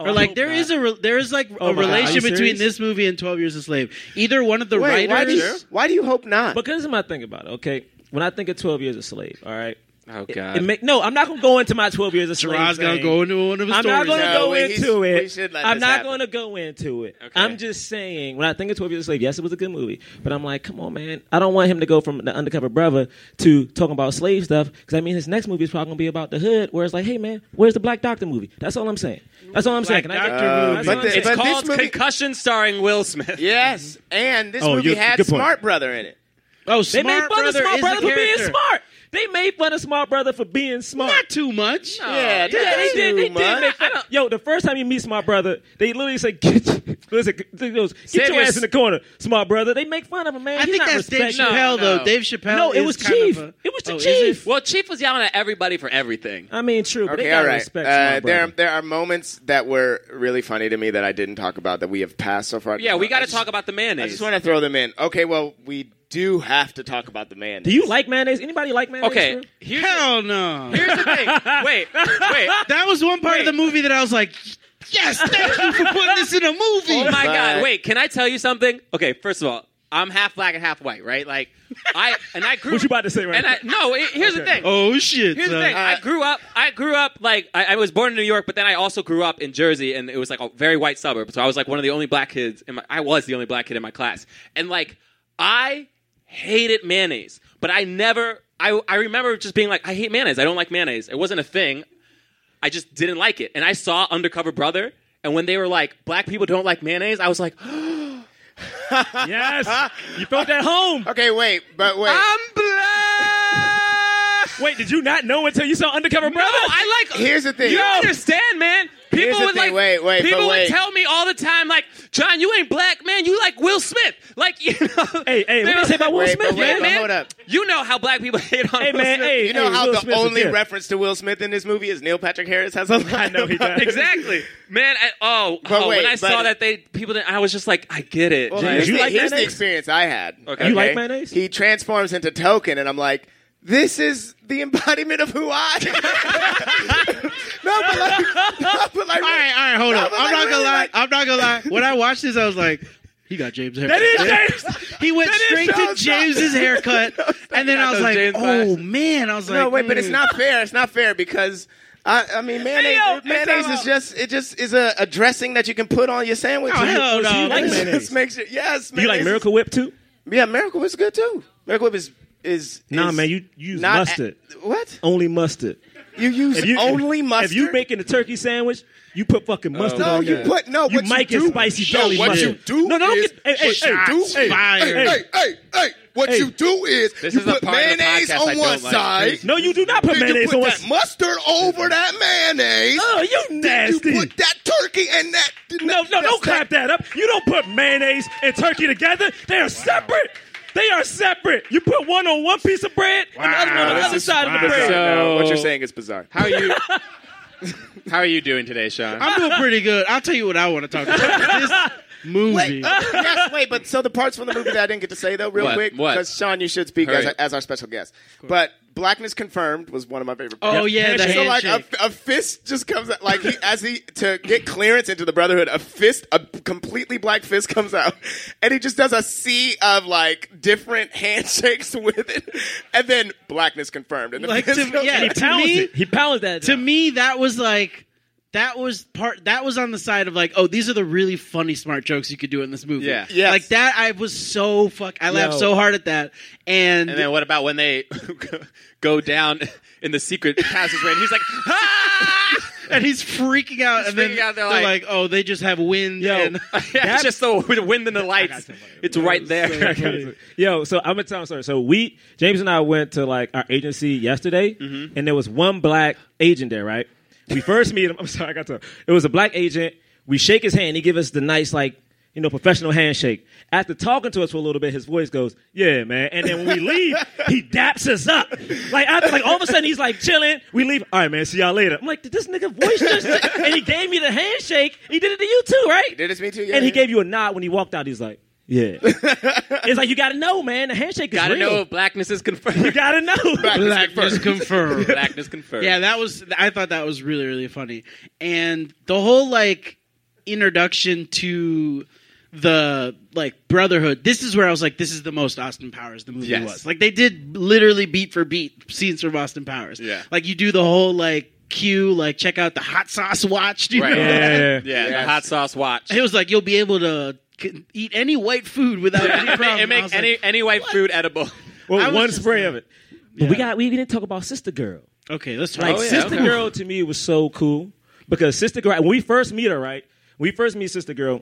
Speaker 2: I
Speaker 11: or like
Speaker 2: hope
Speaker 11: there
Speaker 2: not. Oh
Speaker 11: is a re- there is like a
Speaker 2: my God, are
Speaker 11: relation
Speaker 2: you
Speaker 11: between
Speaker 2: serious?
Speaker 11: this movie and Twelve Years a Slave. Either one of the
Speaker 4: wait, why do,
Speaker 11: writers.
Speaker 4: you, why do you hope not?
Speaker 2: Because this is my thing about it. Okay, when I think of Twelve Years a Slave, all right.
Speaker 8: Oh
Speaker 2: It-
Speaker 8: god.
Speaker 2: It, make, no, I'm not gonna go into my 12 years of slave.
Speaker 11: Shiraz gonna
Speaker 2: thing.
Speaker 11: go into one of his
Speaker 2: I'm not
Speaker 11: stories.
Speaker 2: gonna
Speaker 4: No,
Speaker 2: go
Speaker 4: we-
Speaker 2: into
Speaker 4: he's-
Speaker 2: it.
Speaker 4: we should let
Speaker 2: I'm
Speaker 4: this
Speaker 2: not
Speaker 4: happen.
Speaker 2: gonna go into it.
Speaker 8: Okay.
Speaker 2: I'm just saying when I think of 12 years of slave, yes, it was a good movie, but I'm like, come on, man, I don't want him to go from the undercover brother to talking about slave stuff because I mean his next movie is probably gonna be about the hood, where it's like, hey, man, where's the Black Doctor movie? That's all I'm saying. That's all I'm saying. Can I get-
Speaker 11: Doctor
Speaker 2: That's
Speaker 11: movie.
Speaker 2: all
Speaker 4: But
Speaker 2: I'm
Speaker 4: the-
Speaker 2: saying.
Speaker 8: it's
Speaker 4: but this
Speaker 8: called
Speaker 4: movie-
Speaker 8: Concussion starring Will Smith.
Speaker 4: yes, and this
Speaker 2: Oh,
Speaker 4: movie
Speaker 2: you-
Speaker 4: had
Speaker 2: good point.
Speaker 4: Smart Brother in it.
Speaker 11: Oh,
Speaker 2: They
Speaker 11: smart
Speaker 2: made fun of
Speaker 11: brother
Speaker 2: Smart
Speaker 11: is the
Speaker 2: Brother for being
Speaker 11: character.
Speaker 2: smart. They made fun of Smart Brother for being smart.
Speaker 11: Not too much.
Speaker 4: yeah,
Speaker 2: Yeah, they
Speaker 4: that's
Speaker 2: did. They did.
Speaker 4: too
Speaker 2: Make
Speaker 4: much.
Speaker 2: fun of- Yo, the first time he meets my brother, they literally say, "Get." Listen, he goes, get
Speaker 8: Save
Speaker 2: your
Speaker 8: your
Speaker 2: ass
Speaker 8: s-
Speaker 2: in the corner, smart brother. They make fun of him, man.
Speaker 11: I
Speaker 2: He's
Speaker 11: think
Speaker 2: not
Speaker 11: that's Dave
Speaker 2: respected.
Speaker 11: Chappelle, though. Dave Chappelle
Speaker 2: No, it
Speaker 11: is
Speaker 2: was
Speaker 11: kind
Speaker 2: Chief.
Speaker 11: of a-
Speaker 2: It was the
Speaker 11: Oh, is it?
Speaker 2: Chief.
Speaker 8: Well, Chief was yelling at everybody for everything.
Speaker 2: I mean, true. But they
Speaker 4: Okay,
Speaker 2: gotta
Speaker 4: all right.
Speaker 2: respect
Speaker 4: Uh,
Speaker 2: smart
Speaker 4: there,
Speaker 2: brother.
Speaker 4: there are moments that were really funny to me that I didn't talk about that we have passed so far.
Speaker 8: Yeah, we got
Speaker 4: I
Speaker 8: to
Speaker 4: just-
Speaker 8: talk about the
Speaker 4: I
Speaker 8: mayonnaise.
Speaker 4: just want to throw them in. Okay, well, we do have to talk about the man.
Speaker 2: Do you like mayonnaise? Anybody like mayonnaise?
Speaker 8: okay,
Speaker 2: bro?
Speaker 8: here's,
Speaker 11: Hell no.
Speaker 8: here's the thing. Wait, wait.
Speaker 11: That was one part of the movie that I was like, yes, thank you for putting this in a movie.
Speaker 8: Oh
Speaker 4: Bye.
Speaker 8: my god! Wait, can I tell you something? Okay, first of all, I'm half black and half white, right? Like, I and I grew.
Speaker 2: What you about to say right
Speaker 8: and I, no, it- here's the thing.
Speaker 11: Oh shit.
Speaker 8: Here's the
Speaker 11: son.
Speaker 8: thing. I grew up. I grew up like I, I was born in New York, but then I also grew up in Jersey, and it was like a very white suburb. So I was like one of the only black kids. In my, I was the only black kid in my class, and like I hated mayonnaise, but I never. I I remember just being like, I hate mayonnaise. I don't like mayonnaise. It wasn't a thing. I just didn't like it. And I saw Undercover Brother, and when they were like, black people don't like mayonnaise, I was like,
Speaker 2: Yes, you felt at home.
Speaker 4: Okay, wait, but wait.
Speaker 8: I'm black.
Speaker 2: Wait, did you not know until you saw Undercover
Speaker 8: No,
Speaker 2: Brother?
Speaker 8: I like.
Speaker 4: Here's the thing.
Speaker 8: You
Speaker 4: Yo.
Speaker 8: don't understand, man. People
Speaker 4: Here's the
Speaker 8: would
Speaker 4: thing.
Speaker 8: like.
Speaker 4: Wait, wait,
Speaker 8: people
Speaker 4: but
Speaker 8: would
Speaker 4: wait.
Speaker 8: tell me all the time, like, John, you ain't black, man. You like Will Smith. Like, you know.
Speaker 2: Hey, hey,
Speaker 8: They
Speaker 2: what do you
Speaker 8: were-
Speaker 2: say about Will
Speaker 4: Wait, but
Speaker 2: Smith,
Speaker 4: wait,
Speaker 2: man?
Speaker 4: but
Speaker 8: man,
Speaker 4: hold up.
Speaker 8: You know how black people hate on
Speaker 2: Hey,
Speaker 8: Will
Speaker 2: man,
Speaker 8: Smith.
Speaker 2: hey.
Speaker 4: you know how
Speaker 2: Will
Speaker 4: the
Speaker 2: Smith is
Speaker 4: only
Speaker 2: good.
Speaker 4: reference to Will Smith in this movie is Neil Patrick Harris has a line. I
Speaker 2: know he does.
Speaker 8: Exactly, man. I, oh,
Speaker 4: But
Speaker 8: oh,
Speaker 4: wait,
Speaker 8: when I
Speaker 4: but-
Speaker 8: saw that they people, didn't, I was just like, I get it.
Speaker 4: Well,
Speaker 8: Like,
Speaker 4: here's
Speaker 2: you
Speaker 4: the,
Speaker 2: like
Speaker 4: here's the
Speaker 2: mayonnaise?
Speaker 4: experience I had.
Speaker 8: Okay. You
Speaker 2: like mayonnaise?
Speaker 4: He transforms into Token, and I'm like, this is the embodiment of who I. am. no, but like, no, but like,
Speaker 11: All right, all right, hold
Speaker 4: No,
Speaker 11: up.
Speaker 4: but
Speaker 11: I'm
Speaker 4: like,
Speaker 11: not gonna
Speaker 4: really,
Speaker 11: lie.
Speaker 4: like-
Speaker 11: I'm not gonna lie. When I watched this, I was like, he got James' haircut.
Speaker 2: That is James.
Speaker 11: He went
Speaker 4: That is-
Speaker 11: straight
Speaker 4: no,
Speaker 11: to
Speaker 4: it's not.
Speaker 11: James's haircut, and then
Speaker 8: got
Speaker 11: I was
Speaker 8: those
Speaker 11: like,
Speaker 8: James
Speaker 11: oh
Speaker 8: glasses.
Speaker 11: man, I was like,
Speaker 4: no, wait, but it's
Speaker 11: hmm.
Speaker 4: not fair. It's not fair because. I, I mean, mayonnaise,
Speaker 2: yo,
Speaker 4: mayonnaise
Speaker 2: time
Speaker 4: is
Speaker 2: out.
Speaker 4: just it just is a, a dressing that you can put on your sandwich.
Speaker 11: Oh, hell
Speaker 4: It
Speaker 11: no.
Speaker 2: You like
Speaker 11: This
Speaker 4: just
Speaker 2: mayonnaise?
Speaker 4: makes it yes.
Speaker 2: You like
Speaker 4: mayonnaise is-
Speaker 2: Miracle Whip too?
Speaker 4: Yeah, Miracle Whip's good too. Miracle Whip is is
Speaker 2: Nah,
Speaker 4: is
Speaker 2: man, you use
Speaker 4: not a-
Speaker 2: mustard.
Speaker 4: what?
Speaker 2: Only mustard.
Speaker 4: You use
Speaker 2: If you-
Speaker 4: only
Speaker 2: if-
Speaker 4: mustard.
Speaker 2: If you making a turkey sandwich, you put fucking mustard
Speaker 4: No,
Speaker 2: on
Speaker 4: you
Speaker 2: it.
Speaker 4: put no.
Speaker 2: You
Speaker 4: what
Speaker 2: might
Speaker 4: you
Speaker 2: get
Speaker 4: do,
Speaker 2: spicy
Speaker 4: no,
Speaker 2: deli
Speaker 4: Uh, What
Speaker 2: with
Speaker 4: you
Speaker 2: it.
Speaker 4: do?
Speaker 2: No, no, don't
Speaker 4: is,
Speaker 2: get- hey, hey,
Speaker 4: what
Speaker 2: hey,
Speaker 4: you
Speaker 2: hey,
Speaker 4: do,
Speaker 2: shots
Speaker 4: hey,
Speaker 11: fired.
Speaker 4: hey, hey, hey, hey, What
Speaker 2: Hey.
Speaker 4: you do is
Speaker 8: This
Speaker 4: you
Speaker 8: is the
Speaker 4: put
Speaker 8: part of the
Speaker 4: mayonnaise
Speaker 8: podcast I
Speaker 4: on
Speaker 8: don't
Speaker 4: one
Speaker 8: like.
Speaker 4: side.
Speaker 2: No, you do not put
Speaker 4: then you
Speaker 2: mayonnaise
Speaker 4: put
Speaker 2: on
Speaker 4: that mustard over that mayonnaise.
Speaker 2: Oh, you
Speaker 4: Then
Speaker 2: nasty.
Speaker 4: You put that turkey and that.
Speaker 2: No, no,
Speaker 4: that's
Speaker 2: don't clap that up. You don't put mayonnaise and turkey together. They are separate. They are separate. You put one on one piece of bread and the other one on the
Speaker 4: this
Speaker 2: other
Speaker 4: is
Speaker 2: side of the bread.
Speaker 3: So-
Speaker 4: what you're saying is bizarre.
Speaker 3: How are you? How are you doing today, Sean?
Speaker 11: I'm doing pretty good. I'll tell you what I want to talk about. This movie.
Speaker 4: Wait, uh, yes, wait, but so the parts from the movie that I didn't get to say though, real
Speaker 3: What?
Speaker 4: quick,
Speaker 3: What?
Speaker 4: because Sean, you should speak as,
Speaker 3: Hurry.
Speaker 4: as our special guest. But Blackness Confirmed was one of my favorite.
Speaker 11: Oh
Speaker 4: parts.
Speaker 11: yeah, the
Speaker 4: so like
Speaker 11: handshake.
Speaker 4: a, a fist just comes out, like he, as he to get clearance into the Brotherhood, a fist, a completely black fist comes out, and he just does a sea of like different handshakes with it, and then Blackness Confirmed, and the
Speaker 11: Like,
Speaker 4: fist
Speaker 11: to-
Speaker 4: comes
Speaker 11: yeah,
Speaker 2: He
Speaker 4: out.
Speaker 11: to
Speaker 2: pounds
Speaker 11: me-
Speaker 2: it. He pounds that.
Speaker 11: to me that was like that was part that was on the side of like oh these are the really funny smart jokes you could do in this movie
Speaker 3: Yeah.
Speaker 4: Yes.
Speaker 11: like that i was so fuck i laughed
Speaker 2: Yo.
Speaker 11: so hard at that and,
Speaker 8: And then what about when they go down in the secret passageway? And he's like, ah!
Speaker 11: and he's freaking out and then
Speaker 8: freaking out,
Speaker 11: they're,
Speaker 8: they're
Speaker 11: like,
Speaker 8: like-
Speaker 11: oh they just have wind and
Speaker 8: it's just the the wind and the lights. It's right there.
Speaker 2: Yo, so I'm gonna tell. I'm sorry. So we, James and I went to like our agency yesterday, and there was one black agent there. Right. We first meet him. I'm sorry, I got to. It was a black agent. We shake his hand. He give us the nice like. You know, professional handshake. After talking to us for a little bit, his voice goes, "Yeah, man." And then when we leave, he daps us up. Like, after, like all of a sudden, he's like chilling. We leave. All right, man. See y'all later. I'm like, did this nigga voice just? And he gave me the handshake. He did it to you too, right?
Speaker 4: Did it to me too? Yeah,
Speaker 2: and he
Speaker 4: yeah.
Speaker 2: gave you a nod when he walked out. He's like, "Yeah." it's like you gotta know, man. The handshake is
Speaker 8: Gotta
Speaker 2: real.
Speaker 8: know if blackness is confirmed.
Speaker 2: You gotta know.
Speaker 4: Blackness
Speaker 11: blackness
Speaker 4: Confirmed.
Speaker 11: confirmed
Speaker 8: blackness confirmed.
Speaker 11: yeah that was i thought that was really really funny and the whole like introduction to the like brotherhood this is where i was like this is the most austin powers the movie
Speaker 8: Yes.
Speaker 11: was like they did literally beat for beat scenes from austin powers
Speaker 8: Yeah.
Speaker 11: like you do the whole like cue like check out the hot sauce watch do you
Speaker 8: Right.
Speaker 11: know?
Speaker 2: Yeah.
Speaker 8: Yeah,
Speaker 4: Yes.
Speaker 8: the hot sauce watch.
Speaker 11: it was like you'll be able to c- eat any white food without any
Speaker 8: It ma-
Speaker 11: problem
Speaker 8: it
Speaker 11: I was
Speaker 8: makes
Speaker 11: like,
Speaker 8: any any white food edible.
Speaker 11: I
Speaker 2: Well,
Speaker 11: was
Speaker 2: one
Speaker 11: just
Speaker 2: spray
Speaker 11: like-
Speaker 2: of it. But we
Speaker 11: Yeah.
Speaker 2: got. We didn't talk about Sister Girl.
Speaker 11: okay let's talk
Speaker 2: Like
Speaker 11: about
Speaker 2: Sister
Speaker 8: Oh, okay.
Speaker 2: Girl to me was so cool because Sister Girl. When we first meet her, right? When we first meet Sister Girl.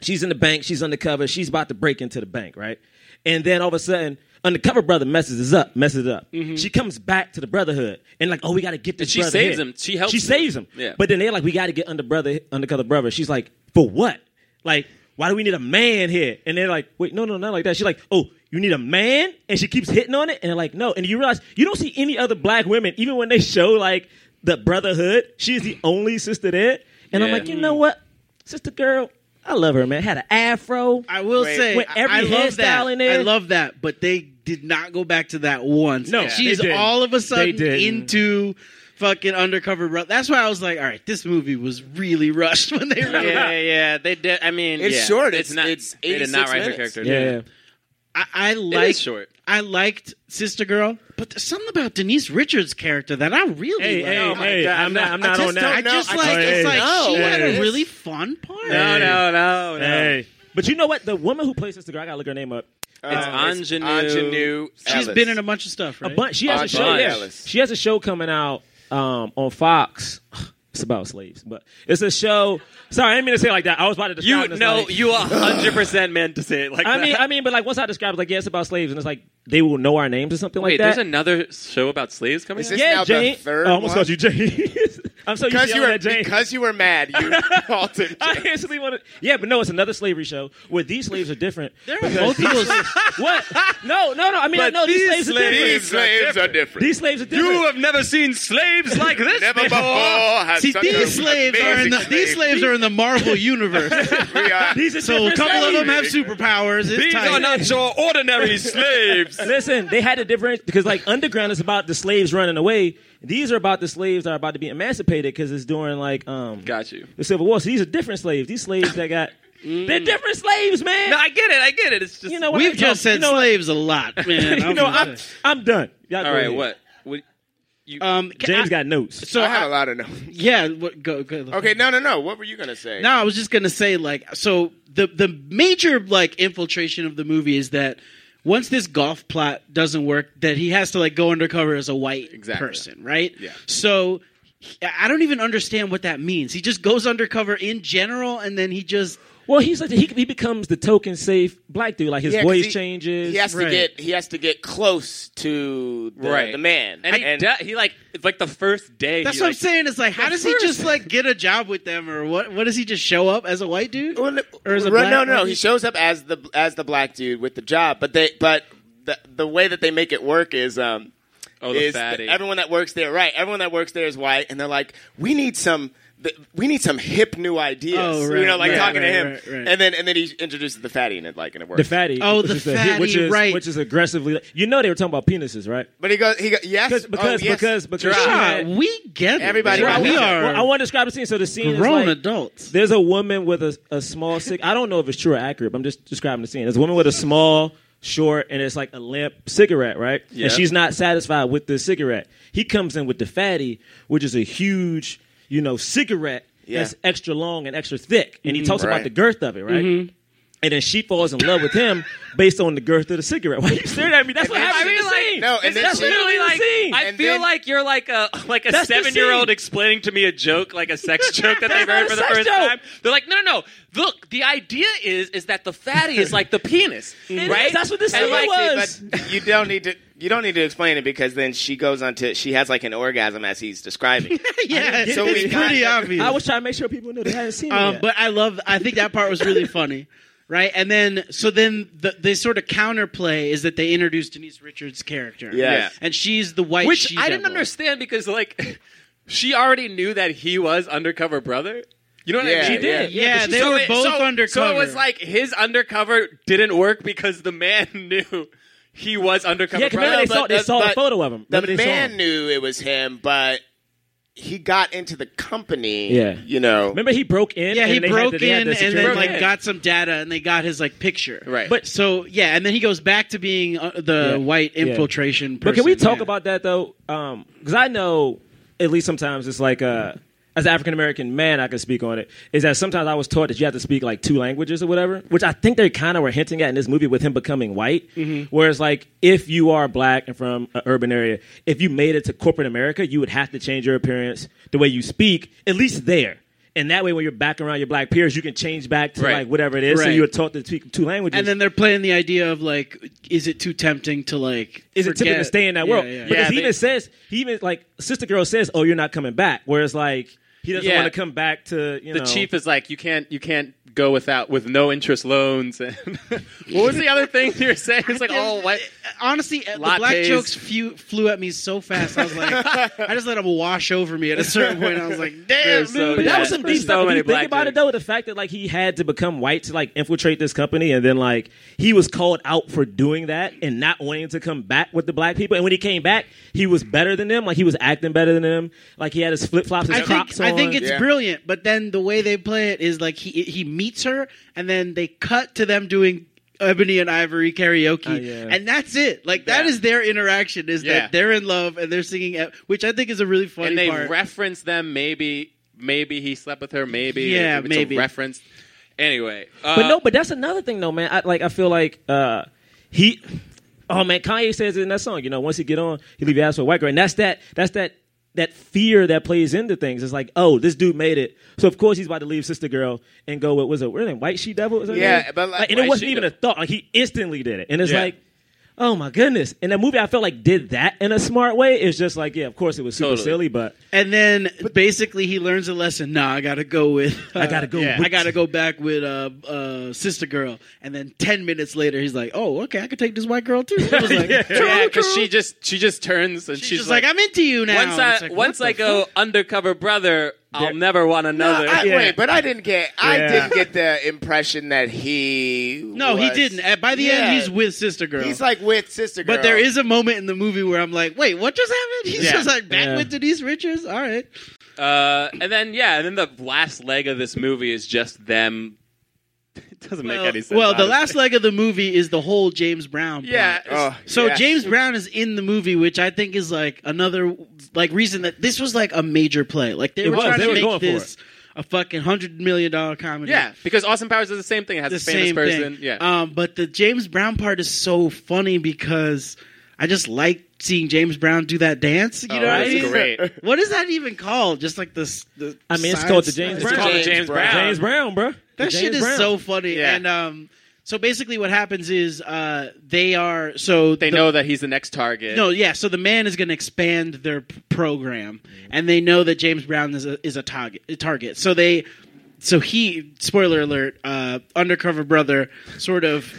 Speaker 2: She's in the bank. She's undercover. She's about to break into the bank, right? And then all of a sudden, undercover brother messes us up. Messes it up. She comes back to the brotherhood and like, oh, we gotta get this.
Speaker 8: Mm-hmm. she
Speaker 2: brother
Speaker 8: saves
Speaker 2: here.
Speaker 8: him. She helps
Speaker 2: She
Speaker 8: him.
Speaker 2: saves him.
Speaker 8: Yeah.
Speaker 2: But then they're like, we gotta get under brother, undercover brother. She's like, for what? Like, why do we need a man here? And they're like, wait, no, no, not like that. She's like, oh, you need a man? And she keeps hitting on it. And they're like, no. And you realize you don't see any other black women, even when they show like the brotherhood, she is the only sister there. And I'm
Speaker 11: Yeah.
Speaker 2: like, you know what? Sister girl, I love her, man. Had an afro.
Speaker 11: I will say,
Speaker 2: With every
Speaker 11: I love that.
Speaker 2: hairstyle in there.
Speaker 11: I love that, but they did not go back to that once.
Speaker 2: No,
Speaker 11: she's
Speaker 2: they didn't.
Speaker 11: all of a
Speaker 2: They
Speaker 11: sudden
Speaker 2: didn't.
Speaker 11: into fucking undercover. Bro- That's why I was like, all right, this movie was really rushed when they.
Speaker 8: yeah, yeah, yeah. They did. I mean,
Speaker 11: It's
Speaker 8: yeah.
Speaker 11: short.
Speaker 8: It's,
Speaker 11: It's-
Speaker 8: not.
Speaker 11: it's
Speaker 8: they did not
Speaker 11: 86
Speaker 8: write her
Speaker 11: minutes.
Speaker 8: character.
Speaker 11: Yeah,
Speaker 8: down.
Speaker 11: yeah. I, I like
Speaker 8: short.
Speaker 11: I liked Sister Girl, but there's something about Denise Richards' character that I really
Speaker 2: Hey,
Speaker 11: like.
Speaker 2: hey, Oh my hey, God, I'm not- no. I'm not
Speaker 11: I just
Speaker 2: on that.
Speaker 11: I just
Speaker 2: I
Speaker 11: like
Speaker 2: just
Speaker 11: it's like
Speaker 2: don't
Speaker 11: she
Speaker 2: know.
Speaker 11: had
Speaker 2: Hey.
Speaker 11: a really fun part.
Speaker 2: No, no,
Speaker 8: Oh, no,
Speaker 2: no. But you know what? The woman who plays Sister Girl, I gotta look her name up.
Speaker 4: Uh,
Speaker 8: It's
Speaker 2: Um,
Speaker 8: Anjanou.
Speaker 11: She's been in a bunch of stuff, right?
Speaker 2: A bunch. She has a show.
Speaker 8: Bunch.
Speaker 2: yeah. She has a show coming out um, on Fox. It's about slaves, but it's a show. Sorry, I didn't mean to say it like that. I was about to
Speaker 8: You
Speaker 2: describe. it as
Speaker 8: no,
Speaker 2: like-
Speaker 8: you are hundred percent meant to say it like
Speaker 2: I
Speaker 8: that.
Speaker 2: mean, I mean, but like once I described, it, like yeah, it's about slaves, and it's like they will know our names or something
Speaker 8: wait,
Speaker 2: like that.
Speaker 8: there's another show about slaves coming. out?
Speaker 2: yeah, Jane. Oh, I almost called you Jane. I'm so
Speaker 4: Because
Speaker 2: used to
Speaker 4: you
Speaker 2: yelling
Speaker 4: were-
Speaker 2: at Jane.
Speaker 4: because you were mad. You called him.
Speaker 2: I instantly wanted. Yeah, but no, it's another slavery show where these slaves are different. There
Speaker 4: are multiple
Speaker 2: what? No, no, no. I mean,
Speaker 4: But
Speaker 2: no, these,
Speaker 4: these
Speaker 2: slaves, are different.
Speaker 4: slaves are These slaves are different.
Speaker 2: These slaves are different.
Speaker 8: You have never seen slaves like this
Speaker 4: Never before. before has
Speaker 11: See,
Speaker 4: such a
Speaker 11: these slaves are in the
Speaker 4: amazing
Speaker 11: these
Speaker 4: slave.
Speaker 11: slaves are in the Marvel universe.
Speaker 2: These are
Speaker 11: so a
Speaker 2: different
Speaker 11: couple of them have
Speaker 2: slaves.
Speaker 11: superpowers. It's tight.
Speaker 8: your ordinary slaves.
Speaker 2: Listen, they had to different because like underground is about the slaves running away. These are about the slaves that are about to be emancipated because it's during like um
Speaker 8: got you
Speaker 2: the Civil War. So these are different slaves. These slaves that got
Speaker 8: Mm.
Speaker 2: they're different slaves, man.
Speaker 8: No, I get it. I get it. It's just
Speaker 2: you know what
Speaker 11: We've
Speaker 2: I
Speaker 11: just
Speaker 2: talk-
Speaker 11: said
Speaker 2: you know what-
Speaker 11: slaves a lot, man.
Speaker 2: you know, I'm, I'm done. Y'all
Speaker 11: All
Speaker 2: go
Speaker 11: right,
Speaker 2: ahead.
Speaker 8: what? what
Speaker 11: um, ca-
Speaker 2: James
Speaker 11: I-
Speaker 2: got notes.
Speaker 11: So
Speaker 4: I have
Speaker 11: I-
Speaker 4: a lot of no.
Speaker 11: Yeah, what, go, go.
Speaker 4: Okay, no, no, no. What were you gonna say?
Speaker 11: No, I was just gonna say like so the the major like infiltration of the movie is that once this golf plot doesn't work, that he has to like go undercover as a white person, right? Yeah. So he- I don't even understand what that means. He just goes undercover in general, and then he just
Speaker 2: Well, he's like he, he becomes the token safe black dude. Like his
Speaker 4: Yeah, 'cause
Speaker 2: voice
Speaker 4: he-
Speaker 2: changes.
Speaker 4: He has to get he has to get close to the,
Speaker 8: Right.
Speaker 4: the man.
Speaker 8: And, he, de- he like it's like the first day.
Speaker 11: That's
Speaker 8: he,
Speaker 11: what I'm
Speaker 8: like-
Speaker 11: saying. It's like, how does he just like get a job with them, or what? What does he just show up as a white dude, or as a
Speaker 4: Right,
Speaker 11: black?
Speaker 4: no, no, no. He
Speaker 11: dude?
Speaker 4: shows up as the as the black dude with the job, but they but the the way that they make it work is um
Speaker 8: Oh, the
Speaker 4: is
Speaker 8: fatty.
Speaker 4: everyone that works there, right? Everyone that works there is white, and they're like, we need some. th- We need some hip new ideas,
Speaker 11: Oh,
Speaker 4: you
Speaker 11: right,
Speaker 4: know, like
Speaker 11: right,
Speaker 4: talking to
Speaker 11: right,
Speaker 4: him,
Speaker 11: right, right.
Speaker 4: and then and then he introduces the fatty in it, like, and it works.
Speaker 2: the fatty.
Speaker 11: Oh, the
Speaker 2: is hit- which
Speaker 11: fatty,
Speaker 2: is,
Speaker 11: right.
Speaker 2: Which is aggressively. You know they were talking about penises, right?
Speaker 4: But he goes, he goes, yes,
Speaker 2: Because
Speaker 4: oh,
Speaker 2: because
Speaker 4: yes.
Speaker 2: because because she
Speaker 11: Ah,
Speaker 2: had-
Speaker 11: we get it.
Speaker 4: Everybody got
Speaker 11: we
Speaker 4: that.
Speaker 11: are
Speaker 2: Well, I want to describe the scene. So the scene
Speaker 11: grown
Speaker 2: is like,
Speaker 11: adults.
Speaker 2: There's a woman with a, a small cig. I don't know if it's true or accurate. But I'm just describing the scene. There's a woman with a small, short, and it's like a limp cigarette, right?
Speaker 8: Yeah.
Speaker 2: And she's not satisfied with the cigarette. He comes in with the fatty, which is a huge, you know, cigarette
Speaker 4: Yeah.
Speaker 2: that's extra long and extra thick, and he
Speaker 4: Mhm.
Speaker 2: talks
Speaker 4: Right.
Speaker 2: about the girth of it, right? And then she falls in love with him based on the girth of the cigarette. Why are you staring at me? That's what
Speaker 4: then
Speaker 2: happened
Speaker 4: she-
Speaker 2: in the scene.
Speaker 4: No, and then
Speaker 2: that's
Speaker 4: she-
Speaker 2: literally the
Speaker 8: like
Speaker 2: scene.
Speaker 8: I
Speaker 4: And
Speaker 8: feel
Speaker 4: then-
Speaker 8: like you're like a like a
Speaker 2: That's the
Speaker 8: seven year old
Speaker 2: scene.
Speaker 8: explaining to me a joke, like a sex joke that
Speaker 2: That's
Speaker 8: they've heard
Speaker 2: not
Speaker 8: for
Speaker 2: a
Speaker 8: the
Speaker 2: sex
Speaker 8: first
Speaker 2: joke.
Speaker 8: time. They're like, no, no, no. Look, the idea is is that the fatty is like the penis,
Speaker 2: It is.
Speaker 8: right?
Speaker 2: That's what this
Speaker 8: And,
Speaker 2: scene
Speaker 8: like,
Speaker 2: was.
Speaker 4: But you don't need to. You don't need to explain it because then she goes on to she has like an orgasm as he's describing.
Speaker 11: yeah,
Speaker 4: So we
Speaker 11: it's
Speaker 4: got
Speaker 11: pretty
Speaker 4: that.
Speaker 11: obvious.
Speaker 2: I was trying to make sure people knew they hadn't seen it.
Speaker 11: Um,
Speaker 2: yet.
Speaker 11: but I love. I think that part was really funny, right? And then so then the, the sort of counterplay is that they introduce Denise Richards' character,
Speaker 4: Yeah.
Speaker 11: and she's the white.
Speaker 8: Which
Speaker 11: she-devil.
Speaker 8: I didn't understand because like she already knew that he was undercover brother. You know what
Speaker 4: Yeah,
Speaker 8: I mean?
Speaker 4: She did.
Speaker 11: yeah. Yeah,
Speaker 8: but
Speaker 11: they were
Speaker 8: it-
Speaker 11: both
Speaker 8: so, So
Speaker 11: undercover.
Speaker 8: it was like his undercover didn't work because the man knew he was undercover
Speaker 2: Yeah, 'cause remember
Speaker 8: brother.
Speaker 2: they saw, they
Speaker 4: but-
Speaker 2: saw
Speaker 4: but
Speaker 2: the photo of him.
Speaker 4: the
Speaker 2: Remember they saw
Speaker 4: man
Speaker 2: him.
Speaker 4: knew it was him, but he got into the company.
Speaker 2: Yeah.
Speaker 4: you know.
Speaker 2: Remember he broke in.
Speaker 11: Yeah,
Speaker 2: and
Speaker 11: he
Speaker 2: they
Speaker 11: broke
Speaker 2: had to- they had
Speaker 11: in
Speaker 2: the
Speaker 11: and
Speaker 2: security
Speaker 11: then like
Speaker 2: guard.
Speaker 11: got some data, and they got his like picture.
Speaker 8: Right.
Speaker 11: But so yeah, and then he goes back to being uh, the
Speaker 2: Yeah.
Speaker 11: white
Speaker 2: Yeah.
Speaker 11: infiltration.
Speaker 2: But can we
Speaker 11: person,
Speaker 2: talk
Speaker 11: yeah.
Speaker 2: about that though? Because I know at least sometimes it's like uh, as an African American man, I can speak on it. Is that sometimes I was taught that you have to speak like two languages or whatever, which I think they kind of were hinting at in this movie with him becoming white.
Speaker 11: Mm-hmm.
Speaker 2: Whereas like if you are black and from an urban area, if you made it to corporate America, you would have to change your appearance, the way you speak, at least there. And that way, when you're back around your black peers, you can change back to
Speaker 8: Right.
Speaker 2: like whatever it is. So
Speaker 11: Right.
Speaker 2: you were taught to speak two languages.
Speaker 11: And then they're playing the idea of like, is it too tempting to like?
Speaker 2: is it typical
Speaker 11: forget-
Speaker 2: to stay in that
Speaker 11: Yeah,
Speaker 2: world?
Speaker 11: yeah.
Speaker 2: Because
Speaker 8: Yeah,
Speaker 2: he
Speaker 8: they-
Speaker 2: even says, he even like sister girl says, "Oh, you're not coming back." Whereas like He doesn't
Speaker 8: Yeah.
Speaker 2: want to come back to you
Speaker 8: the
Speaker 2: know.
Speaker 8: chief is like, you can't, you can't go without with no interest loans. And what was the other thing you were saying? It's like, oh, what?
Speaker 11: Honestly, uh, the
Speaker 8: Lattes.
Speaker 11: black jokes few, flew at me so fast. I was like, I just let them wash over me. At a certain point, I was like, damn,
Speaker 8: There's
Speaker 11: dude.
Speaker 8: so-
Speaker 2: But that
Speaker 8: Yeah.
Speaker 2: was some
Speaker 8: There's
Speaker 2: deep
Speaker 8: so
Speaker 2: stuff. If
Speaker 8: many
Speaker 2: you think
Speaker 8: black
Speaker 2: about it
Speaker 8: dudes.
Speaker 2: though, the fact that like he had to become white to like infiltrate this company, and then like he was called out for doing that and not wanting to come back with the black people. And when he came back, he was better than them. Like he was acting better than them. Like he had his flip flops, his
Speaker 11: I
Speaker 2: crops
Speaker 11: think
Speaker 2: on.
Speaker 11: I think it's
Speaker 4: Yeah.
Speaker 11: brilliant, but then the way they play it is like he he meets her, and then they cut to them doing ebony and ivory karaoke,
Speaker 2: Oh, yeah.
Speaker 11: and that's it. Like that
Speaker 8: Yeah.
Speaker 11: is their interaction. Is
Speaker 8: Yeah.
Speaker 11: that they're in love and they're singing, eb- which I think is a really funny
Speaker 8: and they
Speaker 11: part.
Speaker 8: reference them. Maybe, maybe he slept with her. Maybe,
Speaker 11: Yeah,
Speaker 8: it's
Speaker 11: maybe.
Speaker 8: a reference. Anyway, uh,
Speaker 2: But no, but that's another thing though, man. I like I feel like uh he oh man, Kanye says it in that song, you know, once he get on, he leave your ass for a white girl. And that's that that's that that fear that plays into things. It's like, oh, this dude made it. So of course he's about to leave Sister Girl and go with was it what her name? White She Devil? Is that her
Speaker 4: Yeah,
Speaker 2: name?
Speaker 4: but, like,
Speaker 2: and it
Speaker 8: White
Speaker 2: wasn't
Speaker 8: She
Speaker 2: even a
Speaker 8: Devil.
Speaker 2: thought. Like he instantly did it. And it's
Speaker 8: Yeah.
Speaker 2: like Oh my goodness! And that movie, I felt like did that in a smart way. It's just like, yeah, of course it was super
Speaker 8: Totally.
Speaker 2: silly, but
Speaker 11: and then basically he learns a lesson. Nah, I gotta go with.
Speaker 2: I gotta go
Speaker 11: yeah,
Speaker 2: with-
Speaker 11: I gotta go back with uh, uh, sister girl. And then ten minutes later, he's like, "Oh, okay, I could take this white girl too." I was like, "True,
Speaker 8: yeah, because
Speaker 11: true."
Speaker 8: she just she just turns and
Speaker 11: She's
Speaker 8: she's,
Speaker 11: just like, "I'm into you now."
Speaker 8: Once
Speaker 11: And
Speaker 8: I
Speaker 11: it's like, what
Speaker 8: once
Speaker 11: the
Speaker 8: I go undercover brother, I'll never want another.
Speaker 4: I,
Speaker 2: Yeah.
Speaker 4: Wait, but I didn't get. I
Speaker 2: Yeah.
Speaker 4: didn't get the impression that he.
Speaker 11: No, he
Speaker 4: was-
Speaker 11: didn't. At- By the
Speaker 4: Yeah.
Speaker 11: end, he's with Sister Girl.
Speaker 4: He's like with sister girl.
Speaker 11: but there is a moment in the movie where I'm like, wait, what just happened? He's
Speaker 8: Yeah.
Speaker 11: just like back
Speaker 2: Yeah.
Speaker 11: with Denise Richards. All right,
Speaker 8: Uh, and then yeah, and then the last leg of this movie is just them. It doesn't
Speaker 11: well,
Speaker 8: make any sense.
Speaker 11: well, the
Speaker 8: honestly.
Speaker 11: last leg of the movie is the whole James Brown. plot.
Speaker 8: yeah,
Speaker 4: Oh,
Speaker 11: So
Speaker 4: yeah.
Speaker 11: James Brown is in the movie, which I think is like another like reason that this was like a major play. Like they
Speaker 2: It
Speaker 11: were
Speaker 2: was.
Speaker 11: trying
Speaker 2: They
Speaker 11: to
Speaker 2: were
Speaker 11: make
Speaker 2: going for
Speaker 11: this a fucking hundred million dollar comedy.
Speaker 8: yeah, because Austin Powers does the same thing. It has
Speaker 11: the
Speaker 8: a famous
Speaker 11: same
Speaker 8: person.
Speaker 11: thing.
Speaker 8: Yeah,
Speaker 11: Um, but the James Brown part is so funny because I just like seeing James Brown do that dance. You know what I
Speaker 8: Oh, that's
Speaker 11: mean?
Speaker 8: great.
Speaker 11: What is that even called? Just like this. The
Speaker 2: I mean, it's
Speaker 11: side-
Speaker 2: called the James
Speaker 8: it's
Speaker 2: Brown.
Speaker 8: called the
Speaker 4: James
Speaker 8: James Brown.
Speaker 2: James Brown, bro.
Speaker 11: That shit is so funny.
Speaker 8: Yeah.
Speaker 11: And um, so basically, what happens is uh, they are so
Speaker 8: They
Speaker 11: the-
Speaker 8: know that he's the next target.
Speaker 11: No, yeah. So the man is going to expand their p- program, and they know that James Brown is a, is a target. a Target. So they, so he. Spoiler alert. Uh, undercover brother, sort of.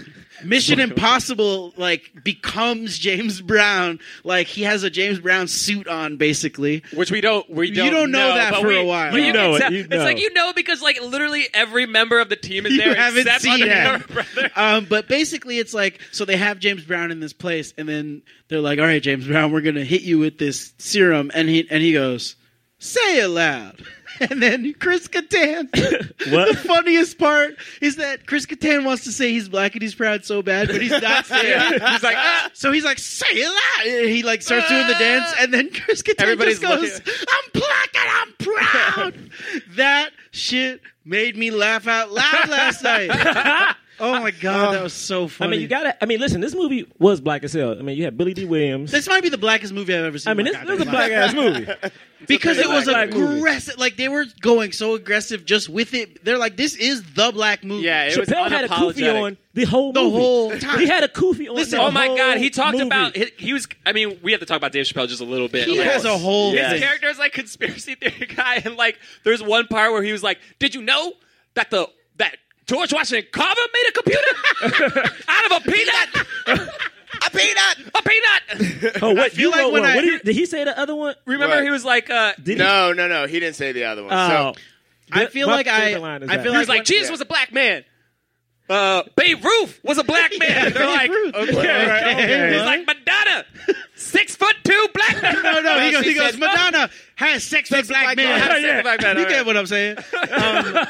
Speaker 11: Mission Impossible like becomes James Brown. Like he has a James Brown suit on, basically.
Speaker 8: Which we don't, we
Speaker 11: You
Speaker 8: don't
Speaker 11: don't know that
Speaker 8: but
Speaker 11: for
Speaker 8: we-
Speaker 11: a while.
Speaker 8: but
Speaker 11: You
Speaker 8: can
Speaker 2: know it,
Speaker 8: tell-
Speaker 2: you know.
Speaker 8: It's like you know because like literally every member of the team is
Speaker 11: You
Speaker 8: there.
Speaker 11: haven't
Speaker 8: except
Speaker 11: seen
Speaker 8: Undercover
Speaker 11: it.
Speaker 8: Brother.
Speaker 11: Um, but basically, it's like so they have James Brown in this place, and then they're like, "All right, James Brown, we're gonna hit you with this serum," and he and he goes, "Say it loud." And then Chris Kattan. The funniest part is that Chris Kattan wants to say he's black and he's proud so bad, but he's not saying. it.
Speaker 8: He's like, ah,
Speaker 11: So he's like, "Say it loud!" And he like starts doing the dance, and then Chris Kattan
Speaker 8: Everybody's
Speaker 11: just goes,
Speaker 8: looking-
Speaker 11: "I'm black and I'm proud." that shit made me laugh out loud last night. oh my god, that was so
Speaker 2: I
Speaker 11: funny.
Speaker 2: mean, you gotta. I mean, listen, this movie was black as hell. I mean, you had Billy D. Williams.
Speaker 11: This might be the blackest movie I've ever seen.
Speaker 2: I mean,
Speaker 11: my
Speaker 2: this,
Speaker 11: God,
Speaker 2: this is a
Speaker 11: my
Speaker 2: black
Speaker 11: God.
Speaker 2: ass movie.
Speaker 11: because it was
Speaker 2: black movie.
Speaker 11: aggressive. Like they were going so aggressive just with it. They're like, "This is the black movie."
Speaker 8: yeah, it was
Speaker 2: Chappelle had a
Speaker 8: unapologetic.
Speaker 2: kufi on the whole
Speaker 11: The
Speaker 2: movie.
Speaker 11: whole time.
Speaker 2: He had a kufi on.
Speaker 11: Listen,
Speaker 2: the
Speaker 8: Oh my
Speaker 2: whole
Speaker 8: god, he talked
Speaker 2: movie.
Speaker 8: about he, he was. I mean, we have to talk about Dave Chappelle just a little bit.
Speaker 11: He
Speaker 8: Like,
Speaker 11: has a whole
Speaker 8: his
Speaker 11: thing.
Speaker 8: character is like conspiracy theory guy, and like there's one part where he was like, "Did you know that the that George Washington Carver made a computer out of a peanut?"
Speaker 4: a peanut.
Speaker 8: A peanut.
Speaker 2: Oh, what you
Speaker 11: like
Speaker 2: wrote
Speaker 11: when
Speaker 2: one.
Speaker 11: I-
Speaker 2: What did, he, did he say the other one?
Speaker 8: Remember,
Speaker 4: What?
Speaker 8: he was like, uh,
Speaker 2: Did he?
Speaker 4: Oh, No, no, no. He didn't say the other one.
Speaker 2: Oh.
Speaker 4: So
Speaker 11: I feel
Speaker 2: My
Speaker 11: like I.
Speaker 2: favorite line is
Speaker 11: I
Speaker 2: that.
Speaker 11: feel
Speaker 8: he was
Speaker 11: like
Speaker 8: like, Jesus
Speaker 4: yeah.
Speaker 8: was a black man. Uh, Babe Ruth was a black man. They're like,
Speaker 11: Ruth.
Speaker 8: okay.
Speaker 11: Okay.
Speaker 8: He's like Madonna, six foot two black man.
Speaker 11: No, no, he goes,
Speaker 8: She
Speaker 11: he goes
Speaker 8: says,
Speaker 11: Madonna has sex with black
Speaker 4: black
Speaker 11: men.
Speaker 4: men.
Speaker 8: Has sex with black men,
Speaker 11: You
Speaker 8: all
Speaker 11: get
Speaker 8: right.
Speaker 11: what I'm saying? Um,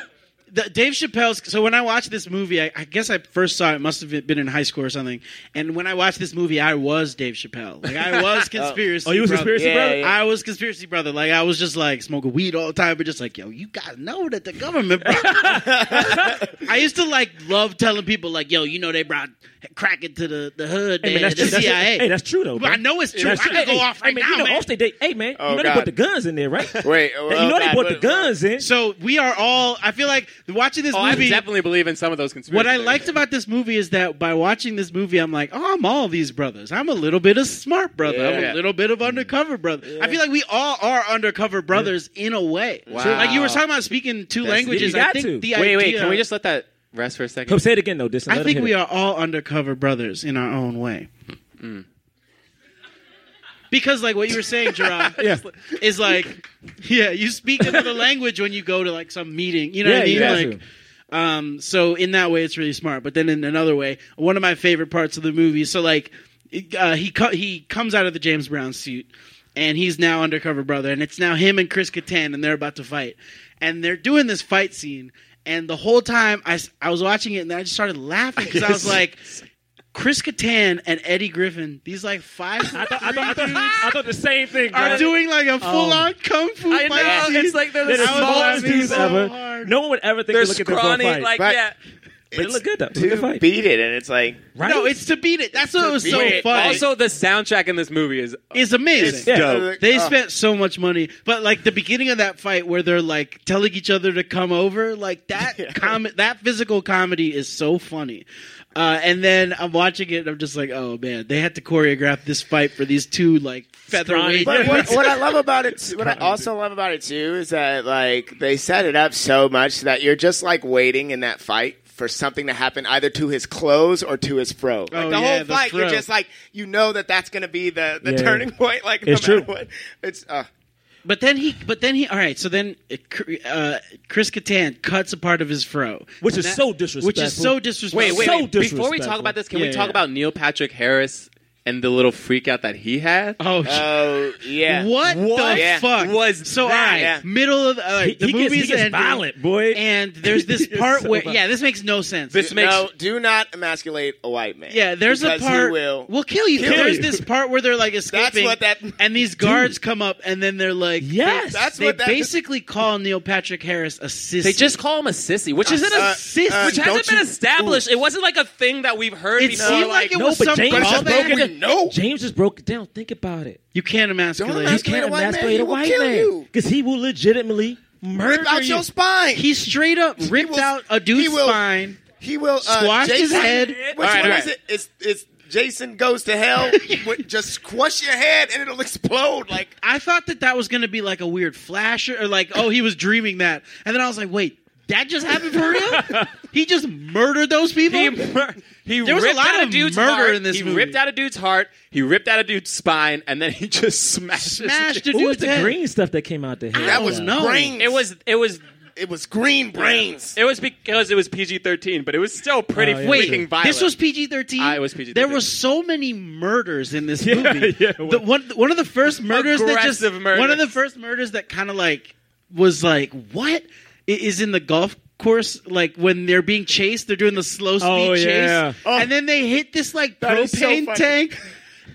Speaker 11: the, Dave Chappelle's. So when I watched this movie, I, I guess I first saw it must have been in high school or something. And when I watched this movie, I was Dave Chappelle. Like I was conspiracy.
Speaker 2: Oh, he was
Speaker 11: brother.
Speaker 2: conspiracy
Speaker 4: Yeah,
Speaker 2: brother.
Speaker 4: yeah.
Speaker 11: I was conspiracy brother. Like I was just like smoking weed all the time, but just like, yo, you guys know that the government. Brought... I used to like love telling people like, yo, you know they brought crack into the, the hood.
Speaker 2: Hey,
Speaker 11: there,
Speaker 2: man, that's,
Speaker 11: the
Speaker 2: true. That's-
Speaker 11: CIA.
Speaker 2: hey, that's true though.
Speaker 11: But I
Speaker 2: bro.
Speaker 11: know it's true.
Speaker 2: That's
Speaker 11: I
Speaker 2: Hey,
Speaker 11: could go
Speaker 2: hey,
Speaker 11: off right
Speaker 2: I mean,
Speaker 11: now,
Speaker 2: you know,
Speaker 11: man.
Speaker 2: Off they, they, hey man,
Speaker 4: Oh,
Speaker 2: you know they
Speaker 4: God.
Speaker 2: put the guns in there, right?
Speaker 4: wait.
Speaker 2: you know they
Speaker 4: okay,
Speaker 2: put the
Speaker 4: but-
Speaker 2: guns in.
Speaker 11: So we are all. I feel like watching this
Speaker 8: oh,
Speaker 11: movie.
Speaker 8: I definitely believe in some of those conspiracy
Speaker 11: What I
Speaker 8: theories.
Speaker 11: liked about this movie is that by watching this movie, I'm like, oh, I'm all these brothers. I'm a little bit of smart brother. I'm
Speaker 8: Yeah.
Speaker 11: a little bit of undercover brother. I feel like we all are undercover brothers in a way.
Speaker 8: Wow.
Speaker 11: Like you were talking about speaking two languages.
Speaker 2: you got
Speaker 11: I think
Speaker 2: to.
Speaker 11: the
Speaker 8: wait,
Speaker 11: idea,
Speaker 8: wait. Can we just let that rest for a second?
Speaker 2: Come say it again though. Disson.
Speaker 11: I think we are all undercover brothers in our own way.
Speaker 8: Hmm.
Speaker 11: Because like what you were saying, Gerard,
Speaker 2: Yeah.
Speaker 11: is like, yeah, you speak another language when you go to like some meeting. You know
Speaker 2: Yeah, you
Speaker 11: what I
Speaker 2: got
Speaker 11: mean? Like, um, so in that way, it's really smart. But then in another way, one of my favorite parts of the movie. So like, it- uh, he co- he comes out of the James Brown suit, and he's now undercover brother, and it's now him and Chris Kattan, and they're about to fight, and they're doing this fight scene, and the whole time I s- I was watching it, and I just started laughing because I was like. Chris Kattan and Eddie Griffin, these like five
Speaker 2: I thought, I, thought, I, thought, Oh. I thought the same thing.
Speaker 11: are
Speaker 2: bro.
Speaker 11: doing like a full on kung fu
Speaker 8: I
Speaker 11: fight
Speaker 8: know.
Speaker 11: scene.
Speaker 8: It's like they're the
Speaker 2: They're the
Speaker 11: I
Speaker 2: smallest
Speaker 8: smallest
Speaker 11: was laughing
Speaker 2: dudes
Speaker 11: so
Speaker 2: ever.
Speaker 11: hard.
Speaker 2: No one would ever think
Speaker 8: They're
Speaker 2: to look at them for a
Speaker 8: scrawny.
Speaker 2: fight.
Speaker 8: Like,
Speaker 4: Right.
Speaker 8: yeah.
Speaker 2: They look good though. It's a good
Speaker 4: to
Speaker 2: fight.
Speaker 4: beat it, and it's like
Speaker 2: right?
Speaker 11: No, it's to beat it. That's what was so
Speaker 8: Wait,
Speaker 11: fun.
Speaker 8: Also, the soundtrack in this movie is
Speaker 11: it's amazing.
Speaker 2: Yeah.
Speaker 4: dope.
Speaker 11: They
Speaker 4: Oh.
Speaker 11: spent so much money, but like the beginning of that fight where they're like telling each other to come over, like that com- that physical comedy is so funny. Uh, and then I'm watching it, and I'm just like, oh man, they had to choreograph this fight for these two like featherweight.
Speaker 4: But what, what I love about it, what I also love about it too, is that like they set it up so much that you're just like waiting in that fight for something to happen, either to his clothes or to his fro. Like
Speaker 11: Oh,
Speaker 4: the
Speaker 11: yeah,
Speaker 4: whole
Speaker 11: the
Speaker 4: fight, you're
Speaker 11: fro.
Speaker 4: just like you know that that's going to be the, the
Speaker 2: Yeah.
Speaker 4: turning point. Like
Speaker 2: It's
Speaker 4: no
Speaker 2: true.
Speaker 4: matter what, it's uh,
Speaker 11: But then he, but then he, all right. So then, uh, Chris Kattan cuts a part of his fro,
Speaker 2: Which is
Speaker 11: And
Speaker 2: so
Speaker 11: Which
Speaker 2: disrespectful.
Speaker 11: is so
Speaker 8: Wait,
Speaker 11: disrespectful.
Speaker 8: wait,
Speaker 2: So
Speaker 8: wait. Before we
Speaker 2: disrespectful.
Speaker 8: talk about this, can
Speaker 11: Yeah,
Speaker 8: we talk
Speaker 11: yeah.
Speaker 8: about Neil Patrick Harris and the little freak out that he had?
Speaker 11: Oh,
Speaker 4: oh yeah,
Speaker 11: what, the
Speaker 4: Yeah.
Speaker 11: fuck
Speaker 8: was
Speaker 11: so?
Speaker 8: that?
Speaker 11: I
Speaker 4: Yeah.
Speaker 11: middle of the, all right,
Speaker 2: He-
Speaker 11: the
Speaker 2: he gets-
Speaker 11: movie's
Speaker 2: he gets
Speaker 11: ending,
Speaker 2: violent, boy.
Speaker 11: and there's this
Speaker 2: He gets
Speaker 11: part
Speaker 2: so
Speaker 11: where
Speaker 2: violent.
Speaker 11: yeah, this makes no sense.
Speaker 8: This makes
Speaker 4: no, do not emasculate a white man.
Speaker 11: yeah, there's
Speaker 4: because
Speaker 11: a part
Speaker 4: he will.
Speaker 11: we'll kill you.
Speaker 4: kill
Speaker 11: there's
Speaker 4: you.
Speaker 11: this part where they're like escaping,
Speaker 4: what that-
Speaker 11: and these guards come up, and then they're like,
Speaker 2: Yes.
Speaker 11: they,
Speaker 4: That's
Speaker 11: they
Speaker 4: what that-
Speaker 11: basically call Neil Patrick Harris a sissy.
Speaker 8: They just call him a sissy, which isn't a
Speaker 11: Uh,
Speaker 8: sissy,
Speaker 11: uh,
Speaker 8: which hasn't
Speaker 4: don't
Speaker 8: been
Speaker 4: you-
Speaker 8: established. It wasn't like a thing that we've heard.
Speaker 11: It
Speaker 8: before,
Speaker 11: seemed like it
Speaker 2: no,
Speaker 11: was
Speaker 2: but
Speaker 11: some
Speaker 2: James just
Speaker 11: callback.
Speaker 2: broke it.
Speaker 4: We know.
Speaker 2: James just broke it down. Think about it.
Speaker 11: you can't emasculate.
Speaker 4: Don't
Speaker 2: You
Speaker 4: Emasculate
Speaker 2: can't
Speaker 4: a white man,
Speaker 2: emasculate a
Speaker 4: he will
Speaker 2: white
Speaker 4: kill
Speaker 2: man
Speaker 4: you.
Speaker 2: because he will legitimately murder
Speaker 4: rip out
Speaker 2: you.
Speaker 4: your spine.
Speaker 11: He straight up ripped
Speaker 4: will-
Speaker 11: out a
Speaker 4: he
Speaker 11: dude's
Speaker 4: will-
Speaker 11: spine.
Speaker 4: He will uh,
Speaker 11: Squash his
Speaker 4: Jason-
Speaker 11: head.
Speaker 4: Which
Speaker 8: All right,
Speaker 4: one
Speaker 8: all
Speaker 4: is
Speaker 8: right.
Speaker 4: it? It's it's Jason goes to hell. With- just squash your head and it'll explode. Like
Speaker 11: I thought that that was going to be like a weird flash or, or like, oh, he was dreaming that. And then I was like, wait, that just happened for real? he just murdered those people?
Speaker 8: He, mur- he
Speaker 11: There was a
Speaker 8: ripped
Speaker 11: lot
Speaker 8: out
Speaker 11: of
Speaker 8: dude's
Speaker 11: murder
Speaker 8: heart.
Speaker 11: in this
Speaker 8: He
Speaker 11: movie.
Speaker 8: ripped out a dude's heart. He ripped out a dude's spine, and then he just smashed. this
Speaker 11: Smashed
Speaker 8: dude.
Speaker 11: a
Speaker 2: Ooh,
Speaker 11: dude's
Speaker 2: it's the
Speaker 11: head.
Speaker 2: green stuff that came out the head.
Speaker 11: I
Speaker 4: that
Speaker 11: don't
Speaker 4: was
Speaker 11: know.
Speaker 4: brains.
Speaker 8: It was. It was.
Speaker 4: it was green brains.
Speaker 8: It was because it was PG thirteen, but it was still pretty
Speaker 2: Oh, yeah.
Speaker 11: Wait,
Speaker 8: freaking violent.
Speaker 11: this was PG thirteen.
Speaker 8: Ah, it was PG-13.
Speaker 11: There were so many murders in this movie.
Speaker 2: yeah.
Speaker 11: The- one, one of the first murders that just
Speaker 8: Aggressive murders.
Speaker 11: one of the first murders that kind of like was like what I- is in the golf course like when they're being chased they're doing the slow speed
Speaker 2: Oh,
Speaker 11: chase
Speaker 2: yeah. Oh.
Speaker 11: and then they hit this like
Speaker 4: That is so
Speaker 11: propane
Speaker 4: funny.
Speaker 11: tank.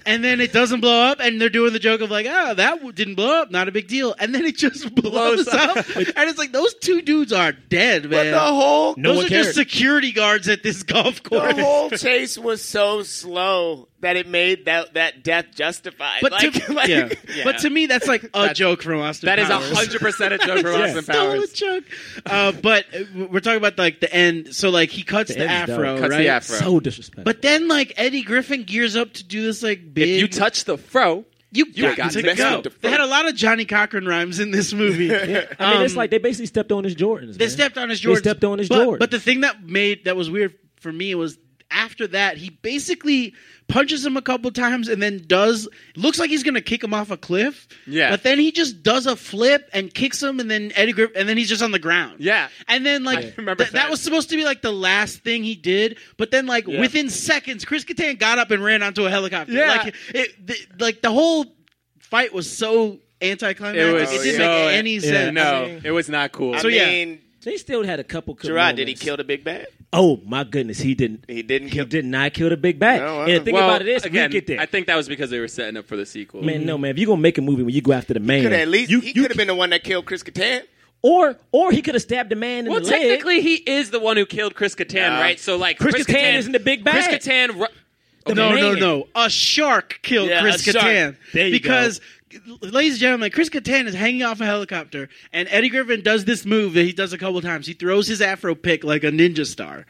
Speaker 11: And then it doesn't blow up, and they're doing the joke of like, "Oh, that w- didn't blow up, not a big deal." And then it just blows, up, and it's like those two dudes are dead,
Speaker 4: but
Speaker 11: man.
Speaker 4: the whole
Speaker 2: No
Speaker 11: Those
Speaker 2: one
Speaker 11: are
Speaker 2: cared.
Speaker 11: just security guards at this golf
Speaker 4: the
Speaker 11: course.
Speaker 4: whole chase was so slow that it made that that death justified.
Speaker 11: but,
Speaker 4: like,
Speaker 11: to,
Speaker 4: like-
Speaker 11: yeah. but to me, that's like a joke from Austin.
Speaker 8: That is
Speaker 11: Powers.
Speaker 8: hundred percent a joke for
Speaker 2: Yeah.
Speaker 8: Austin
Speaker 11: Stole a
Speaker 8: Powers.
Speaker 11: joke. Uh, but uh, we're talking about like the end. So like he cuts the,
Speaker 2: end's dope.
Speaker 11: afro,
Speaker 8: Cuts
Speaker 11: right?
Speaker 8: the afro.
Speaker 2: so disrespectful.
Speaker 11: But then like Eddie Griffin gears up to do this like big.
Speaker 8: If you touch the fro,
Speaker 11: you, got,
Speaker 8: got
Speaker 11: to
Speaker 8: to
Speaker 11: go.
Speaker 8: go.
Speaker 11: They had a lot of Johnny Cochran rhymes in this movie.
Speaker 2: I mean,
Speaker 11: Um,
Speaker 2: it's like they basically stepped on his Jordans.
Speaker 11: They
Speaker 2: man.
Speaker 11: stepped on his
Speaker 2: They
Speaker 11: Jordans.
Speaker 2: stepped on his
Speaker 11: but,
Speaker 2: Jordans.
Speaker 11: But the thing that made that was weird for me was after that he basically punches him a couple times and then does looks like he's gonna kick him off a cliff.
Speaker 8: Yeah.
Speaker 11: But then he just does a flip and kicks him and then Eddie Griffin and then he's just on the ground.
Speaker 8: Yeah.
Speaker 11: And then like
Speaker 8: I remember
Speaker 11: th- that
Speaker 8: that.
Speaker 11: was supposed to be like the last thing he did, but then like within seconds Chris Kattan got up and ran onto a helicopter.
Speaker 8: Yeah.
Speaker 11: Like it the, like the whole fight was so anticlimactic.
Speaker 8: it
Speaker 11: It,
Speaker 8: was
Speaker 11: didn't
Speaker 8: so,
Speaker 11: make any sense.
Speaker 8: No, it was not cool.
Speaker 4: I
Speaker 11: So, yeah.
Speaker 4: mean,
Speaker 2: They still had a couple. good
Speaker 4: Gerard, did he
Speaker 2: moments.
Speaker 4: kill the big bad?
Speaker 2: Oh my goodness, he didn't.
Speaker 4: He didn't
Speaker 2: He
Speaker 4: kill.
Speaker 2: did not kill the big bat.
Speaker 4: No, uh,
Speaker 2: and the thing
Speaker 8: Well,
Speaker 2: about it is,
Speaker 8: again,
Speaker 2: we get there.
Speaker 8: I think that was because they were setting up for the sequel.
Speaker 2: man, no, man. If you're gonna make a movie when you go after the man,
Speaker 4: Could at least
Speaker 2: you,
Speaker 4: he
Speaker 2: you
Speaker 4: could have been the one that killed Chris Kattan.
Speaker 2: Or or he could have stabbed a man in
Speaker 8: Well,
Speaker 2: the leg.
Speaker 8: technically, he is the one who killed Chris Kattan,
Speaker 4: Nah.
Speaker 8: right? So, like,
Speaker 2: Chris Kattan isn't the big
Speaker 8: Chris
Speaker 2: bad.
Speaker 8: Kattan. ru-
Speaker 2: The
Speaker 11: No, no,
Speaker 2: man.
Speaker 11: no. A shark killed
Speaker 4: Yeah,
Speaker 11: Chris
Speaker 4: a shark.
Speaker 11: Kattan.
Speaker 2: There you
Speaker 11: because
Speaker 2: go.
Speaker 11: ladies and gentlemen, Chris Kattan is hanging off a helicopter, and Eddie Griffin does this move that he does a couple times. He throws his afro pick like a ninja star,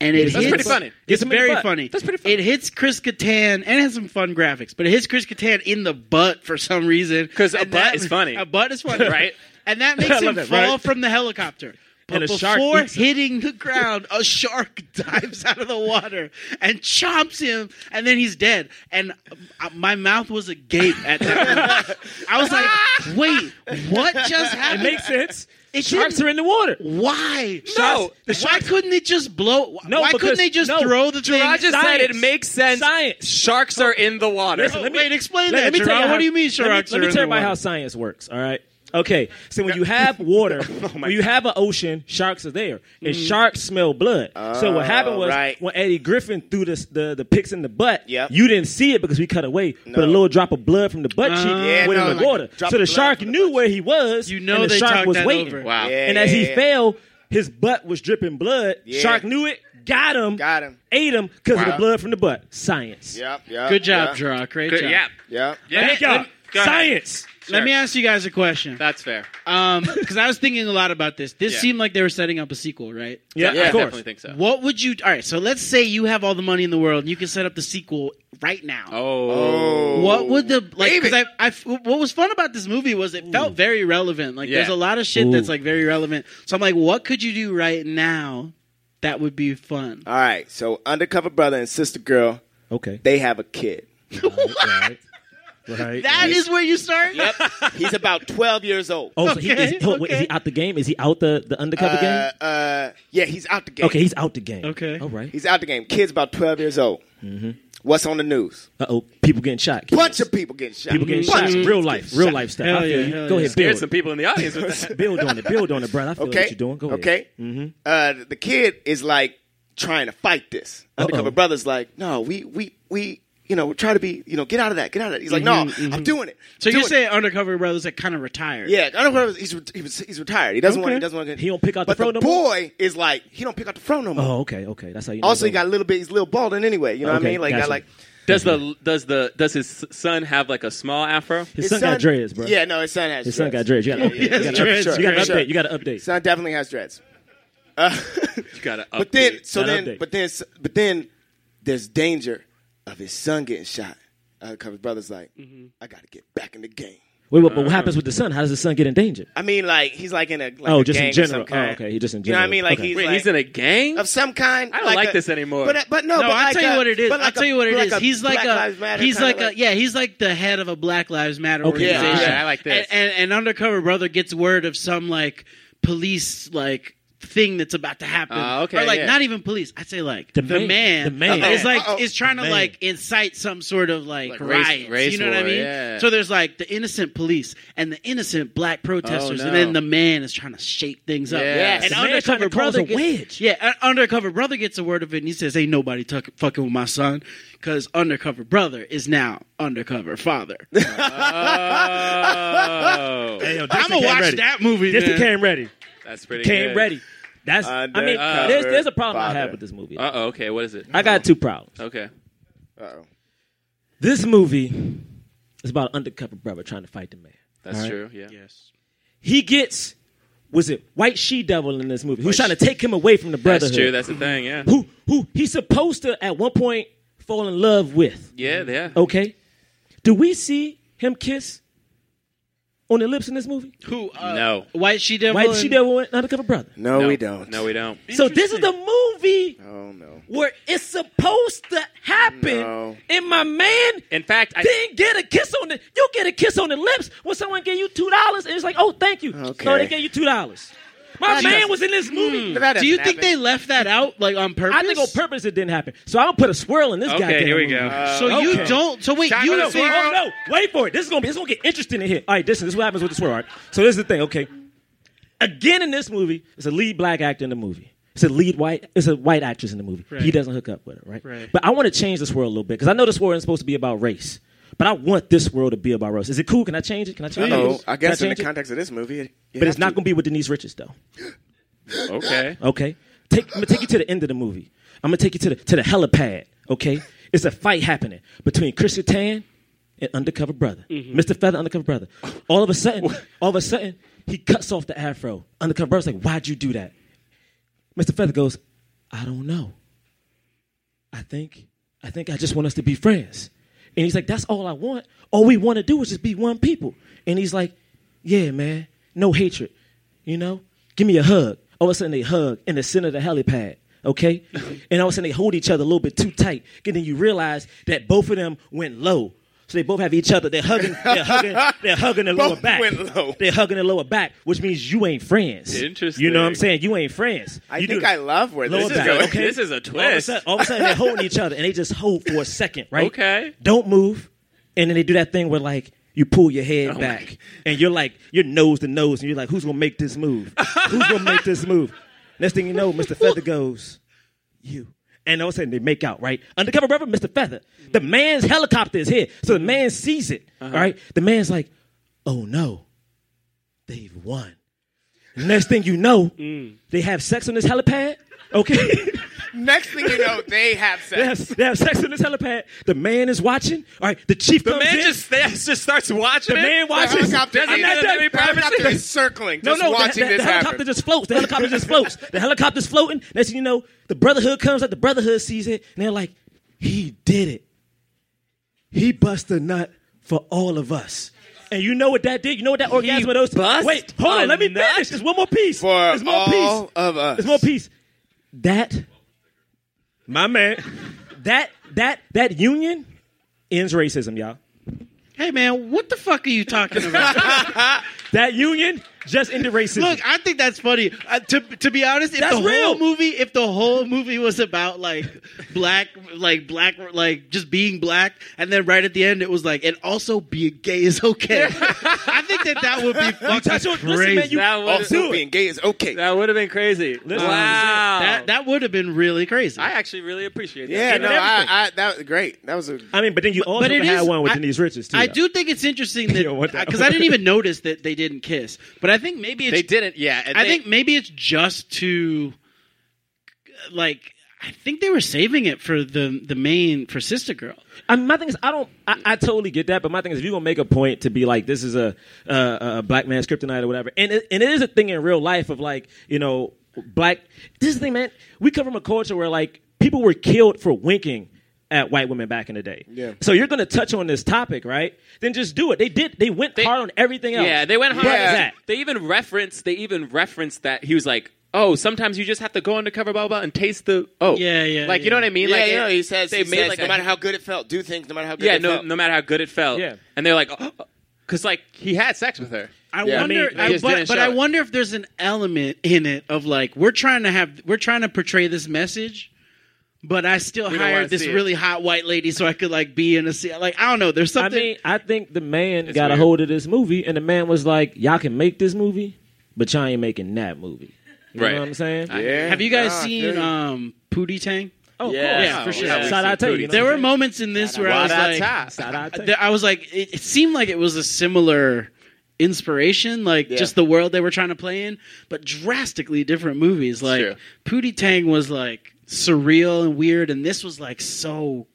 Speaker 11: and it
Speaker 8: That's
Speaker 11: hits,
Speaker 8: pretty funny.
Speaker 11: It's
Speaker 8: Gets him in the
Speaker 11: very
Speaker 8: butt.
Speaker 11: funny.
Speaker 8: That's pretty funny.
Speaker 11: It hits Chris Kattan and has some fun graphics, but it hits Chris Kattan in the butt for some reason.
Speaker 8: 'Cause a
Speaker 11: And
Speaker 8: butt
Speaker 11: that-
Speaker 8: is funny.
Speaker 11: A butt is funny,
Speaker 8: Right.
Speaker 11: And that makes
Speaker 8: I
Speaker 11: him
Speaker 8: love that,
Speaker 11: fall
Speaker 8: right?
Speaker 11: from the helicopter. But
Speaker 8: And a shark
Speaker 11: before
Speaker 8: eats him.
Speaker 11: hitting the ground, a shark dives out of the water and chomps him, and then he's dead. And uh, my mouth was agape at that point. I was like, wait, what just happened?
Speaker 2: It makes sense.
Speaker 11: It
Speaker 2: Sharks
Speaker 11: didn't-
Speaker 2: are in the water.
Speaker 11: Why?
Speaker 8: No,
Speaker 11: the why couldn't they just blow?
Speaker 2: No,
Speaker 11: why couldn't
Speaker 2: because-
Speaker 11: they just
Speaker 2: no,
Speaker 11: throw the thing?
Speaker 8: I just said it
Speaker 2: Science.
Speaker 8: makes sense.
Speaker 2: Science.
Speaker 8: Sharks are in the water.
Speaker 2: Listen, let me-
Speaker 11: wait, explain
Speaker 2: let,
Speaker 11: that.
Speaker 2: let me tell
Speaker 11: Gerard.
Speaker 2: you.
Speaker 11: what
Speaker 2: how-
Speaker 11: do you mean,
Speaker 2: Let me,
Speaker 11: Sharaks
Speaker 2: let
Speaker 11: are
Speaker 2: me
Speaker 11: in
Speaker 2: tell
Speaker 11: the
Speaker 2: you about
Speaker 11: water?
Speaker 2: how science works. All right. Okay. So when you have water,
Speaker 4: Oh
Speaker 2: when you have an ocean, sharks are there, and sharks smell blood. so what happened was
Speaker 4: Mm. Oh, right.
Speaker 2: when Eddie Griffin threw this, the the picks in the butt,
Speaker 4: Yep.
Speaker 2: you didn't see it because we cut away, but
Speaker 4: No. Uh,
Speaker 2: a little drop of blood from the butt cheek
Speaker 4: Yeah,
Speaker 2: went
Speaker 4: no,
Speaker 2: in the
Speaker 4: like
Speaker 2: water.
Speaker 4: a drop
Speaker 2: So the
Speaker 4: of blood
Speaker 2: shark
Speaker 4: from the
Speaker 2: knew
Speaker 4: butt
Speaker 2: where he was.
Speaker 11: You know
Speaker 2: and the
Speaker 11: they
Speaker 2: shark
Speaker 11: talked
Speaker 2: was
Speaker 11: that
Speaker 2: waiting.
Speaker 11: over.
Speaker 8: Wow.
Speaker 4: Yeah,
Speaker 2: and as
Speaker 4: yeah,
Speaker 2: he
Speaker 4: yeah.
Speaker 2: fell, his butt was dripping blood.
Speaker 4: Yeah.
Speaker 2: Shark knew it, got him,
Speaker 4: Got him.
Speaker 2: ate him because of
Speaker 4: Wow.
Speaker 2: the blood from the butt. Science.
Speaker 4: Yep, yep,
Speaker 11: Good job,
Speaker 4: yep,
Speaker 11: Gerard. Great
Speaker 8: Good-
Speaker 11: job.
Speaker 8: yeah.
Speaker 4: Yep.
Speaker 8: Yeah.
Speaker 2: Thank y'all.
Speaker 8: Go ahead.
Speaker 2: Science.
Speaker 11: Let me ask you guys a question.
Speaker 8: That's fair.
Speaker 11: Um, because I was thinking a lot about this. This
Speaker 8: Yeah.
Speaker 11: seemed like they were setting up a sequel, right?
Speaker 2: Yeah,
Speaker 8: I
Speaker 2: of course.
Speaker 8: definitely think so.
Speaker 11: What would you? All right, so let's say you have all the money in the world and you can set up the sequel right now.
Speaker 8: Oh.
Speaker 11: What would the like?
Speaker 4: Baby.
Speaker 11: Because I, I, what was fun about this movie was it felt very relevant. Like,
Speaker 8: Yeah.
Speaker 11: there's a lot of shit that's
Speaker 2: Ooh.
Speaker 11: like very relevant. So I'm like, what could you do right now that would be
Speaker 8: Uh,
Speaker 11: fun?
Speaker 4: All right. So, undercover brother and sister girl,
Speaker 2: Okay.
Speaker 4: they have a kid.
Speaker 2: Right. Right.
Speaker 11: That is where you start.
Speaker 4: He's about twelve years old.
Speaker 2: oh, so he,
Speaker 11: Okay,
Speaker 2: is, oh, wait, is he
Speaker 11: okay.
Speaker 2: out the game? Is he out the, Oh, the undercover
Speaker 4: Uh,
Speaker 2: game?
Speaker 4: uh, yeah, he's out the game.
Speaker 2: Okay, he's out the game.
Speaker 11: Okay.
Speaker 2: All right.
Speaker 4: He's out the game. Kid's about 12 years old.
Speaker 2: Mm-hmm.
Speaker 4: What's on the news?
Speaker 2: Uh oh. People getting shot.
Speaker 4: Bunch of people getting shot.
Speaker 2: people getting
Speaker 4: Bunch
Speaker 2: shot.
Speaker 4: of people
Speaker 2: Real
Speaker 4: getting
Speaker 2: life.
Speaker 4: shot.
Speaker 2: Real life stuff.
Speaker 11: Hell
Speaker 2: I feel
Speaker 11: yeah,
Speaker 2: you.
Speaker 11: hell
Speaker 2: Go
Speaker 11: yeah.
Speaker 2: ahead.
Speaker 8: Scared
Speaker 2: Build.
Speaker 8: some people in the audience with that.
Speaker 2: build on it. Build on it, brother. I feel
Speaker 4: Okay.
Speaker 2: what you're doing. Go ahead. Mm-hmm.
Speaker 4: Okay. Uh, the kid is like trying to fight this. Undercover brother's like, no, we we we you know try to be you know get out of that, get out of that. He's like,
Speaker 2: Mm-hmm,
Speaker 4: no, I'm doing it.
Speaker 11: So
Speaker 4: doing
Speaker 11: you're
Speaker 4: it."
Speaker 11: saying Undercover Brothers that kind of retired?
Speaker 4: Yeah, I don't know. if He's he was, he's retired. He doesn't want. He doesn't want. to get-
Speaker 2: He don't pick out the
Speaker 4: but
Speaker 2: phone
Speaker 4: the
Speaker 2: no more?
Speaker 4: boy is like he don't pick out the phone no more.
Speaker 2: Oh, okay. Okay. That's how you know.
Speaker 4: Also,
Speaker 2: it's
Speaker 4: he got a
Speaker 2: over.
Speaker 4: little bit. He's a little balding anyway. You know what I
Speaker 2: Okay,
Speaker 4: mean? Like,
Speaker 2: gotcha.
Speaker 4: got like
Speaker 8: Does the does the does his son have like a small afro?
Speaker 2: His, son, got dreads, bro.
Speaker 4: Yeah, no, his son has.
Speaker 2: His son got
Speaker 4: dreads.
Speaker 2: dreads. You got to
Speaker 4: Yeah,
Speaker 2: update.
Speaker 4: yeah,
Speaker 11: dreads,
Speaker 4: sure,
Speaker 2: You got to
Speaker 4: sure.
Speaker 2: update. You got to update.
Speaker 4: Son definitely has dreads. Uh,
Speaker 8: You gotta
Speaker 4: but then,
Speaker 8: update.
Speaker 4: so
Speaker 2: Gotta
Speaker 4: then,
Speaker 2: update.
Speaker 4: but then, but then, there's danger of his son getting shot. Uh, 'cause his brother's like,
Speaker 2: Mm-hmm.
Speaker 4: I gotta get back in the game.
Speaker 2: Wait, wait, but what happens with the son? How does the son get in danger?
Speaker 4: I mean, like he's like in a like
Speaker 2: Oh,
Speaker 4: a
Speaker 2: just in
Speaker 4: gang of some
Speaker 2: general. Oh,
Speaker 4: kind.
Speaker 2: okay, he just in
Speaker 4: You know what I
Speaker 2: general.
Speaker 4: mean? Like
Speaker 2: Okay.
Speaker 4: he's
Speaker 8: Wait,
Speaker 4: like,
Speaker 8: he's in a gang.
Speaker 4: of some kind.
Speaker 8: I don't like this anymore.
Speaker 4: But but no,
Speaker 11: No,
Speaker 4: but
Speaker 11: I'll
Speaker 4: like
Speaker 11: tell
Speaker 4: a-
Speaker 11: you what it is.
Speaker 4: but like
Speaker 11: I'll tell you what it
Speaker 4: like
Speaker 11: is. he's like
Speaker 4: Black Lives
Speaker 11: a
Speaker 4: Matter
Speaker 11: he's
Speaker 4: kinda
Speaker 11: like a yeah he's like the head of a Black Lives Matter
Speaker 2: Okay. Yeah,
Speaker 11: organization.
Speaker 8: I like this.
Speaker 11: And, and, and undercover brother gets word of some like police like thing that's about to happen.
Speaker 8: Ah, okay,
Speaker 11: or like
Speaker 8: yeah.
Speaker 11: not even police. I'd say like
Speaker 2: The
Speaker 11: the,
Speaker 2: man.
Speaker 11: man,
Speaker 2: The man.
Speaker 11: is like
Speaker 4: Uh-oh.
Speaker 11: is trying to
Speaker 2: The man.
Speaker 11: like incite some sort of like,
Speaker 8: Like race-
Speaker 11: riots.
Speaker 8: race
Speaker 11: you know what I
Speaker 8: war,
Speaker 11: mean?
Speaker 8: yeah.
Speaker 11: So there's like the innocent police and the innocent black protesters,
Speaker 8: Oh, no.
Speaker 11: and then the man is trying to shake things up.
Speaker 8: Yes.
Speaker 11: And
Speaker 2: The man
Speaker 11: undercover
Speaker 2: trying to cause
Speaker 11: brother
Speaker 2: a
Speaker 11: gets-
Speaker 2: wedge.
Speaker 11: yeah, uh, undercover brother gets a word of it, and he says, "Ain't nobody tuck fucking with my son, because undercover brother is now undercover father."
Speaker 8: oh,
Speaker 11: I'm gonna watch that movie.
Speaker 2: This
Speaker 11: man.
Speaker 2: came ready.
Speaker 8: that's pretty.
Speaker 2: Came
Speaker 8: good.
Speaker 2: ready. That's. I mean,
Speaker 8: Undercover
Speaker 2: there's there's a problem I
Speaker 4: father.
Speaker 2: have with this movie.
Speaker 8: Uh oh. Okay. What is it?
Speaker 2: I got two problems.
Speaker 8: Okay.
Speaker 4: Uh-oh.
Speaker 2: This movie is about an undercover brother trying to fight the man.
Speaker 8: That's
Speaker 2: All right?
Speaker 8: true. Yeah.
Speaker 2: He gets was it White She Devil in this movie? Who's trying to take him away from the brotherhood?
Speaker 8: That's true. That's the thing. Yeah.
Speaker 2: who who he's supposed to at one point fall in love with.
Speaker 8: Yeah. Yeah.
Speaker 2: Okay, do we see him kiss on the lips in this movie?
Speaker 11: Who? Uh,
Speaker 8: No.
Speaker 11: White she devil.
Speaker 2: White
Speaker 11: and-
Speaker 2: She Devil, and undercover brother.
Speaker 4: No,
Speaker 8: No.
Speaker 4: we don't.
Speaker 8: No, we don't.
Speaker 2: So this is the movie
Speaker 4: Oh no.
Speaker 2: where it's supposed to happen.
Speaker 4: No.
Speaker 2: And my man
Speaker 8: In fact, I,
Speaker 2: didn't get a kiss on the. You get a kiss on the lips when someone gave you two dollars, and it's like, oh, thank you.
Speaker 4: Okay.
Speaker 2: No, they gave you two dollars. My
Speaker 4: That
Speaker 2: man
Speaker 4: doesn't-
Speaker 2: was in this
Speaker 8: Hmm.
Speaker 2: movie.
Speaker 4: That
Speaker 11: Do you
Speaker 4: doesn't
Speaker 11: think they left that out like on purpose?
Speaker 2: I think on purpose it didn't happen. So I'm gonna put a swirl in this guy.
Speaker 8: okay. Here we go.
Speaker 11: So you
Speaker 2: Okay.
Speaker 11: don't. So wait,
Speaker 8: Shot
Speaker 11: you
Speaker 8: with a
Speaker 11: don't.
Speaker 2: Oh,
Speaker 8: swirl.
Speaker 2: no, wait for it. This is gonna be. This is gonna get interesting in here. All right, listen. This is what happens with the swirl. All right. So this is the thing. Okay. Again, in this movie, it's a lead black actor in the movie. It's a lead white. It's a white actress in the movie. He doesn't hook up with her, right?
Speaker 11: Right.
Speaker 2: But I want to change this world a little bit because I know this world isn't supposed to be about race. But I want this world to be about race. Is it cool? Can I change it? Can I change it?
Speaker 4: No, I
Speaker 2: Can
Speaker 4: guess in the
Speaker 2: change it?
Speaker 4: context of this movie, it- you
Speaker 2: But it's
Speaker 4: have
Speaker 2: not
Speaker 4: to.
Speaker 2: going to be with Denise Richards, though.
Speaker 8: Okay.
Speaker 2: Okay, take, I'm gonna take you to the end of the movie. I'm gonna take you to the to the helipad. Okay, it's a fight happening between Chris Kattan and an undercover brother, Mr. Feather, undercover brother. All of a sudden, all of a sudden, he cuts off the afro. Undercover brother's like, "Why'd you do that?" Mr. Feather goes, "I don't know. I think, I think I just want us to be friends." And he's like, "That's all I want. All we want to do is just be one people." And he's like, "Yeah, man, no hatred. You know, give me a hug." All of a sudden, they hug in the center of the helipad. Okay, and all of a sudden they hold each other a little bit too tight. And then you realize that both of them went low. So they both have each other. They're hugging. They're hugging. They're hugging the lower
Speaker 4: Both
Speaker 2: back.
Speaker 4: went low.
Speaker 2: They're hugging the lower back, which means you ain't friends. You know what I'm
Speaker 4: Interesting.
Speaker 2: saying? You ain't friends.
Speaker 4: I
Speaker 2: You
Speaker 4: think
Speaker 2: do-
Speaker 4: I love where
Speaker 2: lower
Speaker 4: this is
Speaker 2: back,
Speaker 4: going.
Speaker 2: okay?
Speaker 4: This is a
Speaker 2: All of a
Speaker 4: twist.
Speaker 2: sudden, all of a sudden they're holding each other and they just hold for a second, right?
Speaker 8: Okay.
Speaker 2: Don't move, and then they do that thing where like. You pull your head
Speaker 8: Oh my
Speaker 2: back, and you're like, you're nose to nose, and you're like, who's gonna make this move? Who's gonna make this move? Next thing you know, Mr. Feather goes, you. And all of a sudden they make out, right? Undercover brother, Mr. Feather. The man's helicopter is here. So the man sees it, all right? The man's like, oh no, they've won. Next thing you know, they have sex on this helipad, okay?
Speaker 4: Next thing you know, they have sex.
Speaker 2: they, have, they have sex on this helipad. The man is watching, all right? The chief
Speaker 8: The
Speaker 2: comes
Speaker 8: man
Speaker 2: in.
Speaker 8: just just starts watching.
Speaker 2: The
Speaker 8: it.
Speaker 2: man watches.
Speaker 4: helicopter-
Speaker 2: I'm not
Speaker 4: the
Speaker 2: done.
Speaker 4: helicopter is circling,
Speaker 2: No,
Speaker 4: just
Speaker 2: no, the-
Speaker 4: watching
Speaker 2: the,
Speaker 4: this
Speaker 2: the helicopter
Speaker 4: happen.
Speaker 2: just floats. The helicopter just floats. The helicopter's floating. Next thing you know, the Brotherhood comes up. The Brotherhood sees it, and they're like, "He did it. He bust a nut for all of us." And you know what that did? You know what that orgasm of those?
Speaker 8: bust
Speaker 2: Wait, hold
Speaker 8: a
Speaker 2: on. Let me
Speaker 8: nut?
Speaker 2: finish. There's one more piece.
Speaker 4: For
Speaker 2: There's more
Speaker 4: all
Speaker 2: piece.
Speaker 4: of us.
Speaker 2: There's more piece. That, my man, that that that union ends racism, y'all.
Speaker 11: Hey man, what the fuck are you talking about?
Speaker 2: That union just ended racism.
Speaker 11: Look, I think that's funny. Uh, to to be honest, if
Speaker 2: That's
Speaker 11: the
Speaker 2: real.
Speaker 11: whole movie, if the whole movie was about like black, like black, like just being black, and then right at the end it was like, and also being gay is okay. I think that that would be fucking
Speaker 2: touch on- listen,
Speaker 11: crazy.
Speaker 2: man, you-
Speaker 8: that would
Speaker 4: Also,
Speaker 2: it.
Speaker 4: being gay is okay.
Speaker 8: that would have been crazy.
Speaker 2: Listen,
Speaker 8: wow,
Speaker 11: that that would have been really crazy.
Speaker 8: I actually really appreciate that.
Speaker 4: yeah,
Speaker 2: and
Speaker 4: no, I,
Speaker 2: everything.
Speaker 4: I, that was great. That was a.
Speaker 2: I mean, but then you also
Speaker 11: it
Speaker 2: had
Speaker 11: is-
Speaker 2: one with
Speaker 11: I-
Speaker 2: Denise Richards too.
Speaker 11: I
Speaker 2: though.
Speaker 11: do think it's interesting that
Speaker 2: Yeah, what the-
Speaker 11: because I didn't even notice that they didn't kiss, but I think maybe it's
Speaker 8: they didn't. Yeah, and
Speaker 11: I
Speaker 8: they-
Speaker 11: think maybe it's just to like I think they were saving it for the the main for Sister Girl.
Speaker 2: I mean, my thing is, I don't, I, I totally get that, but my thing is, if you're gonna make a point to be like, this is a uh, a black man's kryptonite or whatever, and it, and it is a thing in real life of like, you know, black. This is the thing, man. We come from a culture where like people were killed for winking at white women back in the day. Yeah. So you're gonna touch on this topic, right? Then just do it. They did. They went hard on everything else.
Speaker 8: Yeah, they went hard.
Speaker 2: What is that?
Speaker 8: They even referenced. They even referenced that he was like, "Oh, sometimes you just have to go undercover, blah blah, blah, and taste the oh,
Speaker 11: Yeah, yeah,
Speaker 8: like
Speaker 11: yeah.
Speaker 8: you know what I mean? like
Speaker 4: yeah,
Speaker 8: it-
Speaker 4: no, he says
Speaker 8: they
Speaker 4: he
Speaker 8: made
Speaker 4: says,
Speaker 8: like
Speaker 4: no
Speaker 8: a-
Speaker 4: matter how good it felt, do things no matter how good
Speaker 8: yeah,
Speaker 4: it
Speaker 8: no,
Speaker 4: felt.
Speaker 8: no matter how good it felt,
Speaker 2: Yeah.
Speaker 8: and they're like, because like he had sex with her.
Speaker 11: I
Speaker 4: Yeah.
Speaker 11: wonder,
Speaker 8: I mean, they
Speaker 11: I-
Speaker 8: just
Speaker 11: but,
Speaker 8: didn't
Speaker 11: but
Speaker 8: show
Speaker 11: I
Speaker 8: it.
Speaker 11: wonder if there's an element in it of like we're trying to have we're trying to portray this message, but I still
Speaker 8: don't wanna
Speaker 11: hired this
Speaker 8: see it.
Speaker 11: really hot white lady so I could like be in a se- like I don't know. There's
Speaker 2: I
Speaker 11: something.
Speaker 2: mean, I think the man got a
Speaker 8: weird.
Speaker 2: hold of this movie, and the man was like, y'all can make this movie, but y'all ain't making that movie. You
Speaker 8: Right.
Speaker 2: know what I'm saying?
Speaker 4: Yeah.
Speaker 11: have you guys
Speaker 8: Ah,
Speaker 4: Nah, I feel
Speaker 11: seen
Speaker 4: you.
Speaker 11: um, Pootie Tang?
Speaker 2: Oh, of
Speaker 8: Yeah,
Speaker 2: course.
Speaker 11: yeah, for sure.
Speaker 2: Yeah,
Speaker 11: Yeah,
Speaker 2: Side
Speaker 8: we
Speaker 2: eye
Speaker 8: see
Speaker 2: too, you
Speaker 8: Pootie.
Speaker 2: know
Speaker 11: There
Speaker 2: what
Speaker 11: were
Speaker 2: I'm
Speaker 11: moments in this where I was
Speaker 8: Wada
Speaker 11: like,
Speaker 8: ta.
Speaker 2: saying? Side eye too.
Speaker 11: there- I was like, it, it seemed like it was a similar inspiration, like just the world they were trying to play in, but drastically different movies. Like Pootie Tang was like surreal and weird, and this was like so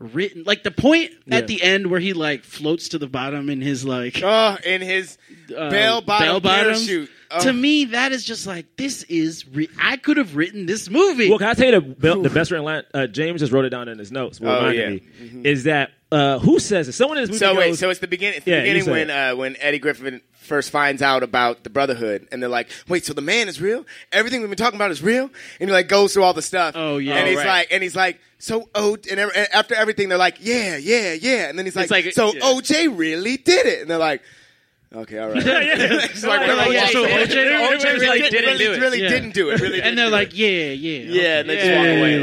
Speaker 11: written. Like the point at the end where he like floats to the bottom in his like
Speaker 4: Oh, in his
Speaker 8: Uh,
Speaker 4: bell bottom
Speaker 11: bottoms.
Speaker 4: parachute. Oh.
Speaker 11: To me, that is just like this is. Re- I could have written this movie.
Speaker 2: Well, can I tell you the, be- the best written line? Uh, James just wrote it down in his notes.
Speaker 4: Oh,
Speaker 2: Oh, yeah.
Speaker 4: yeah.
Speaker 2: me, Is that uh, who says it? Someone in this movie.
Speaker 4: So
Speaker 2: goes,
Speaker 4: wait, so it's the beginning. It's the
Speaker 2: Yeah, you
Speaker 4: beginning
Speaker 2: said
Speaker 4: when
Speaker 2: it.
Speaker 4: uh, when Eddie Griffin first finds out about the Brotherhood, and they're like, "Wait, so the man is real? Everything we've been talking about is real?" And he like goes through all the stuff.
Speaker 11: Oh, yeah.
Speaker 4: and
Speaker 11: Oh,
Speaker 4: he's
Speaker 11: right.
Speaker 4: like, and he's like, "So O," and, ev- and after everything, they're like, "Yeah, yeah, yeah," and then he's like,
Speaker 8: It's like-
Speaker 4: "So
Speaker 8: yeah.
Speaker 4: OJ really did it," and they're like. Okay, all right. It's like,
Speaker 11: They're like,
Speaker 4: "Well,
Speaker 11: yeah,
Speaker 4: OJ
Speaker 11: so
Speaker 4: did it."
Speaker 11: OJ
Speaker 4: It
Speaker 11: really
Speaker 4: didn't
Speaker 11: didn't
Speaker 4: really-
Speaker 11: do it.
Speaker 4: really
Speaker 11: Yeah.
Speaker 4: didn't do it. Really
Speaker 11: and they're like, yeah, yeah,
Speaker 4: yeah, and they just walk away.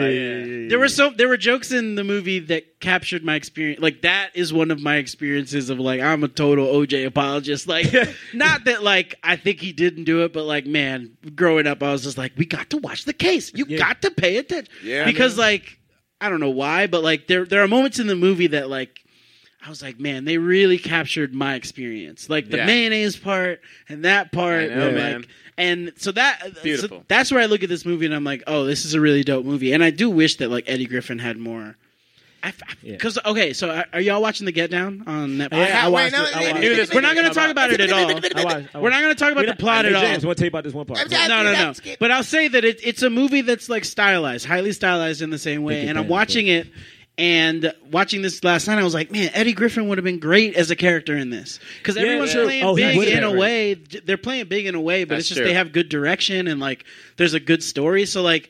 Speaker 4: Like,
Speaker 11: There were so there were jokes in the movie that captured my experience. Like that is one of my experiences of like I'm a total OJ apologist. Like not that like I think he didn't do it, but like man, growing up I was just like we got to watch the case. You got to pay attention.
Speaker 4: Yeah, I
Speaker 11: because like I don't know why, but like there there are moments in the movie that like I was like, man, they really captured my experience. Like the
Speaker 8: Yeah.
Speaker 11: mayonnaise part and that part.
Speaker 8: I know,
Speaker 11: and,
Speaker 8: man.
Speaker 11: Like, and so that so
Speaker 8: Beautiful.
Speaker 11: that's where I look at this movie and I'm like, oh, this is a really dope movie. And I do wish that like Eddie Griffin had more. I Because okay, so are, are y'all watching the Get Down on Netflix?
Speaker 2: Yeah, I I watched wait, it. no, I watched it.
Speaker 11: We're not going to talk about it at all.
Speaker 2: I watched- I
Speaker 11: We're not going to talk about
Speaker 2: We
Speaker 11: the
Speaker 2: don't-
Speaker 11: plot
Speaker 2: Hey,
Speaker 11: at all.
Speaker 2: James, I want to tell you about this one part.
Speaker 11: No, no, no. But I'll say that it, it's a movie that's like stylized, highly stylized in the same way. And I'm watching it and watching this last night. I was like, man, Eddie Griffin would have been great as a character in this because
Speaker 2: Yeah,
Speaker 11: everyone's
Speaker 2: true.
Speaker 11: playing
Speaker 2: Oh, he
Speaker 11: big
Speaker 2: would've
Speaker 11: in
Speaker 2: been
Speaker 11: a
Speaker 2: great.
Speaker 11: way. They're playing big in a way, but
Speaker 8: That's
Speaker 11: it's just
Speaker 8: true.
Speaker 11: they have good direction and like there's a good story. So like,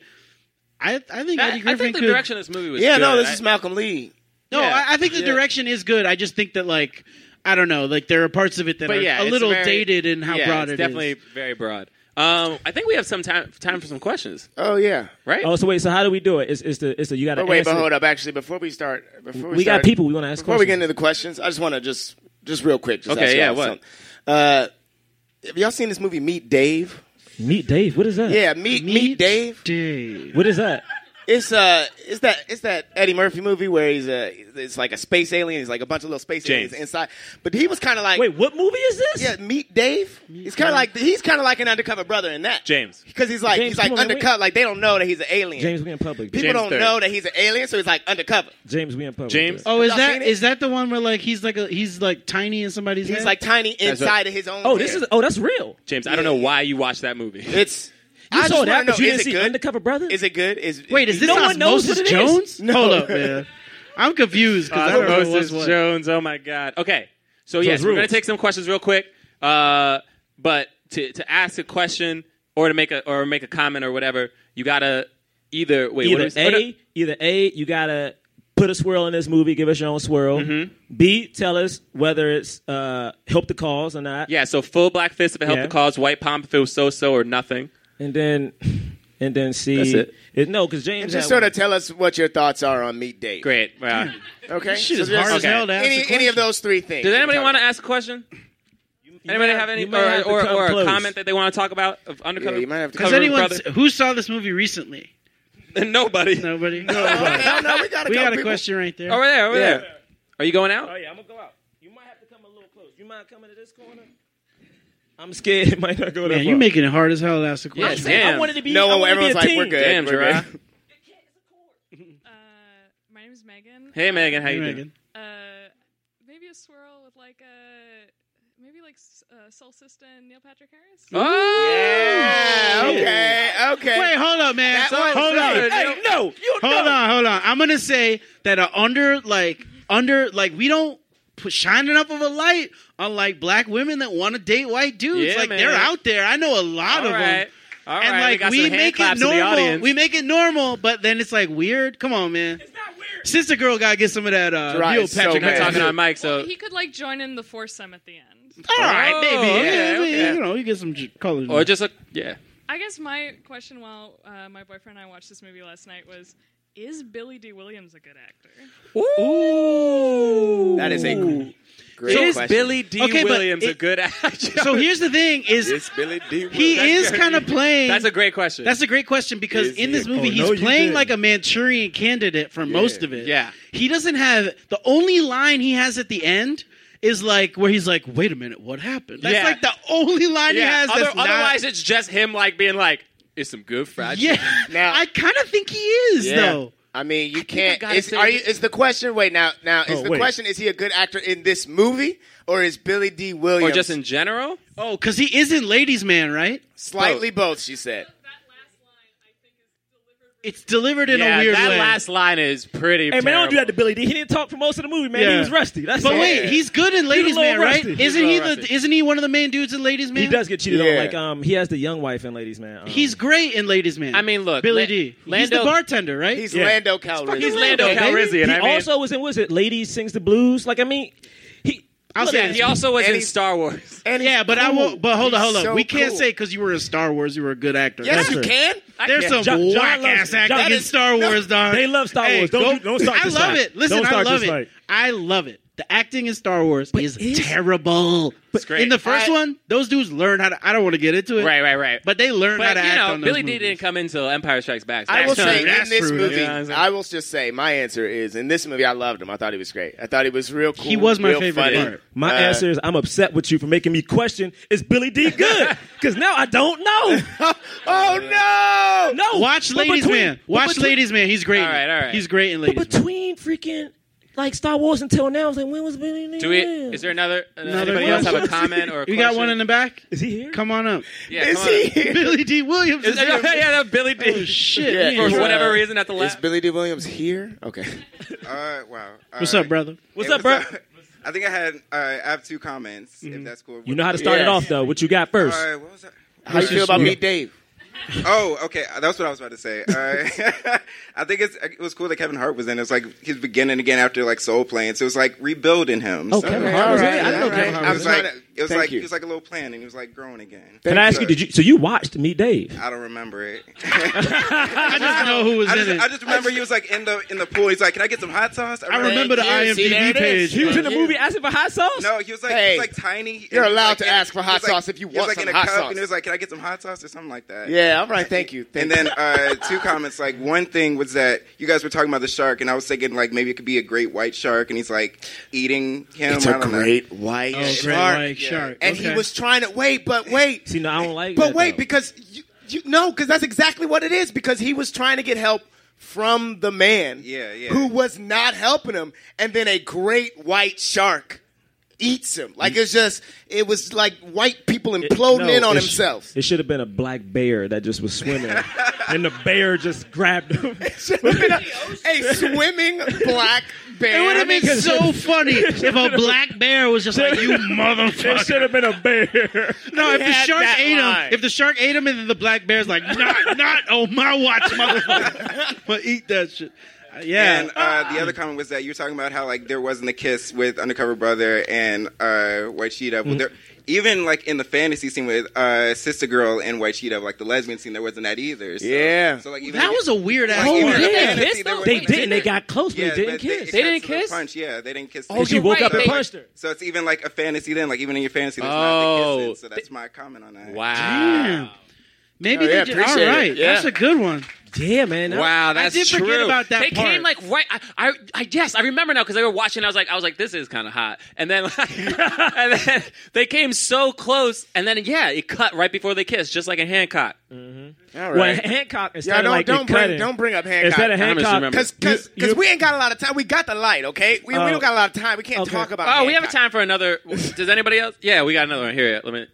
Speaker 11: I I think
Speaker 8: I,
Speaker 11: Eddie
Speaker 8: I
Speaker 11: Griffin
Speaker 8: think the
Speaker 11: could.
Speaker 8: direction of this movie was
Speaker 4: yeah,
Speaker 8: good.
Speaker 4: no, this
Speaker 8: I-
Speaker 4: is Malcolm Lee.
Speaker 11: no,
Speaker 8: yeah,
Speaker 11: I, I think the
Speaker 8: yeah.
Speaker 11: direction is good. I just think that like. I don't know. Like there are parts of it that
Speaker 8: But
Speaker 11: are
Speaker 8: yeah,
Speaker 11: a
Speaker 8: it's
Speaker 11: little
Speaker 8: very-
Speaker 11: dated in how
Speaker 8: yeah,
Speaker 11: broad
Speaker 8: it's
Speaker 11: it is.
Speaker 8: definitely very broad. Um, I think we have some time time for some questions,
Speaker 4: Oh yeah.
Speaker 8: right?
Speaker 2: Oh, so wait. So how do we do it? It's, it's the it's the you got to
Speaker 4: But wait,
Speaker 2: answer.
Speaker 4: but hold up. Actually, before we start, before we,
Speaker 2: We got
Speaker 4: start-
Speaker 2: people we want to ask
Speaker 4: Before we get
Speaker 2: questions.
Speaker 4: into the questions, I just want to just just real quick. Just
Speaker 8: Okay,
Speaker 4: ask
Speaker 8: yeah,
Speaker 4: y'all
Speaker 8: what?
Speaker 4: something. Uh, have y'all seen this movie Meet Dave?
Speaker 2: Meet Dave. What is that?
Speaker 4: Yeah, Meet Meet, Dave.
Speaker 11: Dave.
Speaker 2: What is that?
Speaker 4: It's uh, it's that it's that Eddie Murphy movie where he's a it's like a space alien. He's like a bunch of little space aliens
Speaker 8: James.
Speaker 4: inside. But he was kind of like
Speaker 2: Wait, what movie is this?
Speaker 4: Yeah, meet Dave. he's kind of like he's kind of like an undercover brother in that
Speaker 8: James.
Speaker 4: because he's like
Speaker 2: James,
Speaker 4: he's like
Speaker 2: come on, man,
Speaker 4: undercover. Like they don't know that he's an alien.
Speaker 2: James, we in public.
Speaker 4: People
Speaker 8: James
Speaker 4: don't
Speaker 8: Third.
Speaker 4: know that he's an alien, so he's like undercover.
Speaker 2: James, we in public.
Speaker 8: James?
Speaker 11: Oh, is
Speaker 4: Y'all
Speaker 11: that
Speaker 4: seen it?
Speaker 11: is that the one where like he's like a he's like tiny in somebody's
Speaker 4: He's
Speaker 11: head?
Speaker 4: like tiny
Speaker 8: That's
Speaker 4: inside
Speaker 8: what-
Speaker 4: of his own.
Speaker 2: Oh, this
Speaker 4: head.
Speaker 2: is oh, that's real.
Speaker 8: James, I don't know why you watched that movie.
Speaker 4: it's.
Speaker 2: You
Speaker 4: I just
Speaker 2: saw
Speaker 4: want
Speaker 2: that,
Speaker 4: to know
Speaker 2: but you
Speaker 4: is
Speaker 2: didn't
Speaker 4: it
Speaker 2: see
Speaker 4: good?
Speaker 2: Undercover Brother.
Speaker 4: Is it good? Is
Speaker 11: wait, is this
Speaker 2: No one knows what
Speaker 11: Osmosis
Speaker 2: it is.
Speaker 11: Jones?
Speaker 4: No.
Speaker 11: Hold up, man. I'm confused because I don't know
Speaker 8: Moses
Speaker 11: what's what.
Speaker 8: Jones. Oh my God. Okay. So, yes,
Speaker 2: it's
Speaker 8: we're gonna
Speaker 2: rules.
Speaker 8: take some questions real quick. Uh, but to to ask a question or to make a or make a comment or whatever, you gotta either wait.
Speaker 2: either
Speaker 8: what do we- oh,
Speaker 2: A, either A, you gotta put a swirl in this movie, give us your own swirl.
Speaker 4: Mm-hmm.
Speaker 2: B, tell us whether it's uh, help the cause or not.
Speaker 8: yeah. So full black fist if it helped
Speaker 2: Yeah.
Speaker 8: the cause. White palm if it was so so or nothing.
Speaker 2: And then and then C
Speaker 8: That's it.
Speaker 2: no, because James
Speaker 4: And just
Speaker 2: had
Speaker 4: sort
Speaker 2: one.
Speaker 4: of tell us what your thoughts are on Meet Dave.
Speaker 8: Great. Wow.
Speaker 4: Okay.
Speaker 11: Shit
Speaker 4: So
Speaker 11: is
Speaker 4: just-
Speaker 11: hard as
Speaker 8: okay.
Speaker 11: hell to ask
Speaker 4: Any,
Speaker 11: a
Speaker 4: any of
Speaker 11: question.
Speaker 4: those three things.
Speaker 8: Does anybody want to ask a question? anybody
Speaker 2: might-
Speaker 8: have any
Speaker 2: you might
Speaker 8: or,
Speaker 2: have to
Speaker 8: or,
Speaker 2: come
Speaker 8: or a
Speaker 2: close.
Speaker 8: comment that they want to talk about of undercover?
Speaker 4: Yeah, you might have to
Speaker 11: Has
Speaker 8: cover
Speaker 4: come-
Speaker 11: anyone
Speaker 8: brother?
Speaker 11: who saw this movie recently?
Speaker 8: Nobody.
Speaker 11: Nobody.
Speaker 4: No, no, we got a
Speaker 11: we got
Speaker 4: couple
Speaker 11: a
Speaker 4: people.
Speaker 11: question right there.
Speaker 8: Over there. Over
Speaker 4: Yeah.
Speaker 8: there. Are you going out?
Speaker 2: Oh yeah, I'm gonna go out. You might have to come a little close. You mind coming to this corner? I'm scared it might not go that
Speaker 11: Man,
Speaker 2: far.
Speaker 11: you're making it hard as hell to ask a
Speaker 8: Yeah,
Speaker 11: question.
Speaker 8: damn.
Speaker 2: I wanted to be I wanted
Speaker 4: No,
Speaker 2: to be
Speaker 4: everyone's
Speaker 2: a
Speaker 4: like,
Speaker 2: team.
Speaker 4: we're good.
Speaker 8: Damn,
Speaker 4: we're good.
Speaker 8: Gerard.
Speaker 12: Uh, my name is Megan.
Speaker 8: Hey
Speaker 12: Uh,
Speaker 8: Megan, how
Speaker 11: Hey,
Speaker 8: you
Speaker 11: Megan.
Speaker 8: doing?
Speaker 12: Uh, maybe a swirl with like a maybe like s- uh, Soul Sister and Neil Patrick Harris.
Speaker 8: Oh,
Speaker 4: Yeah, okay, okay.
Speaker 11: Wait, hold up, man.
Speaker 4: That one-
Speaker 11: hold on.
Speaker 8: Hey,
Speaker 2: Hey, no, you
Speaker 11: Hold on, hold on. I'm gonna say that a under like under like we don't put, shine enough of a light on like black women that want to date white dudes.
Speaker 8: Yeah,
Speaker 11: like
Speaker 8: man.
Speaker 11: they're out there. I know a lot
Speaker 8: All
Speaker 11: of
Speaker 8: right.
Speaker 11: them.
Speaker 8: All right.
Speaker 11: and like
Speaker 8: got
Speaker 11: we,
Speaker 8: some hand
Speaker 11: make it
Speaker 8: claps in the
Speaker 11: normal,
Speaker 8: audience.
Speaker 11: we make it normal, but then it's like weird. Come on, man. It's not weird. Sister girl gotta get some of that. Uh,
Speaker 4: Right,
Speaker 11: Neil
Speaker 4: so
Speaker 11: Patrick.
Speaker 8: We're not
Speaker 4: mad.
Speaker 11: Harris.
Speaker 8: talking on mic, so
Speaker 12: Well, he could like join in the foursome at the end.
Speaker 11: All right,
Speaker 8: Oh,
Speaker 11: maybe.
Speaker 8: okay,
Speaker 11: yeah,
Speaker 8: okay. Oh,
Speaker 11: You know, you get some j- colors.
Speaker 8: or just a yeah.
Speaker 12: I guess my question while uh, my boyfriend and I watched this movie last night was. Is Billy D. Williams a good actor?
Speaker 8: Ooh.
Speaker 4: That is a great
Speaker 8: Is
Speaker 4: question.
Speaker 8: Billy D.
Speaker 11: Okay, but
Speaker 8: Williams a
Speaker 11: it-
Speaker 8: good actor?
Speaker 11: so here's the thing: is
Speaker 4: It's Billy D.
Speaker 11: he
Speaker 4: Williams.
Speaker 11: is kind of playing.
Speaker 8: that's a great question.
Speaker 11: That's a great question because
Speaker 4: Is
Speaker 11: in
Speaker 4: he?
Speaker 11: this movie
Speaker 4: Oh,
Speaker 11: he's
Speaker 4: no, you
Speaker 11: playing
Speaker 4: didn't.
Speaker 11: like a Manchurian candidate for most of it.
Speaker 8: yeah.
Speaker 11: He doesn't have the only line he has at the end is like where he's like, "Wait a minute, what happened?" That's
Speaker 8: Yeah.
Speaker 11: like the only line he
Speaker 8: yeah.
Speaker 11: has.
Speaker 8: Other,
Speaker 11: that's not-
Speaker 8: otherwise, it's just him like being like, "It's some good fried."
Speaker 11: yeah.
Speaker 8: chicken."
Speaker 4: Now-
Speaker 11: I kind of think he is though.
Speaker 4: I mean, you
Speaker 8: I
Speaker 4: can't.
Speaker 8: gotta
Speaker 4: Is,
Speaker 8: say
Speaker 4: are you,
Speaker 8: this.
Speaker 4: is the question? Wait, now, now is
Speaker 2: Oh,
Speaker 4: the
Speaker 2: wait.
Speaker 4: question? Is he a good actor in this movie, or is Billy D.
Speaker 8: Or
Speaker 4: Williams
Speaker 8: just in general.
Speaker 11: Oh, because he is in Ladies Man, right?
Speaker 4: slightly both. She said.
Speaker 12: That last line, I think, is delivered.
Speaker 11: It's delivered in a weird
Speaker 8: that
Speaker 11: way.
Speaker 8: last line is pretty.
Speaker 2: Hey man, don't do that to
Speaker 8: terrible.
Speaker 2: Billy D. He didn't talk for most of the movie, man.
Speaker 11: Yeah.
Speaker 2: He was rusty. That's
Speaker 11: but
Speaker 2: it.
Speaker 11: wait, he's good in Ladies
Speaker 2: little
Speaker 11: Man, right?
Speaker 2: rusty. He's a
Speaker 11: Isn't he
Speaker 8: little
Speaker 11: the?
Speaker 8: rusty.
Speaker 11: Isn't he one of the main dudes in Ladies Man?
Speaker 2: He does get cheated on.
Speaker 4: Yeah.
Speaker 2: Like um, he has the young wife in Ladies Man. Um,
Speaker 11: He's great in Ladies Man.
Speaker 8: I mean, look,
Speaker 11: Billy
Speaker 8: La-
Speaker 11: D. he's the
Speaker 8: Lando-
Speaker 11: bartender, right?
Speaker 4: He's
Speaker 2: Yeah.
Speaker 4: Lando Calrissian.
Speaker 8: He's Lando
Speaker 11: Lando, baby.
Speaker 8: Calrissian.
Speaker 2: he
Speaker 8: I mean,
Speaker 2: also was in was it Ladies Sings the Blues? Like I mean, he.
Speaker 11: I'll
Speaker 2: look
Speaker 11: say
Speaker 2: at
Speaker 11: this.
Speaker 8: he also was
Speaker 4: And
Speaker 8: in
Speaker 4: he's-
Speaker 8: Star Wars.
Speaker 4: And he's
Speaker 11: Yeah, but I
Speaker 4: cool.
Speaker 11: won't. But hold on,
Speaker 4: He's
Speaker 11: hold on.
Speaker 4: so
Speaker 11: we can't
Speaker 4: cool.
Speaker 11: say because you were in Star Wars, you were a good actor.
Speaker 4: Yes,
Speaker 11: That's-
Speaker 4: you can.
Speaker 11: There's
Speaker 8: Yeah.
Speaker 11: some
Speaker 2: John- John
Speaker 11: whack
Speaker 2: loves-
Speaker 11: ass acting
Speaker 4: John
Speaker 11: in
Speaker 4: is-
Speaker 11: Star
Speaker 4: no,
Speaker 11: Wars, dog.
Speaker 2: they love Star Wars. Don't do- don't start
Speaker 11: I
Speaker 2: this
Speaker 11: love
Speaker 2: fight.
Speaker 11: it. Listen,
Speaker 2: Don't
Speaker 11: I
Speaker 2: start
Speaker 11: love
Speaker 2: this
Speaker 11: it.
Speaker 2: fight.
Speaker 11: I love it. The acting in Star Wars is, terrible. But
Speaker 8: great.
Speaker 11: in the first
Speaker 8: I-
Speaker 11: one, those dudes learn how to. I don't want to get into it.
Speaker 8: Right, right, right.
Speaker 11: But they learn
Speaker 8: But
Speaker 11: how to
Speaker 8: you
Speaker 11: act
Speaker 8: know,
Speaker 11: on those
Speaker 8: Billy D
Speaker 11: movies.
Speaker 8: didn't come until Empire Strikes Back. so
Speaker 4: I will
Speaker 8: that's
Speaker 4: say
Speaker 8: true.
Speaker 4: in this movie,
Speaker 8: You know what I'm saying?
Speaker 4: I will just say my answer is in this movie I loved him. I thought he was great. I thought he was real cool.
Speaker 2: He was my
Speaker 4: real
Speaker 2: favorite
Speaker 4: funny.
Speaker 2: part. My
Speaker 4: Uh,
Speaker 2: answer is I'm upset with you for making me question is Billy D good? Because now I don't know.
Speaker 4: oh
Speaker 2: no! No.
Speaker 11: Watch
Speaker 2: But
Speaker 11: Ladies
Speaker 2: between-
Speaker 11: Man.
Speaker 2: but
Speaker 11: Watch
Speaker 2: between-
Speaker 11: Ladies Man. He's great. in
Speaker 2: All
Speaker 11: it.
Speaker 2: right, all right.
Speaker 11: He's great in Ladies Man.
Speaker 2: But between freaking like Star Wars until now, I was like, when was Billy D?
Speaker 8: Do we? Is there another?
Speaker 11: Another
Speaker 8: anybody else have a
Speaker 11: question?
Speaker 8: comment or? A
Speaker 11: You got
Speaker 8: question?
Speaker 11: one in the back?
Speaker 2: Is he here?
Speaker 11: Come on up.
Speaker 8: Yeah, Is come on he up. here?
Speaker 11: Billy D. Williams is,
Speaker 8: Is- yeah,
Speaker 11: here.
Speaker 8: yeah, Billy D.
Speaker 11: Oh, shit.
Speaker 8: Yeah,
Speaker 11: man.
Speaker 8: for whatever reason at the
Speaker 4: Is
Speaker 8: last.
Speaker 4: Billy D. Williams here? Okay.
Speaker 13: All right, wow. All
Speaker 11: What's
Speaker 13: right.
Speaker 11: up, brother?
Speaker 2: What's
Speaker 13: Hey,
Speaker 2: up, bro? Mm-hmm.
Speaker 13: I think I had. All right, I have two comments. If that's cool.
Speaker 2: You know how to start it
Speaker 13: Yes.
Speaker 2: off though. What you got first?
Speaker 13: All right, what was that?
Speaker 4: How you feel about Meet Dave?
Speaker 13: Oh, okay. That's what I was about to say. All right. I think it's, it was cool that Kevin Hart was in. It was like he was beginning again after like Soul Plane, so it was like rebuilding him.
Speaker 2: Oh,
Speaker 13: so,
Speaker 2: Kevin Hart was in it? I didn't know
Speaker 13: all
Speaker 2: Kevin Hart
Speaker 13: I
Speaker 2: was
Speaker 13: was
Speaker 2: in it.
Speaker 13: like, it was
Speaker 2: Thank
Speaker 13: like
Speaker 2: you.
Speaker 13: he was like a little plan, and he was like growing again.
Speaker 2: Can I ask you? Did you? So you watched Meet Dave?
Speaker 13: I don't remember it.
Speaker 11: I just know who was
Speaker 13: I
Speaker 11: in
Speaker 13: just,
Speaker 11: it.
Speaker 13: I just remember he was like in the in the pool. He's like, "Can I get some hot sauce?"
Speaker 11: I remember the
Speaker 13: Thank you. See,
Speaker 11: IMDb
Speaker 13: there it
Speaker 11: page.
Speaker 13: is.
Speaker 2: He was in the movie asking for hot sauce.
Speaker 13: No, he was like,
Speaker 4: Hey,
Speaker 13: he was like tiny.
Speaker 4: you're
Speaker 13: and he was,
Speaker 4: allowed
Speaker 13: like,
Speaker 4: to
Speaker 13: in-
Speaker 4: ask for
Speaker 13: he
Speaker 4: hot
Speaker 13: was, like-
Speaker 4: sauce if you
Speaker 13: he was,
Speaker 4: want
Speaker 13: like in
Speaker 4: some
Speaker 13: a
Speaker 4: hot
Speaker 13: cup,
Speaker 4: sauce.
Speaker 13: And it was like, can I get some hot sauce or something like that?
Speaker 4: Yeah, all right, thank you. Thank
Speaker 13: and then uh, two comments. Like one thing was that you guys were talking about the shark, and I was thinking like maybe it could be a great white shark, and he's like eating him.
Speaker 4: It's
Speaker 13: I
Speaker 4: a
Speaker 13: don't know.
Speaker 4: great white
Speaker 11: Oh, great
Speaker 4: shark.
Speaker 11: white shark.
Speaker 4: And he
Speaker 11: Okay.
Speaker 4: was trying to wait, but wait.
Speaker 2: See, no, I don't like.
Speaker 4: But
Speaker 2: that,
Speaker 4: wait,
Speaker 2: though.
Speaker 4: because you, you no, because that's exactly what it is. Because he was trying to get help from the man,
Speaker 13: Yeah, yeah.
Speaker 4: who was not helping him, and then a great white shark eats him. Like it's just, it was like white people imploding
Speaker 2: No,
Speaker 4: in on
Speaker 2: it sh-
Speaker 4: themselves.
Speaker 2: It should have been a black bear that just was swimming, and the bear just grabbed him.
Speaker 4: a swimming black bear.
Speaker 11: It would have been so funny if a black bear was just like, "You
Speaker 2: It
Speaker 11: motherfucker!"
Speaker 2: should have been a bear.
Speaker 11: No, if the
Speaker 4: had
Speaker 11: shark
Speaker 4: that
Speaker 11: ate
Speaker 4: line.
Speaker 11: him, if the shark ate him, and then the black bear's like, "Not, not on my watch, motherfucker!" but eat that shit. Uh, Yeah,
Speaker 13: And uh, the other comment was that you were talking about how like there wasn't a kiss with Undercover Brother and uh, White Sheet Up. Well,
Speaker 4: Mm-hmm.
Speaker 13: there, even like in the fantasy scene with uh, Sister Girl and White Sheet Up, like the lesbian scene, there wasn't that either. So,
Speaker 4: Yeah.
Speaker 13: So like even
Speaker 11: that
Speaker 13: if-
Speaker 11: was a weird ass.
Speaker 13: Oh,
Speaker 11: line.
Speaker 13: yeah.
Speaker 2: They
Speaker 13: Fantasy,
Speaker 2: kissed
Speaker 13: they
Speaker 2: though?
Speaker 13: were-
Speaker 2: They
Speaker 13: they
Speaker 2: didn't. They
Speaker 13: didn't.
Speaker 2: got close, but
Speaker 13: Yeah,
Speaker 2: they didn't
Speaker 13: but
Speaker 2: kiss.
Speaker 8: They didn't
Speaker 13: except for the
Speaker 8: kiss?
Speaker 13: Punch. Yeah, they didn't kiss.
Speaker 2: Oh, she woke up and punched her.
Speaker 13: So it's even like a fantasy then. Like even in your fantasy, there's not the
Speaker 8: Oh.
Speaker 13: kissing. So that's my comment on that.
Speaker 11: Damn. Maybe
Speaker 4: Oh, yeah,
Speaker 11: they just, all
Speaker 4: appreciate it.
Speaker 11: right.
Speaker 4: Yeah.
Speaker 11: That's a good one.
Speaker 2: Yeah, man. that-
Speaker 8: Wow, that's
Speaker 11: did forget
Speaker 8: true.
Speaker 11: about that
Speaker 8: They
Speaker 11: part.
Speaker 8: came like right. I, I, I yes, I remember now because they were watching. I was like, I was like, this is kind of hot. And then, like, and then they came so close. And then, yeah, it cut right before they kissed, just like in Hancock.
Speaker 4: All
Speaker 2: Well,
Speaker 4: right.
Speaker 2: Hancock instead
Speaker 4: yeah,
Speaker 2: of
Speaker 4: don't
Speaker 2: like it
Speaker 4: don't bring
Speaker 2: cutting-
Speaker 4: don't bring up
Speaker 2: instead of
Speaker 4: Hancock.
Speaker 8: I'm just
Speaker 2: Hancock,
Speaker 8: remembering.
Speaker 4: Because because
Speaker 2: You- you-
Speaker 4: we ain't got a lot of time. We got the light, okay? We,
Speaker 2: Oh.
Speaker 4: we don't got a lot of time. We can't
Speaker 2: Okay.
Speaker 4: talk about.
Speaker 8: Oh, we have a
Speaker 4: Hancock.
Speaker 8: time for another. Does anybody else? Yeah, we got another one here. Let me.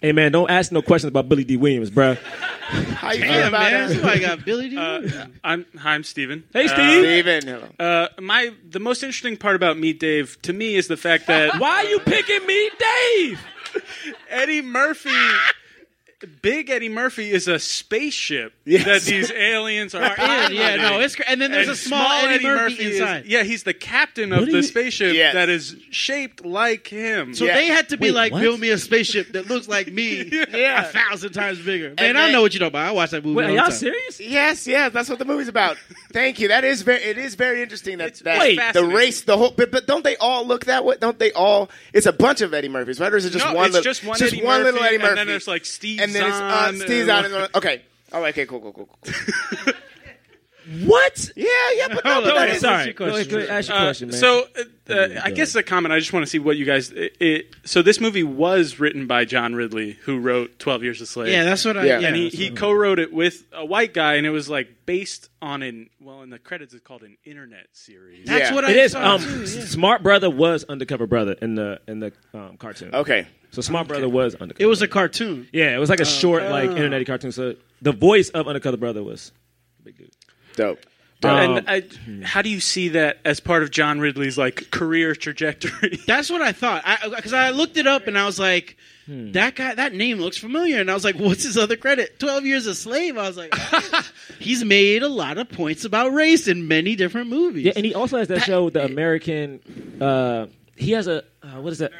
Speaker 2: hey man, don't ask no questions about Billy D. Williams, bruh.
Speaker 4: How you feel
Speaker 11: Damn,
Speaker 4: about
Speaker 11: man.
Speaker 4: it?
Speaker 11: Somebody got Billy D.
Speaker 14: Uh, I'm hi, I'm Steven.
Speaker 2: Hey,
Speaker 14: Uh,
Speaker 2: Steve.
Speaker 4: Steven, hello.
Speaker 14: Uh, my the most interesting part about Meet Dave to me is the fact that
Speaker 2: Why are you picking me, Dave?
Speaker 14: Eddie Murphy, big Eddie Murphy, is a spaceship
Speaker 4: Yes.
Speaker 14: that these aliens are,
Speaker 11: in. Yeah,
Speaker 14: piloting.
Speaker 11: no, it's cra- and then there's
Speaker 14: And
Speaker 11: a small, Eddie, Murphy,
Speaker 14: is-
Speaker 11: inside.
Speaker 14: yeah, he's the captain of
Speaker 2: What
Speaker 14: the
Speaker 2: do you-
Speaker 14: spaceship
Speaker 4: Yes.
Speaker 14: that is shaped like him.
Speaker 11: So they had to be
Speaker 2: Wait,
Speaker 11: like,
Speaker 2: what?
Speaker 11: build me a spaceship that looks like me
Speaker 4: Yeah.
Speaker 11: a thousand times bigger. Man,
Speaker 4: And
Speaker 11: I
Speaker 4: they-
Speaker 11: know what you know about. I watched that movie.
Speaker 2: Wait,
Speaker 11: all
Speaker 2: are
Speaker 11: the
Speaker 2: y'all
Speaker 11: time.
Speaker 2: serious?
Speaker 4: Yes, yes, that's what the movie's about. Thank you. That is very. It is very interesting. That, that
Speaker 2: Wait.
Speaker 4: the
Speaker 14: fascinating.
Speaker 4: race, the whole. But, but don't they all look that way? Don't they all? It's a bunch of Eddie Murphys, right? Or is it just
Speaker 14: no,
Speaker 4: one?
Speaker 14: it's
Speaker 4: little,
Speaker 14: just one, Eddie
Speaker 4: one
Speaker 14: Murphy,
Speaker 4: little Eddie Murphy.
Speaker 14: and then there's like Steve
Speaker 4: and then it's uh,
Speaker 14: Zahn, and-
Speaker 4: Steve Zahn. and- Okay. All right. Okay. Cool. Cool. Cool. Cool. cool.
Speaker 2: What?
Speaker 4: yeah. Yeah. But no.
Speaker 14: Hold
Speaker 4: But
Speaker 14: on,
Speaker 4: that
Speaker 2: Okay,
Speaker 4: is-
Speaker 2: sorry. Go ahead, go ahead, ask your
Speaker 14: Uh,
Speaker 2: question, man.
Speaker 14: So uh, uh,
Speaker 2: go
Speaker 14: I
Speaker 2: ahead.
Speaker 14: guess the comment I just want to see what you guys. It, it, so this movie was written by John Ridley, who wrote Twelve Years a Slave.
Speaker 11: Yeah, that's what I.
Speaker 4: Yeah.
Speaker 11: Yeah,
Speaker 14: and he, he co-wrote it with a white guy, and it was like based on an well, in the credits it's called an internet series.
Speaker 11: that's
Speaker 4: Yeah.
Speaker 11: what I.
Speaker 2: it is.
Speaker 11: saw,
Speaker 2: Um,
Speaker 11: too, yeah.
Speaker 2: Smart Brother was undercover brother in the in the um, cartoon.
Speaker 4: Okay.
Speaker 2: So Smart Brother was undercover.
Speaker 11: It was a cartoon.
Speaker 2: yeah. It was like a short like internet cartoon. So the voice of undercover brother was big dude.
Speaker 4: Dope.
Speaker 2: Um,
Speaker 14: and I, how do you see that as part of John Ridley's like career trajectory?
Speaker 11: That's what I thought. Because I, looked it up and I was like,
Speaker 2: Hmm.
Speaker 11: that guy, that name looks familiar. And I was like, what's his other credit? 12 Years a Slave. I was like, he's made a lot of points about race in many different movies.
Speaker 2: Yeah, and he also has that, show, The American. Uh, he has a uh, what is that?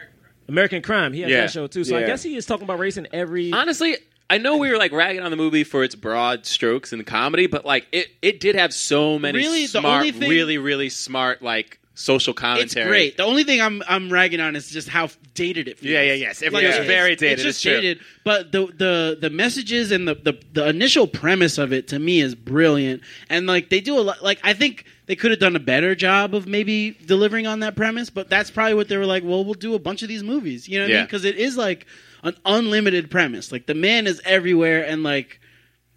Speaker 2: American Crime. He has
Speaker 8: Yeah.
Speaker 2: that show too. So I
Speaker 4: Yeah.
Speaker 2: guess he is talking about race in every.
Speaker 8: Honestly, I know we were like ragging on the movie for its broad strokes in comedy, but like it, it did have so many
Speaker 11: Really, the
Speaker 8: smart,
Speaker 11: only thing-
Speaker 8: really, really smart like social
Speaker 11: It's
Speaker 8: commentary.
Speaker 11: great. The only thing I'm I'm ragging on is just how dated it feels.
Speaker 8: Yeah, yeah, yes. Everything was
Speaker 11: it's-
Speaker 8: very dated.
Speaker 11: It's
Speaker 8: It's
Speaker 11: just
Speaker 8: true.
Speaker 11: dated. But the the the messages and the, the the initial premise of it to me is brilliant. And like they do a lot. Like I think they could have done a better job of maybe delivering on that premise. But that's probably what they were like. Well, we'll do a bunch of these movies. You know what I
Speaker 8: Yeah.
Speaker 11: mean? Because it is like an unlimited premise. Like the man is everywhere, and like.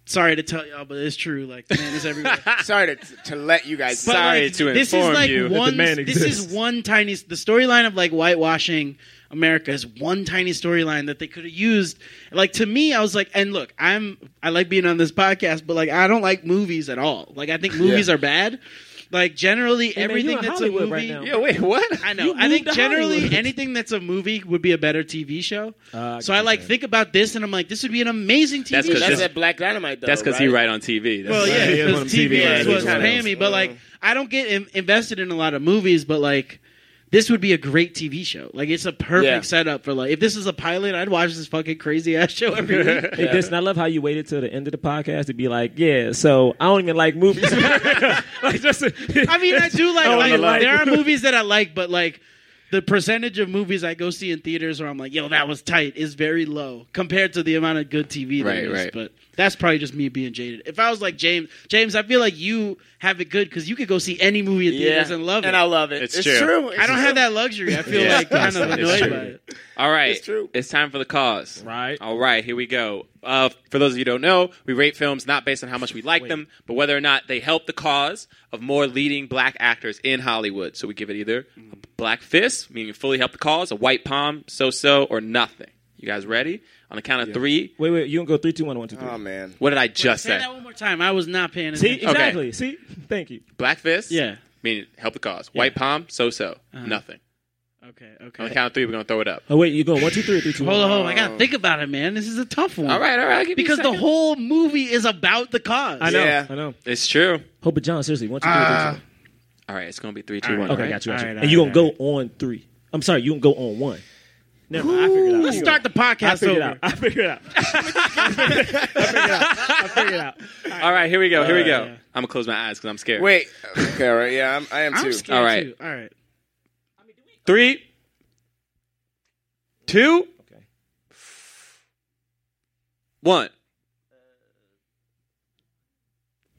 Speaker 11: Sorry to tell y'all, but it's true. Like the man is everywhere.
Speaker 4: sorry to, to let you guys.
Speaker 11: But,
Speaker 4: sorry
Speaker 11: like,
Speaker 4: to
Speaker 11: this
Speaker 4: inform
Speaker 11: is like
Speaker 4: you that the
Speaker 11: one,
Speaker 4: man
Speaker 11: This is
Speaker 4: exists.
Speaker 11: one tiny. The storyline of like whitewashing America is one tiny storyline that they could have used. Like to me, I was like, and look, I'm I like being on this podcast, but like I don't like movies at all. Like I think movies
Speaker 8: Yeah.
Speaker 11: are bad. Like generally,
Speaker 8: Hey, man,
Speaker 11: everything
Speaker 8: you're in
Speaker 11: that's a
Speaker 8: Hollywood
Speaker 11: movie.
Speaker 8: right now. Yeah, wait, what?
Speaker 11: I
Speaker 8: You
Speaker 11: know. I think
Speaker 8: moved to
Speaker 11: generally
Speaker 8: Hollywood.
Speaker 11: anything that's a movie would be a better TV show.
Speaker 8: Uh,
Speaker 11: so I like think about this, and I'm like, this would be an amazing TV
Speaker 8: That's 'cause
Speaker 11: show.
Speaker 8: That's this- at
Speaker 4: Black Dynamite,
Speaker 8: That's because he right on TV. That's
Speaker 11: Well,
Speaker 8: why.
Speaker 11: yeah,
Speaker 8: He is
Speaker 11: because
Speaker 8: on TV
Speaker 11: TV is
Speaker 8: and
Speaker 11: what's
Speaker 8: everything else.
Speaker 11: paying me. But like, I don't get in- invested in a lot of movies. But like, this would be a great TV show. Like, it's a perfect
Speaker 2: Yeah.
Speaker 11: setup for like. If this is a pilot, I'd watch this fucking crazy ass show every week.
Speaker 2: Hey, Dustin, I love how you waited till the end of the podcast to be like, yeah, so I don't even like movies. like just,
Speaker 11: I mean, I do like.
Speaker 2: I
Speaker 11: like,
Speaker 2: wanna like-
Speaker 11: there are movies that I like, but like. The percentage of movies I go see in theaters where I'm like, "Yo, that was tight," is very low compared to the amount of good TV there
Speaker 8: Right,
Speaker 11: is.
Speaker 8: right.
Speaker 11: But that's probably just me being jaded. If I was like James, James, I feel like you have it good because you could go see any movie in theaters and love it,
Speaker 4: and I love it. It's, true.
Speaker 11: I don't have that luxury. I feel
Speaker 8: Yeah.
Speaker 11: like kind of
Speaker 8: It's
Speaker 11: annoyed
Speaker 8: true.
Speaker 11: by it.
Speaker 8: All right.
Speaker 11: It's true.
Speaker 8: It's time for the cause. Right. All right, here we go. Uh, for those of you who don't know, we rate films not based on how much we like them, but whether or not they help the cause of more leading black actors in Hollywood. So we give it either a black fist, meaning fully help the cause, a white palm, so so, or nothing. You guys ready? On the count of three.
Speaker 2: Wait, wait, you can go three, two, one, one, two, three.
Speaker 8: Oh,
Speaker 4: man.
Speaker 8: What did I just
Speaker 11: Say
Speaker 8: say?
Speaker 11: that Oh, one more time. I was not paying
Speaker 2: See,
Speaker 11: attention.
Speaker 2: exactly. See, thank you.
Speaker 8: Black fist?
Speaker 11: Yeah.
Speaker 8: Meaning help the cause. White palm, so so,
Speaker 11: Uh-huh.
Speaker 8: nothing.
Speaker 11: Okay.
Speaker 8: On the
Speaker 11: Okay.
Speaker 8: count of three, we're going to throw it up.
Speaker 2: Oh, wait, you go one, two, three, three, two,
Speaker 11: Hold on,
Speaker 2: one.
Speaker 11: hold on. I gotta think about it, man. This is a tough one.
Speaker 8: All right, all right, I'll give you a
Speaker 11: Because the
Speaker 8: second.
Speaker 11: whole movie is about the cause.
Speaker 2: I know. I know.
Speaker 8: It's true.
Speaker 2: Hope, but John, seriously, one, two, three,
Speaker 11: Ah.
Speaker 2: three, two.
Speaker 8: All right, it's going to be three,
Speaker 2: All
Speaker 8: two, one.
Speaker 2: right, okay,
Speaker 8: right?
Speaker 2: I got you. Got you. and you gonna go on three. I'm sorry, you gonna go on one. Never mind, I figured it out.
Speaker 11: Let's start the podcast
Speaker 2: I figured it
Speaker 11: over.
Speaker 2: out. I figured it out.
Speaker 8: All right, here we go. Here we
Speaker 4: Uh,
Speaker 8: go. I'm gonna close my eyes because I'm scared.
Speaker 4: Wait. Okay. All right. Yeah. I'm, I am too.
Speaker 8: scared, All right. too.
Speaker 11: All right.
Speaker 8: Three, two, one.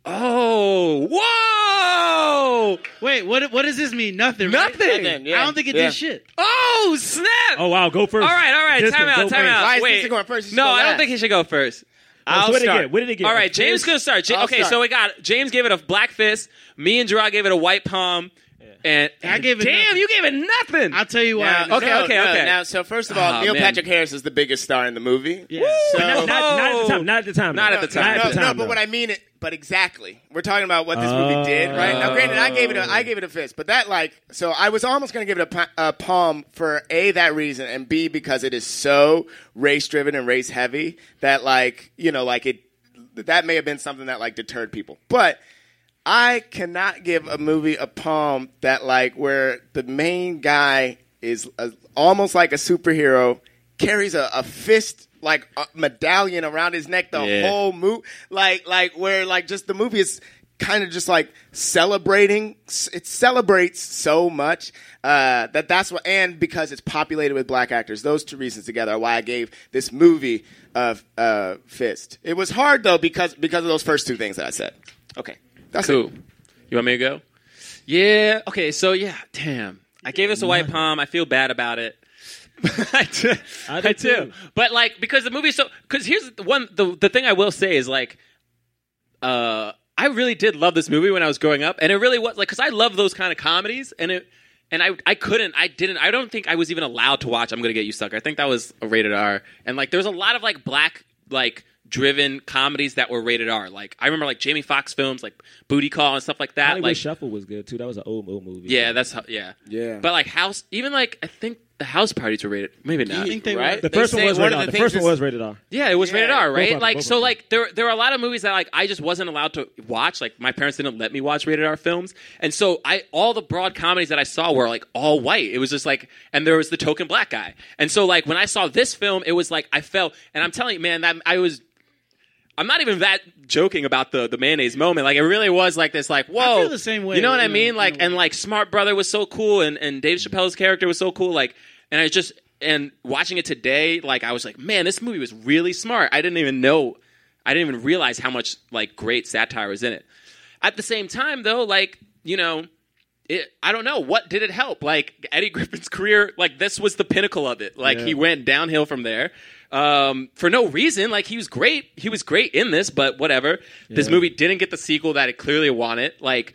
Speaker 8: Oh, whoa!
Speaker 11: Wait, what? What does this mean? Nothing. Right?
Speaker 8: Nothing. Nothing, yeah.
Speaker 11: I don't think it
Speaker 8: Yeah.
Speaker 11: did shit.
Speaker 8: Oh snap!
Speaker 2: Oh wow, go first.
Speaker 8: All right, all right.
Speaker 2: Distant,
Speaker 8: time out.
Speaker 2: go
Speaker 8: Time
Speaker 2: first.
Speaker 8: out.
Speaker 4: Why is
Speaker 8: Wait.
Speaker 4: Distant going first? He should
Speaker 8: No,
Speaker 4: go
Speaker 8: I don't
Speaker 4: last.
Speaker 8: think he should go first.
Speaker 2: so
Speaker 8: I'll
Speaker 2: what did it
Speaker 8: start.
Speaker 2: get? What did it get?
Speaker 8: All
Speaker 2: A
Speaker 8: right, James
Speaker 2: fist?
Speaker 8: gonna start. Ja-
Speaker 2: I'll
Speaker 8: okay, so
Speaker 2: start.
Speaker 8: we got James gave it a black fist. Me and Gerard gave it a white palm. And
Speaker 11: I gave it
Speaker 8: Damn,
Speaker 11: nothing.
Speaker 8: you gave it nothing.
Speaker 11: I'll tell you why.
Speaker 4: Now-
Speaker 8: Okay,
Speaker 4: no,
Speaker 8: okay,
Speaker 4: no,
Speaker 8: okay.
Speaker 4: Now, so first of all,
Speaker 8: Ah,
Speaker 4: Neil
Speaker 8: man.
Speaker 4: Patrick Harris is the biggest star in the movie.
Speaker 11: Yeah.
Speaker 4: So,
Speaker 2: Not, not, not at the time. Not at the time.
Speaker 8: Not
Speaker 2: though.
Speaker 8: at the time.
Speaker 2: Not at the
Speaker 4: no,
Speaker 2: time,
Speaker 4: but
Speaker 2: though.
Speaker 4: what I mean it, but exactly. We're talking about what this movie did, right? Now,
Speaker 8: Oh.
Speaker 4: granted, I gave it a, I gave it a fist, but that like, so I was almost going to give it a, pa- a palm for a that reason, and b because it is so race driven and race heavy that like, you know, like it, that may have been something that like deterred people, but. I cannot give a movie a palm that like where the main guy is a, almost like a superhero, carries a, a fist like a medallion around his neck the
Speaker 8: Yeah.
Speaker 4: whole movie, like like where like just the movie is kind of just like celebrating. s- It celebrates so much uh, that that's what, and because it's populated with black actors, those two reasons together are why I gave this movie a uh, fist. It was hard though because because of those first two things that I said. Okay. That's
Speaker 8: cool. You want me to go? Yeah. Okay. So yeah. Damn. I gave us a white palm. I feel bad about it. I do. I,
Speaker 2: do
Speaker 8: do.
Speaker 2: too.
Speaker 8: But like, because the movie's so. Because here's the one. The the thing I will say is like, uh, I really did love this movie when I was growing up, and it really was like, because I love those kind of comedies, and it. And I, I couldn't, I didn't, I don't think I was even allowed to watch I'm Gonna Get You Sucker. I think that was a rated R. And like, there was a lot of like black, like, driven comedies that were rated R. Like, I remember like Jamie Foxx films, like Booty Call and stuff like that.
Speaker 2: Hollywood
Speaker 8: Like,
Speaker 2: Shuffle was good too. That was an old old movie.
Speaker 8: yeah, that's how, yeah.
Speaker 2: Yeah.
Speaker 8: But like house, even like I think the house parties were rated. Maybe not.
Speaker 11: think they
Speaker 8: right?
Speaker 2: the first one
Speaker 4: say
Speaker 2: was
Speaker 4: one
Speaker 2: rated
Speaker 4: of
Speaker 2: R.
Speaker 4: the
Speaker 2: The first
Speaker 4: things
Speaker 2: one
Speaker 4: is-
Speaker 2: was rated R.
Speaker 8: yeah, it was rated
Speaker 4: Yeah.
Speaker 8: R,
Speaker 2: Both
Speaker 8: right?
Speaker 2: of them, both
Speaker 8: like
Speaker 2: of
Speaker 8: so,
Speaker 2: them.
Speaker 8: like there there were a lot of movies that like I just wasn't allowed to watch. Like my parents didn't let me watch rated R films, and so I all the broad comedies that I saw were like all white. It was just like, and there was the token black guy, and so like when I saw this film, it was like I felt, and I'm telling you, man, that I was I'm not even that joking about the the mayonnaise moment. Like it really was like this. Like whoa,
Speaker 11: the same way,
Speaker 8: You know what I
Speaker 11: you know,
Speaker 8: mean? Like and like Smart Brother was so cool, and and Dave Chappelle's character was so cool. Like and I just and watching it today, like I was like, man, this movie was really smart. I didn't even know, I didn't even realize how much like great satire was in it. At the same time, though, like you know, it, I don't know what did it help. Like Eddie Griffin's career, like this was the pinnacle of it. Like
Speaker 15: Yeah.
Speaker 8: he went downhill from there um, for no reason. Like he was great. He was great in this, but whatever. This
Speaker 15: Yeah.
Speaker 8: movie didn't get the sequel that it clearly wanted. Like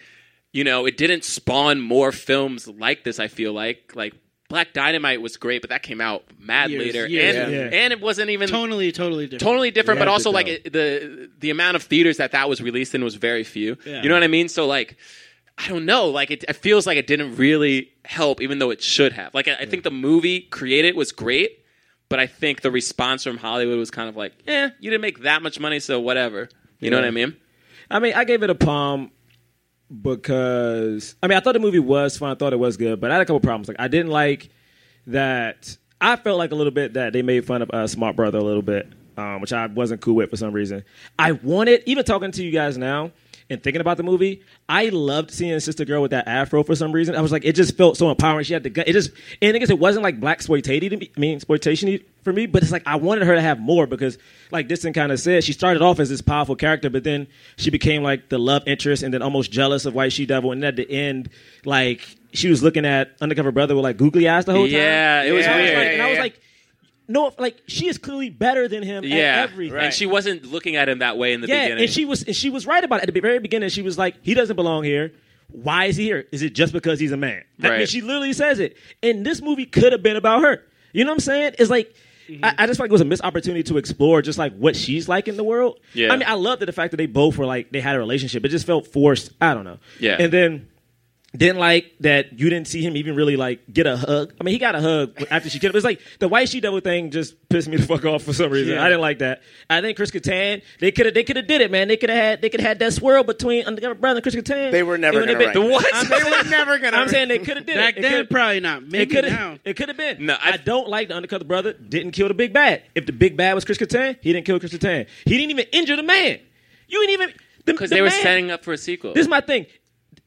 Speaker 8: you know, it didn't spawn more films like this. I feel like like. Black Dynamite was great, but that came out mad
Speaker 11: Years,
Speaker 8: later,
Speaker 11: years,
Speaker 8: and
Speaker 11: yeah.
Speaker 8: and it wasn't even
Speaker 11: totally, totally different.
Speaker 8: totally different but
Speaker 11: Yeah.
Speaker 8: also like it, the the amount of theaters that that was released in was very few
Speaker 11: Yeah.
Speaker 8: you know what i mean so like i don't know like it, it feels like it didn't really help even though it should have like i, I think the movie created was great but i think the response from hollywood was kind of like eh you didn't make that much money so whatever you know
Speaker 2: Yeah.
Speaker 8: what i mean
Speaker 2: I mean, I gave it a palm because I mean, I thought the movie was fun. I thought it was good, but I had a couple problems. Like, I didn't like that. I felt like a little bit that they made fun of uh, Smart Brother a little bit, um, which I wasn't cool with for some reason. I wanted, even talking to you guys now and thinking about the movie, I loved seeing Sister Girl with that afro for some reason. I was like, it just felt so empowering. She had the gun. It just, and I guess it wasn't like black exploitative to me, I mean, exploitation for me, but it's like I wanted her to have more because, like Distin kind of said, she started off as this powerful character, but then she became like the love interest and then almost jealous of White She Devil. And then at the end, like, she was looking at Undercover Brother with like googly eyes the whole time.
Speaker 8: Yeah, it was
Speaker 2: And I
Speaker 8: weird.
Speaker 2: like- and I was
Speaker 8: Yeah, yeah,
Speaker 2: like, no, like she is clearly better than him
Speaker 8: yeah
Speaker 2: at everything.
Speaker 8: and she wasn't looking at him that way in the
Speaker 2: yeah,
Speaker 8: beginning
Speaker 2: and she was and she was right about it at the very beginning. She was like, he doesn't belong here. Why is he here? Is it just because he's a man? I mean,
Speaker 8: Right.
Speaker 2: she literally says it. And this movie could have been about her. You know what I'm saying? It's like
Speaker 8: Mm-hmm.
Speaker 2: I, I just feel like it was a missed opportunity to explore just like what she's like in the world.
Speaker 15: Yeah.
Speaker 2: I mean, I loved that the fact that they both were like they had a relationship. It just felt forced. I don't know.
Speaker 15: Yeah.
Speaker 2: And then didn't like that you didn't see him even really like get a hug. I mean, he got a hug after she killed him. It's like the white she devil thing just pissed me the fuck off for some reason.
Speaker 15: Yeah.
Speaker 2: I didn't like that. I think Chris Kattan they could have they could have did it, man. They could have had they could have had that swirl between Undercover Brother and Chris Kattan.
Speaker 4: They were never
Speaker 2: It would've been-
Speaker 4: gonna write that.
Speaker 2: I'm saying-
Speaker 4: They were never gonna
Speaker 2: I'm saying they could have did
Speaker 11: Back
Speaker 2: it It
Speaker 11: then,
Speaker 2: coulda-
Speaker 11: probably not. Maybe
Speaker 2: it coulda-
Speaker 11: now.
Speaker 2: It could have been.
Speaker 8: No,
Speaker 2: I, don't like the Undercover Brother. Didn't kill the big bad. If the big bad was Chris Kattan, he didn't kill Chris Kattan. He didn't even injure the man. You didn't even
Speaker 8: because they were
Speaker 2: man,
Speaker 8: setting up for a sequel
Speaker 2: this is my thing.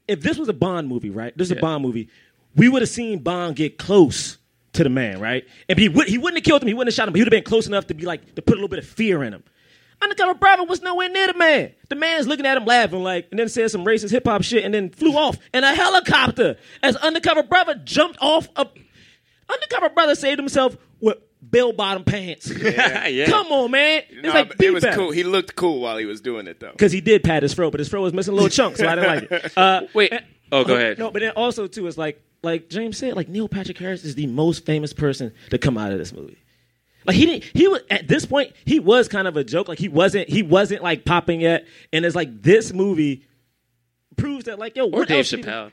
Speaker 2: If this was a Bond movie, right? This is a Bond movie. We would have seen Bond get close to the man, right? And he would he wouldn't have killed him. He wouldn't have shot him. But he would have been close enough to be like to put a little bit of fear in him. Undercover Brother was nowhere near the man. The man's looking at him laughing like, and then said some racist hip hop shit, and then flew off in a helicopter as Undercover Brother jumped off a. Undercover Brother saved himself with bell bottom pants.
Speaker 4: Yeah. Yeah.
Speaker 2: Come on, man. It's
Speaker 4: No,
Speaker 2: like
Speaker 4: but it
Speaker 2: be
Speaker 4: was
Speaker 2: better.
Speaker 4: cool. He looked cool while he was doing it, though.
Speaker 2: Because he did pat his throat, but his throat was missing a little chunk, so I didn't like it. Uh,
Speaker 8: Wait. oh, go ahead.
Speaker 2: No, but then also too, it's like like James said, like Neil Patrick Harris is the most famous person to come out of this movie. Like he didn't. He was at this point. He was kind of a joke. Like he wasn't. He wasn't like popping yet. And it's like this movie proves that. Like yo,
Speaker 8: or
Speaker 2: what
Speaker 8: Dave
Speaker 2: else you-
Speaker 8: Chappelle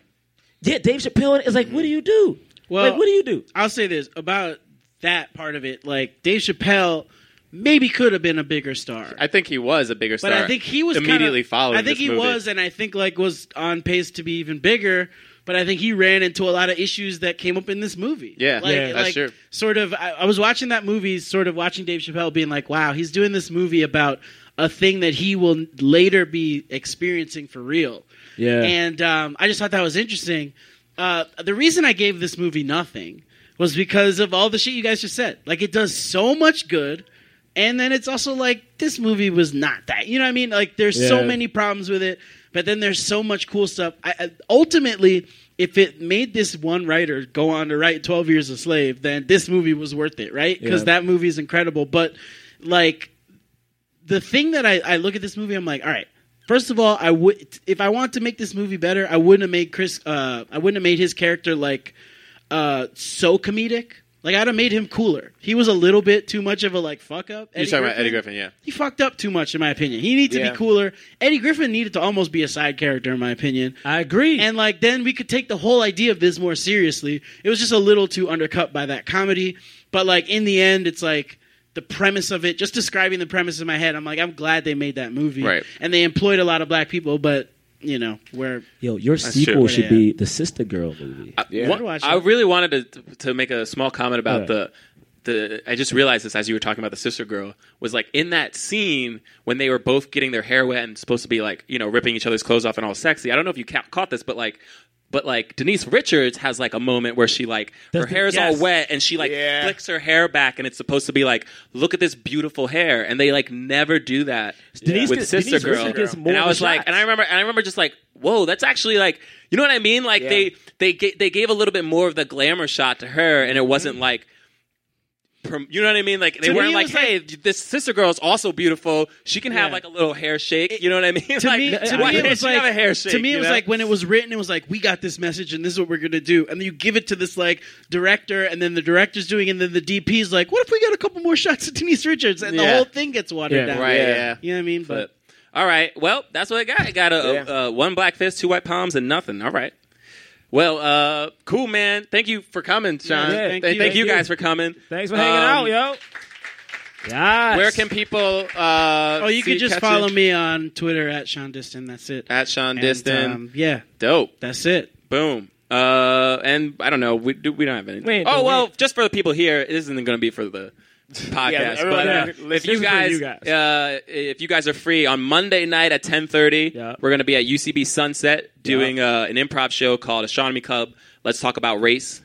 Speaker 2: yeah, Dave Chappelle is like, what do you do?
Speaker 11: Well,
Speaker 2: like, what do you do?
Speaker 11: I'll say this about that part of it. Like Dave Chappelle, maybe could have been a bigger star.
Speaker 8: I think he was a bigger star.
Speaker 11: But I think he was kinda-
Speaker 8: immediately following.
Speaker 11: I think
Speaker 8: this
Speaker 11: he
Speaker 8: movie.
Speaker 11: was, and I think like was on pace to be even bigger. But I think he ran into a lot of issues that came up in this movie.
Speaker 8: Yeah,
Speaker 11: like,
Speaker 8: Yeah. that's
Speaker 11: like,
Speaker 8: true.
Speaker 11: Sort of, I, I was watching that movie, sort of watching Dave Chappelle, being like, "Wow, he's doing this movie about a thing that he will later be experiencing for real."
Speaker 2: Yeah.
Speaker 11: and um, I just thought that was interesting. Uh, the reason I gave this movie nothing was because of all the shit you guys just said. Like, it does so much good, and then it's also like this movie was not that. You know what I mean? Like, there's so
Speaker 15: Yeah.
Speaker 11: many problems with it, but then there's so much cool stuff. I, I, ultimately, if it made this one writer go on to write Twelve Years a Slave, then this movie was worth it, right? Because
Speaker 15: Yeah.
Speaker 11: that movie is incredible. But like, the thing that I, I look at this movie, I'm like, all right. First of all, I would if I want to make this movie better, I wouldn't have made Chris. Uh, I wouldn't have made his character like uh, so comedic. Like I'd have made him cooler. He was a little bit too much of a like fuck up.
Speaker 8: You're talking about Eddie Griffin, yeah.
Speaker 11: He fucked up too much, in my opinion. He needed to
Speaker 8: Yeah.
Speaker 11: be cooler. Eddie Griffin needed to almost be a side character, in my opinion.
Speaker 2: I agree.
Speaker 11: And like then we could take the whole idea of this more seriously. It was just a little too undercut by that comedy. But like in the end, it's like the premise of it. Just describing the premise in my head, I'm like, I'm glad they made that movie.
Speaker 2: Right.
Speaker 11: And they employed a lot of black people, but you know where
Speaker 2: Yo, your
Speaker 11: That's
Speaker 2: sequel
Speaker 11: true.
Speaker 2: should
Speaker 11: Yeah.
Speaker 2: be the Sister Girl movie.
Speaker 8: One- I really wanted to to make a small comment about
Speaker 2: Yeah.
Speaker 8: the the I just realized this as you were talking about the sister girl was like in that scene when they were both getting their hair wet and supposed to be like you know ripping each other's clothes off and all sexy. I don't know if you ca- caught this, but like. But like Denise Richards has like a moment where she like her
Speaker 2: Doesn't-
Speaker 8: hair's all
Speaker 2: yes.
Speaker 8: wet and she like
Speaker 2: Yeah.
Speaker 8: flicks her hair back and it's supposed to be like look at this beautiful hair and they like never do that
Speaker 2: Denise
Speaker 8: with
Speaker 2: gets-
Speaker 8: Sister
Speaker 2: Denise
Speaker 8: Girl.
Speaker 2: Richards gets more
Speaker 8: and I
Speaker 2: of a
Speaker 8: was like,
Speaker 2: shot.
Speaker 8: and I remember, and I remember just like, whoa, that's actually like, you know what I mean? Like they they ga- they gave a little bit more of the glamour shot to her, and it wasn't like. prom- You know what I mean? Like they
Speaker 11: To me,
Speaker 8: weren't
Speaker 11: it
Speaker 8: like,
Speaker 11: was
Speaker 8: "Hey, this sister girl is also beautiful. She can have
Speaker 11: Yeah.
Speaker 8: like a little hair shake." You know what I mean?
Speaker 11: to
Speaker 8: like,
Speaker 11: me, to
Speaker 8: why
Speaker 11: me, it
Speaker 8: can't
Speaker 11: was
Speaker 8: she
Speaker 11: like
Speaker 8: have a hair shake.
Speaker 11: to me, it
Speaker 8: you
Speaker 11: was
Speaker 8: know?
Speaker 11: like when it was written, it was like we got this message and this is what we're gonna do, and then you give it to this like director, and then the director's doing, it, and then the DP's like, what if we got a couple more shots of Denise Richards, and the
Speaker 8: Yeah.
Speaker 11: whole thing gets watered
Speaker 8: Yeah,
Speaker 11: down,
Speaker 8: right, yeah.
Speaker 11: you know what I mean? But
Speaker 8: All right. Well, that's what I got. I got a, a, a one black fist, two white palms, and nothing. All right. Well, uh, cool, man. Thank you for coming, Sean.
Speaker 2: Yeah,
Speaker 8: thank,
Speaker 2: thank you.
Speaker 8: thank you,
Speaker 2: Thank you.
Speaker 8: guys for coming. Um,
Speaker 2: Thanks for hanging out, yo. Yes.
Speaker 8: Where can people? Uh,
Speaker 11: oh, you
Speaker 8: see-
Speaker 11: could just
Speaker 8: catch
Speaker 11: follow
Speaker 8: it?
Speaker 11: me on Twitter at Sean Diston. That's it.
Speaker 8: at Sean
Speaker 11: And,
Speaker 8: Diston.
Speaker 11: um, yeah.
Speaker 8: dope.
Speaker 11: That's it.
Speaker 8: Boom. Uh, and I don't know. We do, we don't have any.
Speaker 11: We ain't
Speaker 8: oh
Speaker 11: doing
Speaker 8: well, just for the people here, it isn't going to be for the podcast.
Speaker 2: everyone
Speaker 8: but uh,
Speaker 2: here,
Speaker 8: if
Speaker 2: this is
Speaker 8: you
Speaker 2: for
Speaker 8: guys,
Speaker 2: you guys.
Speaker 8: Uh, if you guys are free on Monday night at ten thirty, we're going to be at UCB Sunset doing uh, an improv show called Astronomy Club. Let's talk about race.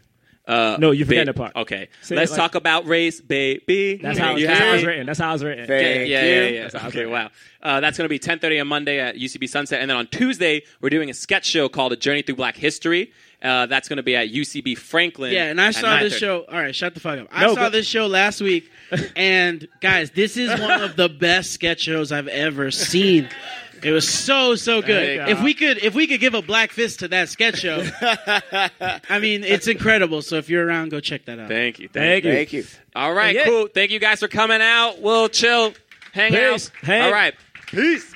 Speaker 8: Uh,
Speaker 2: No, you're
Speaker 8: ba-
Speaker 2: forgetting the part.
Speaker 8: Okay,
Speaker 2: Say it
Speaker 8: let's
Speaker 2: like-
Speaker 8: talk about race, baby.
Speaker 2: That's how,
Speaker 8: You
Speaker 2: that's how
Speaker 8: have-
Speaker 2: it's written. That's how it's written.
Speaker 8: yeah, yeah, yeah, yeah.
Speaker 2: That's how it's
Speaker 8: Okay,
Speaker 2: written.
Speaker 8: wow. Uh, that's going to be 10:30 on Monday at UCB Sunset, and then on Tuesday we're doing a sketch show called A Journey Through Black History. Uh, that's going to be at UCB Franklin.
Speaker 11: Yeah, and I
Speaker 8: at
Speaker 11: saw this
Speaker 8: 9:30.
Speaker 11: show. All right, shut the fuck up. I
Speaker 8: No,
Speaker 11: saw
Speaker 8: go-
Speaker 11: this show last week, and guys, this is one of the best sketch shows I've ever seen. It was so so
Speaker 2: There you
Speaker 11: good.
Speaker 2: go.
Speaker 11: If we could, if we could give a black fist to that sketch show, I mean, it's incredible. So if you're around, go check that out.
Speaker 8: Thank you.
Speaker 11: Thank you. Thank you.
Speaker 8: All right,
Speaker 11: Yeah.
Speaker 8: cool. Thank you guys for coming out. We'll chill, hang
Speaker 11: Peace.
Speaker 8: out.
Speaker 11: Hang.
Speaker 8: All right, peace.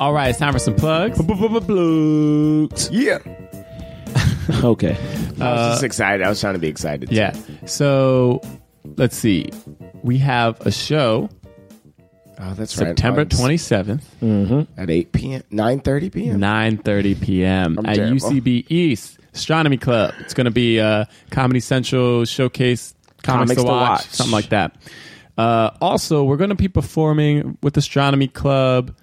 Speaker 3: All right, it's time for some plugs. Plugs.
Speaker 4: Yeah.
Speaker 2: okay.
Speaker 4: I was just
Speaker 3: Uh,
Speaker 4: excited. I was trying to be excited. too.
Speaker 3: Yeah. So let's see. We have a show
Speaker 4: Oh, that's right.
Speaker 3: September
Speaker 4: On s-
Speaker 3: twenty seventh
Speaker 4: at eight p.m. Nine thirty p.m.
Speaker 3: Nine thirty p.m.
Speaker 4: I'm
Speaker 3: at
Speaker 4: terrible.
Speaker 3: UCB East Astronomy Club. It's going to be uh, Comedy Central showcase, comics,
Speaker 4: Comics
Speaker 3: to,
Speaker 4: to
Speaker 3: watch,
Speaker 4: watch.
Speaker 3: something like that. Uh, also, we're going to be performing with Astronomy Club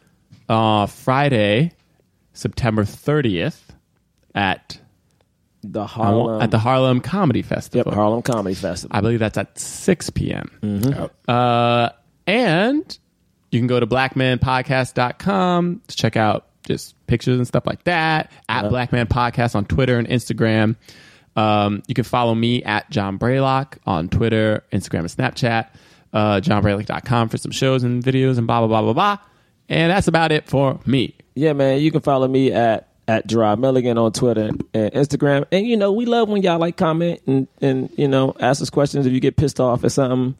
Speaker 3: uh, Friday, September thirtieth at
Speaker 2: The
Speaker 3: at the Harlem Comedy Festival.
Speaker 2: Yep, Harlem Comedy Festival.
Speaker 3: I believe that's at 6 p.m. Uh, and you can go to blackmanpodcast.com to check out just pictures and stuff like that at Black Man Podcast on Twitter and Instagram. Um, you can follow me at John Braylock on Twitter, Instagram, and Snapchat. Uh, JohnBraylock.com for some shows and videos and blah, blah, blah, blah, blah. And that's about it for me.
Speaker 2: Yeah, man. You can follow me at at Gerard Milligan on Twitter and Instagram. And you know, we love when y'all like comment and and you know ask us questions. If you get pissed off at something,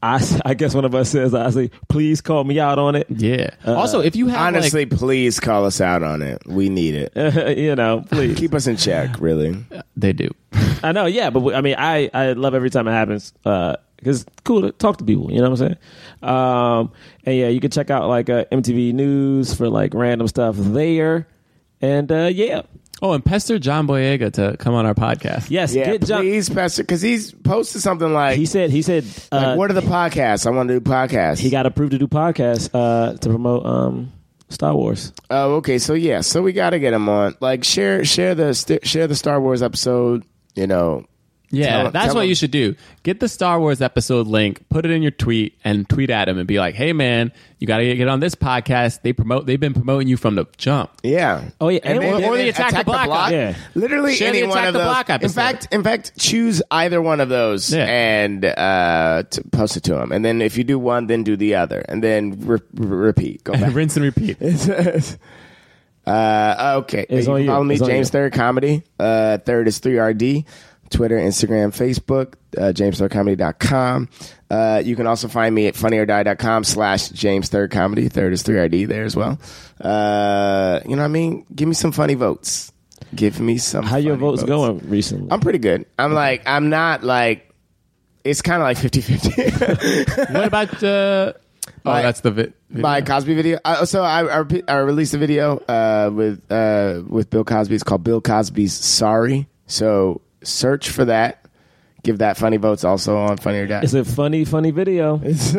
Speaker 2: I I guess one of us says I say, please call me out on it.
Speaker 3: Yeah. also, if you have
Speaker 4: honestly, please call us out on it. We need it.
Speaker 2: you know, please
Speaker 4: keep us in check. Really,
Speaker 3: they do.
Speaker 2: I know, yeah, but we- I mean, I I love every time it happens because it's cool to talk to people. You know what I'm saying? Um, and yeah, you can check out like uh, MTV News for like random stuff there. And uh, yeah,
Speaker 3: Oh, and pester John Boyega to come on our podcast.
Speaker 2: yes,
Speaker 4: yeah,
Speaker 2: get John.
Speaker 4: please, Pastor, because he's posted something like he
Speaker 2: said. He said, uh,
Speaker 4: like, "What are the podcasts? I want to do podcasts."
Speaker 2: He got approved to do podcasts uh, to promote um, Star Wars.
Speaker 4: Oh, okay. So yeah, so we got to get him on. Like share share the st- share the Star Wars episode. You know.
Speaker 3: Yeah,
Speaker 4: Tell-
Speaker 3: that's
Speaker 4: tell
Speaker 3: what
Speaker 4: him.
Speaker 3: you should do. Get the Star Wars episode link, put it in your tweet, and tweet at him and be like, "Hey, man, you got to get on this podcast. They promote. They've been promoting you from the jump.
Speaker 4: Yeah.
Speaker 2: Oh yeah,
Speaker 3: And
Speaker 4: then-
Speaker 3: or- or the
Speaker 4: then
Speaker 3: Attack the Block. Yeah.
Speaker 4: Literally
Speaker 3: Share the
Speaker 4: any
Speaker 3: Attack
Speaker 4: one of
Speaker 3: the
Speaker 4: those.
Speaker 3: Block
Speaker 4: in
Speaker 3: episode.
Speaker 4: fact, in fact, choose either one of those and uh, t post it to him. And then if you do one, then do the other, and then re- re- repeat. Go back.
Speaker 3: Rinse and repeat.
Speaker 4: uh, okay.
Speaker 2: It's
Speaker 4: you
Speaker 2: on
Speaker 4: can
Speaker 2: you.
Speaker 4: follow me,
Speaker 2: It's on
Speaker 4: James
Speaker 2: you.
Speaker 4: Third Comedy. Uh, third is three RD. Twitter, Instagram, Facebook, uh, jamesthirdcomedy.com. Uh, you can also find me at funnyordie.com slash James Third Comedy. Third is 3RD there as well. Uh, you know what I mean? Give me some funny votes. Give me some
Speaker 2: How your
Speaker 4: funny
Speaker 2: votes going recently?
Speaker 4: I'm pretty good. I'm like, I'm not like, it's kind of like 50 50.
Speaker 3: what about uh, Oh,
Speaker 4: My-
Speaker 3: that's the vi- video.
Speaker 4: My Cosby video. I, so I, I, repeat- I released a video uh, with uh, with Bill Cosby. It's called Bill Cosby's Sorry. So search for that. Give that funny votes also on Funnier Die.
Speaker 2: It's a funny, funny video. It's,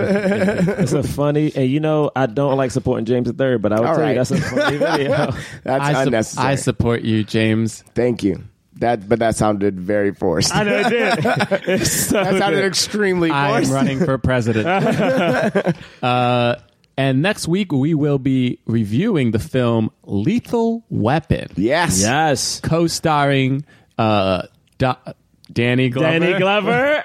Speaker 2: a funny, and you know I don't like supporting James III, but I would
Speaker 4: All
Speaker 2: tell
Speaker 4: right.
Speaker 2: you that's a funny video.
Speaker 4: That's
Speaker 3: I sup-
Speaker 4: unnecessary.
Speaker 3: I support you, James.
Speaker 4: Thank you. That but that sounded very forced.
Speaker 2: I know it did. It
Speaker 4: that sounded
Speaker 3: did.
Speaker 4: extremely
Speaker 3: I am
Speaker 4: forced.
Speaker 3: running for president. uh, and next week we will be reviewing the film Lethal Weapon.
Speaker 4: Yes,
Speaker 2: yes,
Speaker 3: co-starring uh, Do- Danny Glover.
Speaker 2: Danny Glover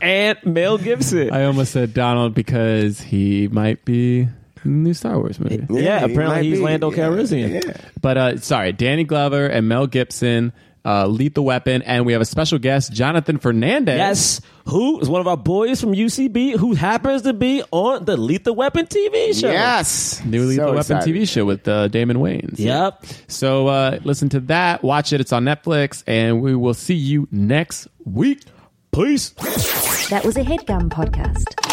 Speaker 2: and Mel Gibson.
Speaker 3: I almost said Donald because he might be in the new Star Wars movie.
Speaker 2: Yeah, apparently he's Lando Calrissian.
Speaker 3: But uh, sorry, Danny Glover and Mel Gibson, uh, Lethal Weapon, and we have a special guest, Jonathan Fernandez.
Speaker 2: Yes, who is one of our boys from UCB who happens to be on the Lethal Weapon TV show.
Speaker 4: Yes.
Speaker 3: New Lethal Weapon
Speaker 4: excited.
Speaker 3: TV show with uh, Damon Wayans.
Speaker 2: Yep.
Speaker 3: So uh, listen to that, watch it. It's on Netflix, and we will see you next week.
Speaker 2: Peace.
Speaker 1: That was a headgum podcast.